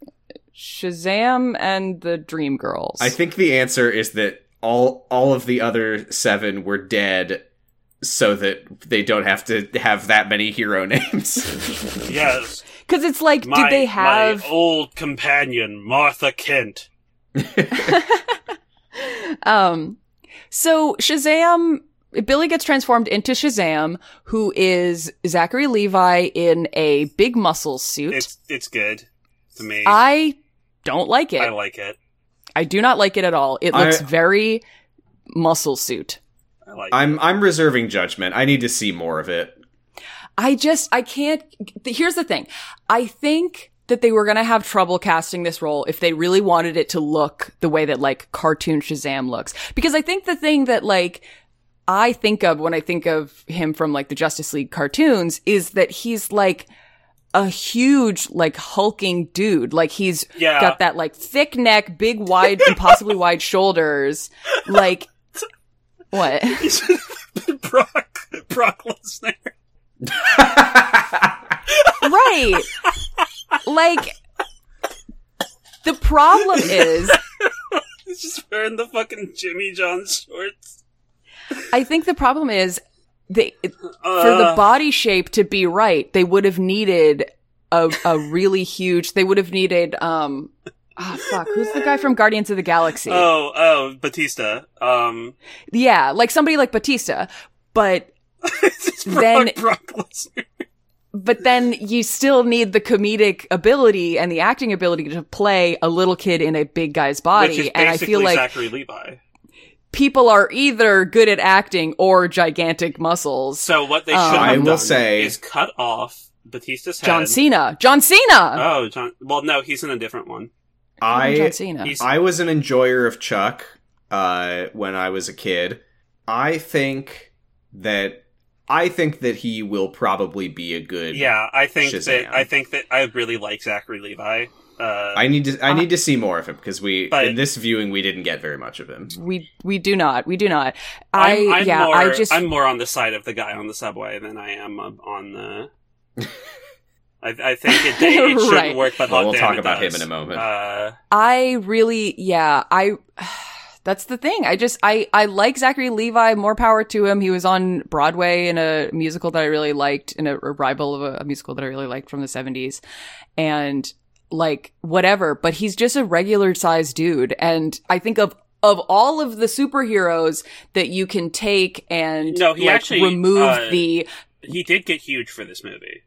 Shazam and the Dream Girls.
I think the answer is that all all of the other seven were dead, so that they don't have to have that many hero names.
Yes.
because it's like,
my,
did they have?
my old companion Martha Kent?
um, so Shazam, Billy gets transformed into Shazam, who is Zachary Levi in a big muscle suit.
It's it's good to me.
I don't like it.
I like it.
I do not like it at all. It
I-
looks very muscle suit.
I like. it.
I'm I'm reserving judgment. I need to see more of it.
I just, I can't. th- Here's the thing. I think that they were going to have trouble casting this role if they really wanted it to look the way that like cartoon Shazam looks. Because I think the thing that like I think of when I think of him from like the Justice League cartoons is that he's like a huge, like hulking dude. Like he's
Yeah.
got that like thick neck, big, wide, impossibly wide shoulders. Like, what?
Brock Brock Lesnar.
right like the problem is,
He's just wearing the fucking Jimmy John shorts.
I think the problem is they for the
Uh,
body shape to be right, they would have needed a a really huge. They would have needed um. Ah, fuck. Who's the guy from Guardians of the Galaxy?
oh, oh, Batista. Um,
yeah, like somebody like Batista. But
it's just Brock,
Then-
Brock Lesnar.
but then you still need the comedic ability and the acting ability to play a little kid in a big
which
guy's
is
body. And I
basically
feel like
Zachary Levi.
people are either good at acting or gigantic muscles.
So what they should
Um,
have
I will
done
say-
is cut off Batista's head.
John Cena. John Cena.
Oh, John. Well, no, he's in a different one.
I
John Cena.
He's
I was an enjoyer of Chuck uh, when I was a kid. I think that I think that he will probably be a good.
yeah. I think
Shazam.
that I think that I really like Zachary Levi. Uh,
I need to I need to see more of him because we
But-
in this viewing we didn't get very much of him.
We we do not. We do not. I
I'm, I'm
yeah.
more,
I just
I'm more on the side of the guy on the subway than I am uh, on the. I, I think it, it shouldn't
Right.
work, but
Well,
hot
we'll
damn
talk
it
about him
does.
in a moment.
Uh,
I really, yeah, I. That's the thing. I just, I, I like Zachary Levi. More power to him. He was on Broadway in a musical that I really liked, in a, a rival of a, a musical that I really liked from the '70s, and like whatever. But he's just a regular sized dude, and I think of of all of the superheroes that you can take and
No, he
like,
actually,
remove
uh,
the
he did get huge for this movie.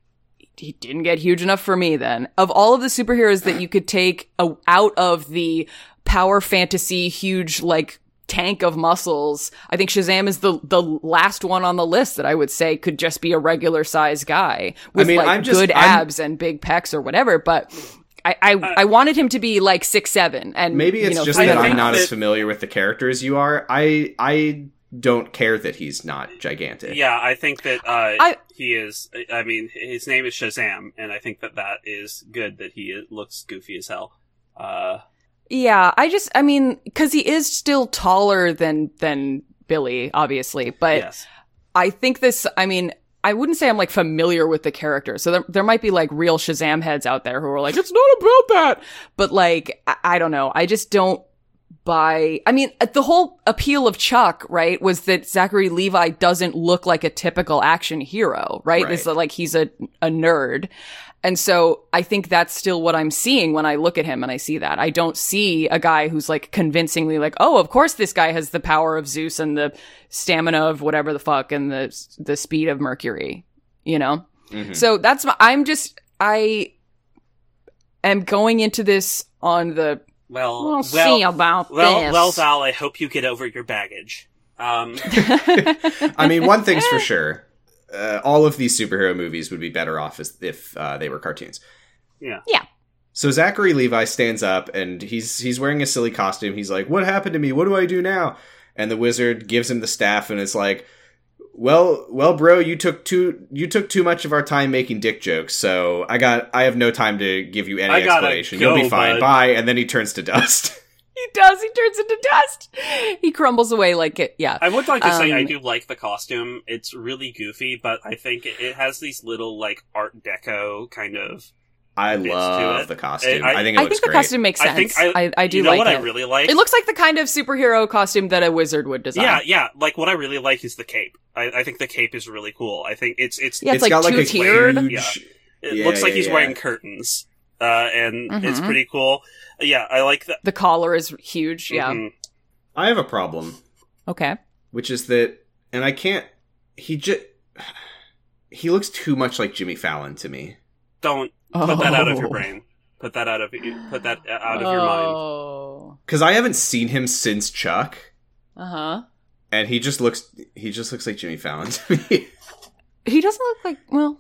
he didn't get huge enough for me then. Of all of the superheroes that you could take a, out of the power fantasy huge like tank of muscles, I think Shazam is the the last one on the list that I would say could just be a regular size guy with
mean,
like
I'm just-
good
I'm-
abs and big pecs or whatever, but I, I, I wanted him to be like six seven and
Maybe it's
you know,
just
I
fit
that
in.
I'm
think
not as
that-
familiar with the character as you are. I I don't care that he's not gigantic.
Yeah, I think that uh,
I-
he is. I mean, his name is Shazam, and I think that that is good that he looks goofy as hell. Uh,
Yeah, I just I mean cuz he is still taller than than Billy obviously, but
yes,
I think this, I mean, I wouldn't say I'm like familiar with the character. So there, there might be like real Shazam heads out there who are like, it's not about that. But like, I, I don't know. I just don't buy. I mean, uh, the whole appeal of Chuck, right, was that Zachary Levi doesn't look like a typical action hero, right?
Right.
This is like he's a, a nerd. And so I think that's still what I'm seeing when I look at him and I see that. I don't see a guy who's like convincingly like, oh, of course this guy has the power of Zeus and the stamina of whatever the fuck and the the speed of Mercury, you know?
Mm-hmm.
Mhm.
So that's my, I'm just I am going into this on the
well,
we'll,
well,
see about
well,
this.
well, Val. I hope you get over your baggage. Um,
I mean, one thing's for sure. Uh, all of these superhero movies would be better off as, if uh, they were cartoons.
Yeah.
Yeah.
So Zachary Levi stands up and he's he's wearing a silly costume. He's like, "What happened to me? What do I do now?" And the wizard gives him the staff and it's like, "Well, well, bro, you took too you took too much of our time making dick jokes. So I got I have no time to give you any
I gotta
explanation.
go,
You'll be fine.
bud."
Bye." And then he turns to dust.
he does, he turns into dust. He crumbles away like it yeah.
I would like to say I
Um,
do like the costume. It's really goofy, but I think it, it has these little like Art Deco kind of.
I
to
love
it.
the costume.
I-
I, think it
I
looks
think the
great.
costume makes
I think
sense. I, I, do
you know
like
what
it.
I really like.
it looks like the kind of superhero costume that a wizard would design.
yeah, yeah. Like what I really like is the cape. I, I think the cape is really cool. I think it's it's
Yeah, it's, like
got like a
two-tiered.
huge.
Yeah. It
Yeah,
looks like
yeah,
he's
yeah.
wearing curtains, uh, and it's
Mhm.
pretty cool. Yeah, I like that.
the collar is huge. Yeah.
Mhm.
I have a problem.
Mm-hmm.
Okay.
which is that and i can't he just he looks too much like jimmy fallon to me
Don't put that out of your brain. Put that out of you. Put that out of your mind.
Oh.
because i haven't seen him since chuck
Uh huh.
and he just looks he just looks like jimmy fallon to me
He doesn't look like. Well,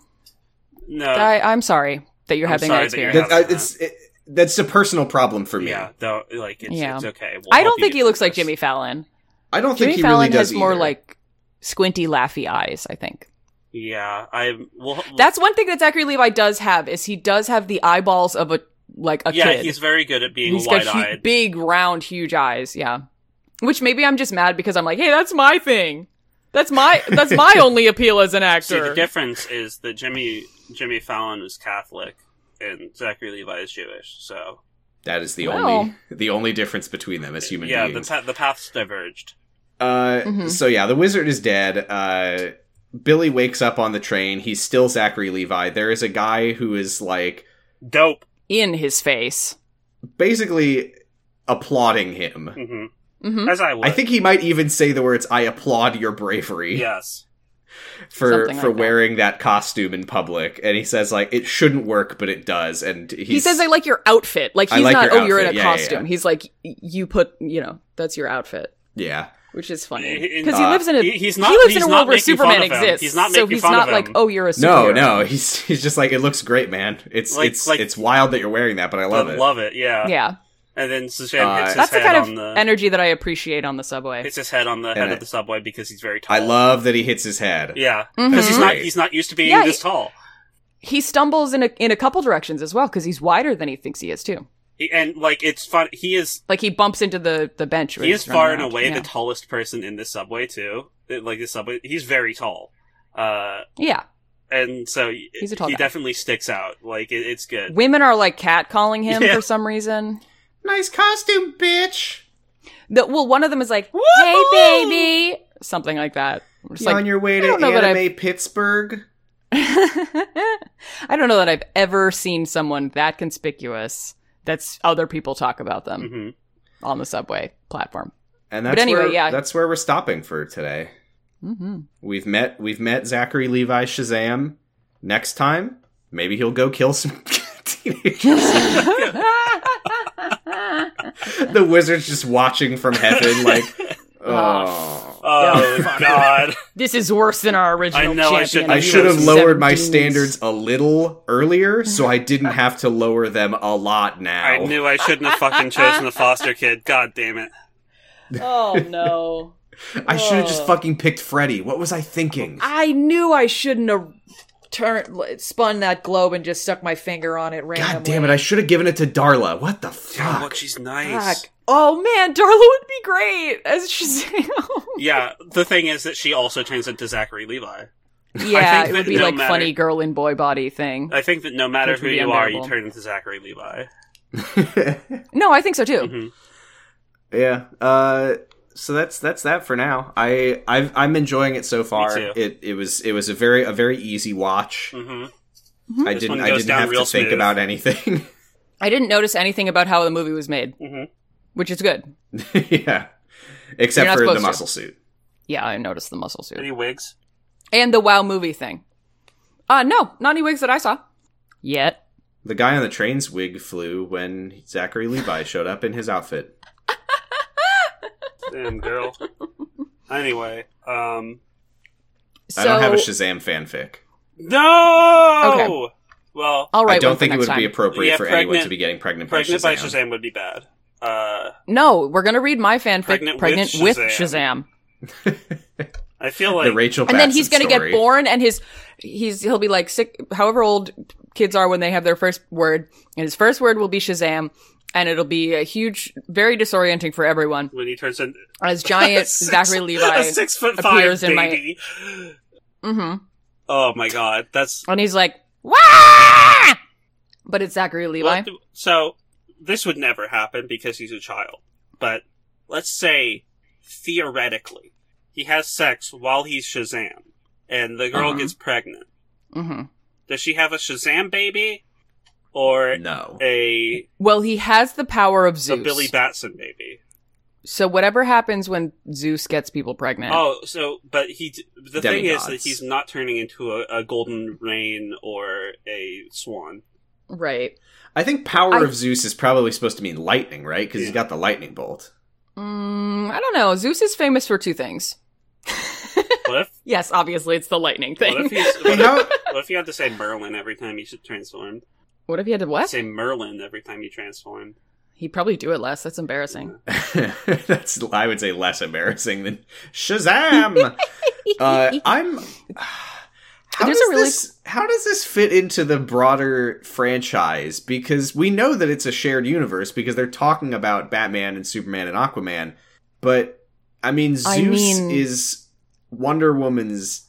No,
I, I'm sorry that you're
Uh, I'm
having
sorry
that
that you're
experience.
that, I, it's it, that's a personal problem for me
yeah, don't like it's,
Yeah.
it's okay. We'll
I
help
don't
you
think
get
he looks
through
like
this.
Jimmy Fallon.
i don't
Jimmy
think he
Fallon
really does
has more
either.
like squinty, laughy eyes. I think
Yeah, I well
that's one thing that Zachary Levi does have is he does have the eyeballs of a like a
yeah,
kid.
he's very good at being
He's got
wide
hu-
eyed.
big, round, huge eyes. Yeah, which maybe I'm just mad because I'm like, hey, that's my thing. That's my that's my only appeal as an
See, the
actor.
difference is that Jimmy Jimmy Fallon is Catholic and Zachary Levi is Jewish. So
That is the
Well.
only the only difference between them as human
yeah, the,
beings.
pa- the paths diverged.
Uh,
Mhm.
So yeah, the wizard is dead. Uh, Billy wakes up on the train. He's still Zachary Levi. There is a guy who is like
Dope.
in his face.
basically applauding him.
hmm
hmm
As I would.
I think he might even say the words "I applaud your bravery"
Yes.
for
Something
for
like that.
wearing that. costume in public. And he says like it shouldn't work, but it does. And he's,
He says, "I like your outfit." Like
I
he's
like
not.
your
Oh, you're in a
outfit." Yeah, yeah,
costume.
yeah.
He's like, "Y- you put. You know, that's your outfit,
yeah,
which is funny
He- he-
because he
Uh,
lives in a.
he- he's not-
he lives
he's
in a
not
world where
making
Superman
fun of him.
exists.
He's not
so
making
he's
fun
not
of
like,
him.
oh, you're a
no,
superhero."
no. He's he's just like it looks great, man. It's
Like-
it's
like-
it's wild that you're wearing that, but I love
Love
it.
Love it, yeah.
Yeah,
And then Suzanne
Uh,
hits his
that's the
head
kind of
on the
energy that I appreciate on the subway.
hits his head on the head
And
of
I-
the subway because he's very tall.
I love that he hits his head.
Yeah.
Mhm.
Because he's not
Mhm.
he's not used to being
Yeah,
this
he-
tall.
He stumbles in a in a couple directions as well because he's wider than he thinks he is too.
He, and like it's fun he is
Like he bumps into the the bench. where
he
he's
is far
running
and
around.
away
Yeah.
the tallest person in this subway too. It- Like this subway he's very tall. Uh
yeah,
and so y-
He's a tall
he
guy.
definitely sticks out. Like it, it's good.
women are like catcalling him
Yeah.
for some reason.
Nice costume, bitch.
The, well, one of them is like, "Hey,
Woohoo!
baby," something like that. I'm just
You
like,
on your way to
don't know that
anime Pittsburgh.
I don't know that I've ever seen someone that conspicuous that's other people talk about them
hmm
Mm-hmm.
on the subway platform.
And
But
that's
anyway,
where,
yeah.
that's where we're stopping for today.
hmm
We've met we've met Zachary Levi Shazam. Next time, maybe he'll go kill some teenagers. the wizard's just watching from heaven, like, oh.
Oh god.
this is worse than our original.
I know, I should-
champion
I
of
should have
those
lowered my
17s.
standards a little earlier, so I didn't have to lower them a lot now.
I knew I shouldn't have fucking chosen the foster kid. God damn it.
Oh no!
I should have just
Ugh.
fucking picked Freddy. What was I thinking?
I knew I shouldn't have turned, spun that globe and just stuck my finger on it randomly.
God damn it! I should have given it to Darla. What the
Damn,
fuck?
look, she's nice.
Fuck. Oh man, Darla would be great as Shazam.
Yeah, the thing is that she also turns into Zachary Levi.
Yeah,
think
it would
that
be
no
like
matter-
funny girl in boy body thing.
I think that no matter
Which
who
would be
you are, you
unbearable.
turn into Zachary Levi.
No, I think so too.
Mm-hmm.
Mhm.
Yeah. Uh so that's that's that for now. I I've, I'm enjoying it so far.
too.
It it was it was a very a very easy watch.
Mhm.
I
This
didn't
one
I
goes
didn't
down
have to
real
think
smooth.
about anything.
I didn't notice anything about how the movie was made,
Mm-hmm.
Mhm.
which is good.
yeah.
You're
Except
not
for the
supposed to.
muscle suit.
Yeah, I noticed the muscle suit
Any wigs?
and the Wow movie thing. Uh no, not any wigs that I saw yet.
The guy on the train's wig flew when Zachary Levi showed up in his outfit.
Damn girl. anyway, um,
So
I don't have a Shazam fanfic.
no.
Okay.
Well,
I'll write
I
one
don't
for
think it
next
would
time.
be appropriate
Yeah,
for anyone
pregnant-
to be getting pregnant,
pregnant
by
by
Shazam.
Shazam would be bad. Uh,
no, we're gonna read my fanfic,
Pregnant
pregnant,
with
with,
Shazam.
Shazam,
I feel
The
like
Rachel
and then he's
going
gonna
to
get born, and his he's he'll be like sick, however old kids are when they have their first word, and his first word will be Shazam, and it'll be a huge, very disorienting for everyone
when he turns into
as giant
six-
Zachary Levi.
a six foot five
appears in my-
baby.
mm-hmm.
Oh my god, that's
And he's like, Wah! But it's Zachary Levi.
What do- so this would never happen because he's a child. But let's say theoretically he has sex while he's Shazam and the girl
Uh-huh.
gets pregnant.
hmm
Does she have a Shazam baby or
No.
a,
Well, he has the power of
a
Zeus.
Billy Batson baby?
so whatever happens when Zeus gets people pregnant.
Oh, so but he d- the thing is that
Demigods.
he's not turning into a, a golden rain or a swan.
Right.
I think power
I-
of Zeus is probably supposed to mean lightning, right? Cuz he's got the lightning bolt.
Mm, I don't know. Zeus is famous for two things.
What if
Yes, obviously it's the lightning thing.
what if he's what if,
How-
what if you had to say Merlin every time you transformed?
What if he had to what?
Say Merlin every time you transformed.
He'd probably do it less. That's embarrassing.
That's I would say less embarrassing than Shazam. uh, I'm. How
There's
does
a really-
this how does this fit into the broader franchise? Because we know that it's a shared universe because they're talking about Batman and Superman and Aquaman, but I mean Zeus
I mean-
is Wonder Woman's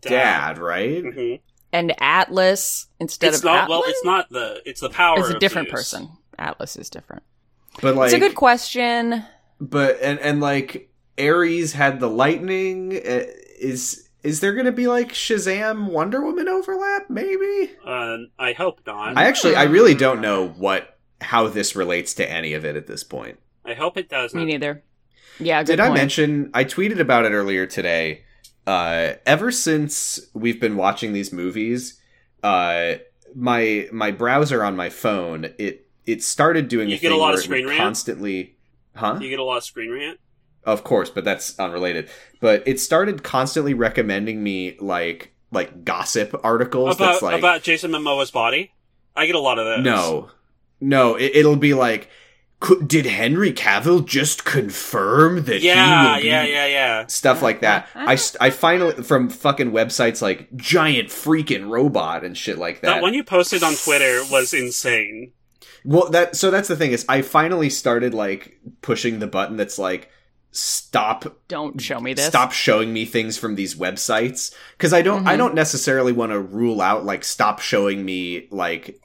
dad, right?
Mhm.
And Atlas instead
It's
of
not well.
Atlas
It's not the. It's the power.
is a
of
different
Zeus.
person. Atlas is different.
But like
it's a good question.
but and and like Ares had the lightning. Uh, is is there going to be like Shazam Wonder Woman overlap? Maybe.
Uh, I hope not.
I actually I really don't know what how this relates to any of it at this point.
I hope it doesn't.
Me neither. Yeah, good
Did I
point.
mention I tweeted about it earlier today? Uh, ever since we've been watching these movies, uh, my my browser on my phone it it started doing
You
a
get a
thing
lot of
where it would
screen rant?
constantly, huh?
You get a lot of screen rant.
of course but that's unrelated but it started constantly recommending me like like gossip articles
About,
that's like
about Jason Momoa's body? I get a lot of those.
no no it, it'll be like "Could- did henry cavill just confirm that he
Yeah,
will be
yeah, yeah, yeah.
stuff like that I, st- I finally from fucking websites like giant freaking robot and shit like
That
that
one you posted on Twitter was insane.
Well, that so that's the thing is I finally started like pushing the button that's like stop
Don't show me this.
stop showing me things from these websites because I don't I don't necessarily want to rule out like stop showing me like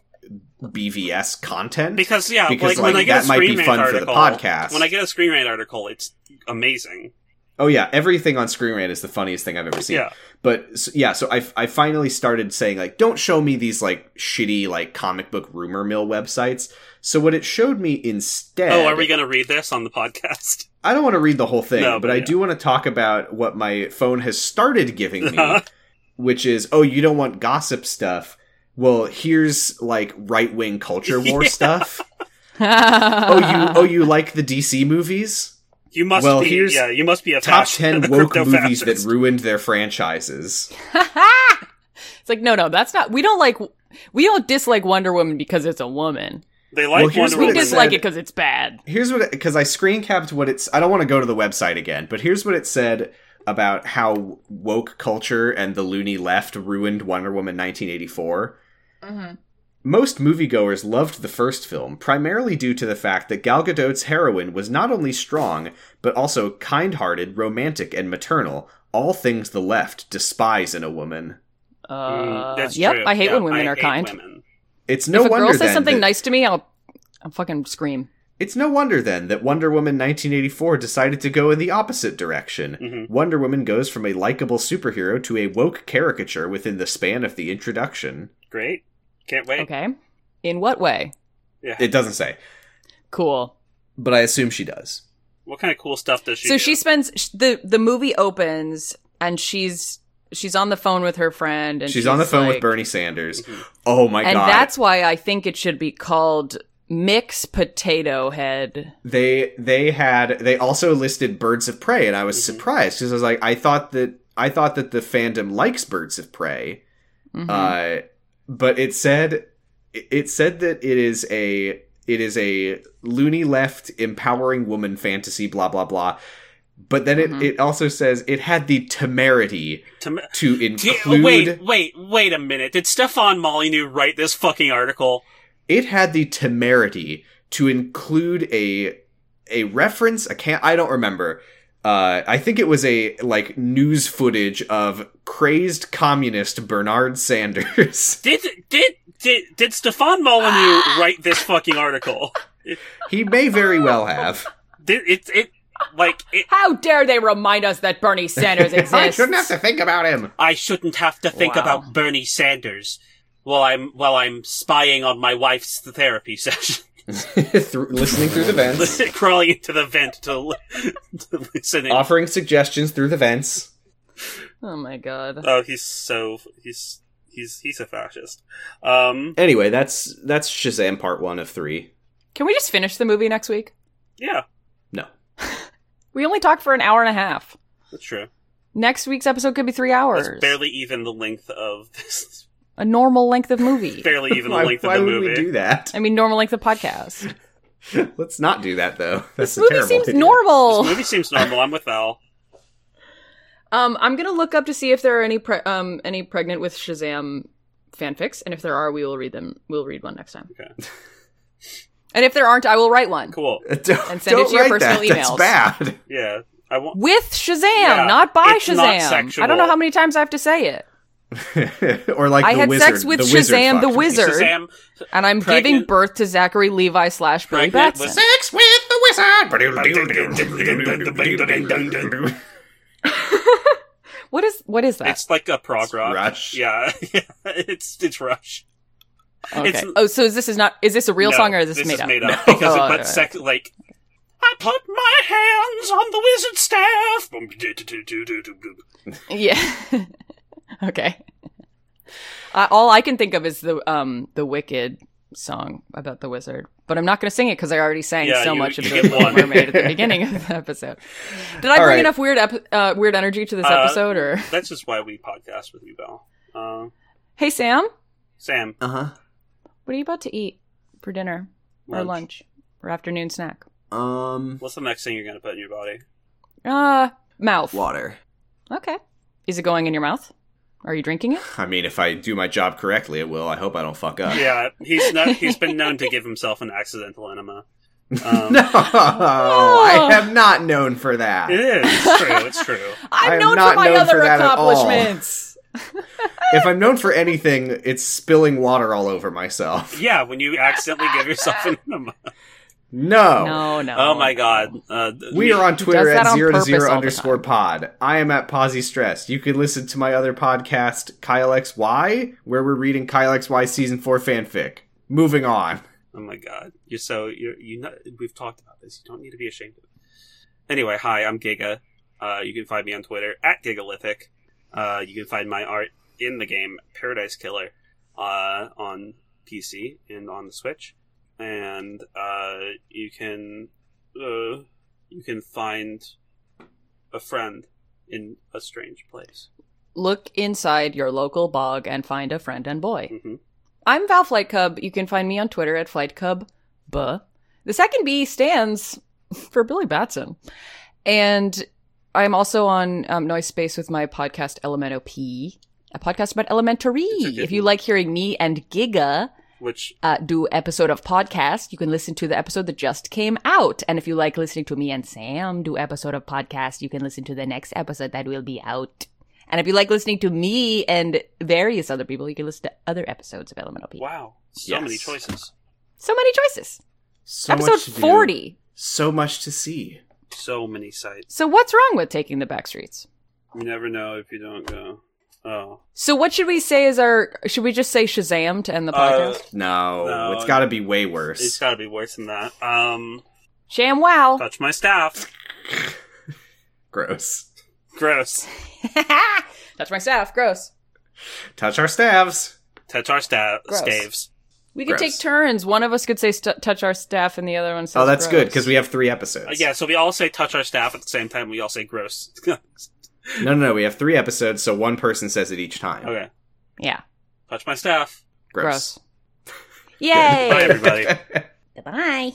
BVS content
Because yeah,
Because,
like, when
like,
I get
that
a
might be
screen rant
fun for the
article,
podcast.
When I get a screen rant article, it's amazing.
oh yeah everything on Screen Rant is the funniest thing I've ever seen
Yeah.
but s yeah so I I finally started saying like don't show me these like shitty like comic book rumor mill websites so what it showed me instead
Oh, are we going to read this on the podcast?
I don't want to read the whole thing,
No,
but
but
I
yeah.
do want to talk about what my phone has started giving
Uh-huh.
me, which is oh, you don't want gossip stuff. Well, here's like right wing culture war stuff. Oh,
Uh-huh.
you oh you like the DC movies?
You must
Well,
be.
here's
yeah, you must be a
Top
fasc-
ten
a
woke
crypto
movies
fascist.
that ruined their franchises.
it's like no, no, that's not. We don't like. We don't dislike Wonder Woman because it's a woman.
They like
Well, here's
Wonder
We
what it
Woman.
dislike
said-
it because it's bad.
here's what because I screen capped what it's. I don't want to go to the website again, but here's what it said about how woke culture and the loony left ruined Wonder Woman 1984.
Mm-hmm.
Most moviegoers loved the first film, primarily due to the fact that Gal Gadot's heroine was not only strong, but also kind hearted, romantic, and maternal, all things the left despise in a woman.
Uh,
Mm, that's
yep,
true.
I hate
Yeah,
when women
I
are
hate
kind.
women.
It's no
if a
wonder
girl says
then
something
that-
nice to me, I'll, I'll fucking scream.
It's no wonder then that Wonder Woman 1984 decided to go in the opposite direction.
Mhm.
Mm-hmm.
Wonder Woman goes from a likable superhero to a woke caricature within the span of the introduction.
Great. Can't wait.
Okay, in what way?
It doesn't say,
Cool.
but I assume she does.
What kind of cool stuff does she
so
do?
she spends sh- the the movie opens and she's she's on the phone with her friend and
she's, on the phone
like- mm-hmm.
with Bernie Sanders. Oh my
and
god.
that's why I think it should be called Mix Potato Head.
they they had they also listed birds of prey and i was
Mm-hmm.
surprised because i was like i thought that i thought that the fandom likes birds of prey
Mhm.
uh, but it said it said that it is a it is a loony left empowering woman fantasy blah blah blah but then it,
Mhm.
it also says it had the temerity
Tom-
to
T-
include
Wait, wait, wait a minute. Did Stefan Molyneux write this fucking article?
it had the temerity to include a a reference i can't i don't remember uh, I think it was a like news footage of crazed communist Bernard Sanders.
Did did did did Stefan Molyneux write this fucking article?
he may very well have.
Did it it like it,
How dare they remind us that Bernie Sanders
I
exists?
shouldn't have to think about him.
I shouldn't have to think
Wow.
about Bernie Sanders while I'm while I'm spying on my wife's therapy session,
Through- listening through the vents,
crawling into the vent to, li- to listen. in.
offering suggestions through the vents.
oh my god.
Oh, he's so he's he's he's a fascist. Um,
Anyway, that's that's Shazam part one of three.
Can we just finish the movie next week?
yeah,
No,
We only talked for an hour and a half.
that's true.
Next week's episode could be three hours.
That's barely even the length of this.
a normal length of movie.
Barely even the
why,
length
why
of the
would
movie.
we do that?
I mean, normal length of podcast.
Let's not do that though. That's
this
a
movie
terrible
seems
idea.
normal.
This movie seems normal. I'm with Val.
Um, I'm gonna look up to see if there are any pre- um any pregnant with Shazam fanfics, and if there are, we will read them. We'll read one next time.
Okay.
And if there aren't, I will write one
Cool.
Don't,
And send it
don't
to your
write
personal
that. That's
emails.
bad.
Yeah, I want.
with Shazam,
Yeah,
not by
it's
Shazam.
not sexual.
I don't know how many times I have to say it.
or like
I
the
had
wizard.
sex with
the wizard
Shazam the
fucked me.
Wizard,
Shazam,
and I'm
Pregnant-
giving birth to Zachary Levi slash Billy
Pregnant
Batson.
with-
Sex with the wizard.
What is what is that?
it's like a prog rock.
Rush.
Yeah, it's it's Rush.
okay.
it's-
oh, so is this is not is this a real
No,
song or is this, made,
is
up?
made up? Because
Oh,
it, but
alright.
sec- like, I put my hands on the wizard staff.
Yeah. okay. Uh, all I can think of is the um the Wicked song about the wizard, but I'm not going to sing it because I already sang
Yeah,
so
you-
much of
you
the
get
Little
one.
Mermaid at the beginning of the episode. Did I
All
bring
right.
enough weird ep- uh, weird energy to this
Uh,
episode? Or
That's just why we podcast with you, Belle. Uh,
hey, Sam,
Sam,
Uh huh.
Uh-huh.
what are you about to eat for dinner or
Lunch.
lunch or afternoon snack?
Um,
what's the next thing you're gonna put in your body?
Uh, mouth.
water.
Okay. Is it going in your mouth? Are you drinking it?
I mean, if I do my job correctly, it will. I hope I don't fuck up.
Yeah, he's not, he's been known to give himself an accidental enema. Um,
No,
Oh.
I am not known for that.
It is it's true. It's true.
I'm
am
known for
not
my
known
other
for that at all.
accomplishments.
If I'm known for anything, it's spilling water all over myself.
Yeah, when you accidentally give yourself an enema.
No.
No, no.
Oh my god. Uh, th-
We are on Twitter
does that
at
on
zero to
purpose all
zero
the
underscore
time.
pod. I am at Posy Stress. You can listen to my other podcast, Kyle XY, where we're reading Kyle XY season four fanfic. Moving on.
Oh my god. You're so you're you know we've talked about this. You don't need to be ashamed of it. Anyway, hi, I'm Giga. Uh, you can find me on Twitter at Gigalithic. Uh, you can find my art in the game Paradise Killer uh, on PC and on the Switch, and uh, you can uh, you can find a friend in a strange place.
Look inside your local bog and find a friend and boy.
hmm
I'm Val Flight Cub. You can find me on Twitter at Flight Cub. Buh. The second B stands for Billy Batson. And I'm also on um, Noise Space with my podcast Elemento P, a podcast about elementary.
It's a good
If you
one.
like hearing me and Giga
Which
uh, do episode of podcast, you can listen to the episode that just came out. And if you like listening to me and Sam do episode of podcast, you can listen to the next episode that will be out. And if you like listening to me and various other people, you can listen to other episodes of Elemental P.
wow, so
Yes.
many choices,
So many choices.
So
episode
much to do.
40.
So much to see.
so many sights.
So what's wrong with taking the back streets?
You never know if you don't go. Oh.
So what should we say is our, should we just say Shazam to end the
Uh,
podcast?
No,
No,
it's got to be way worse.
It's got to be worse than that. Um,
Sham wow.
touch my staff.
Gross.
Gross.
uh,
Touch my staff. Gross.
Touch our staves.
Touch our staff.
Gross.
Staves.
We could
Gross.
take turns. One of us could say st- touch our staff and the other one says
oh, that's good
gross.
because we have three episodes.
Uh, yeah. So we all say touch our staff at the same time. We all say gross.
No, no, no. We have three episodes, so one person says it each time.
okay.
Yeah.
Touch my staff.
Gross.
Gross.
Bye
Yay!
everybody.
Goodbye.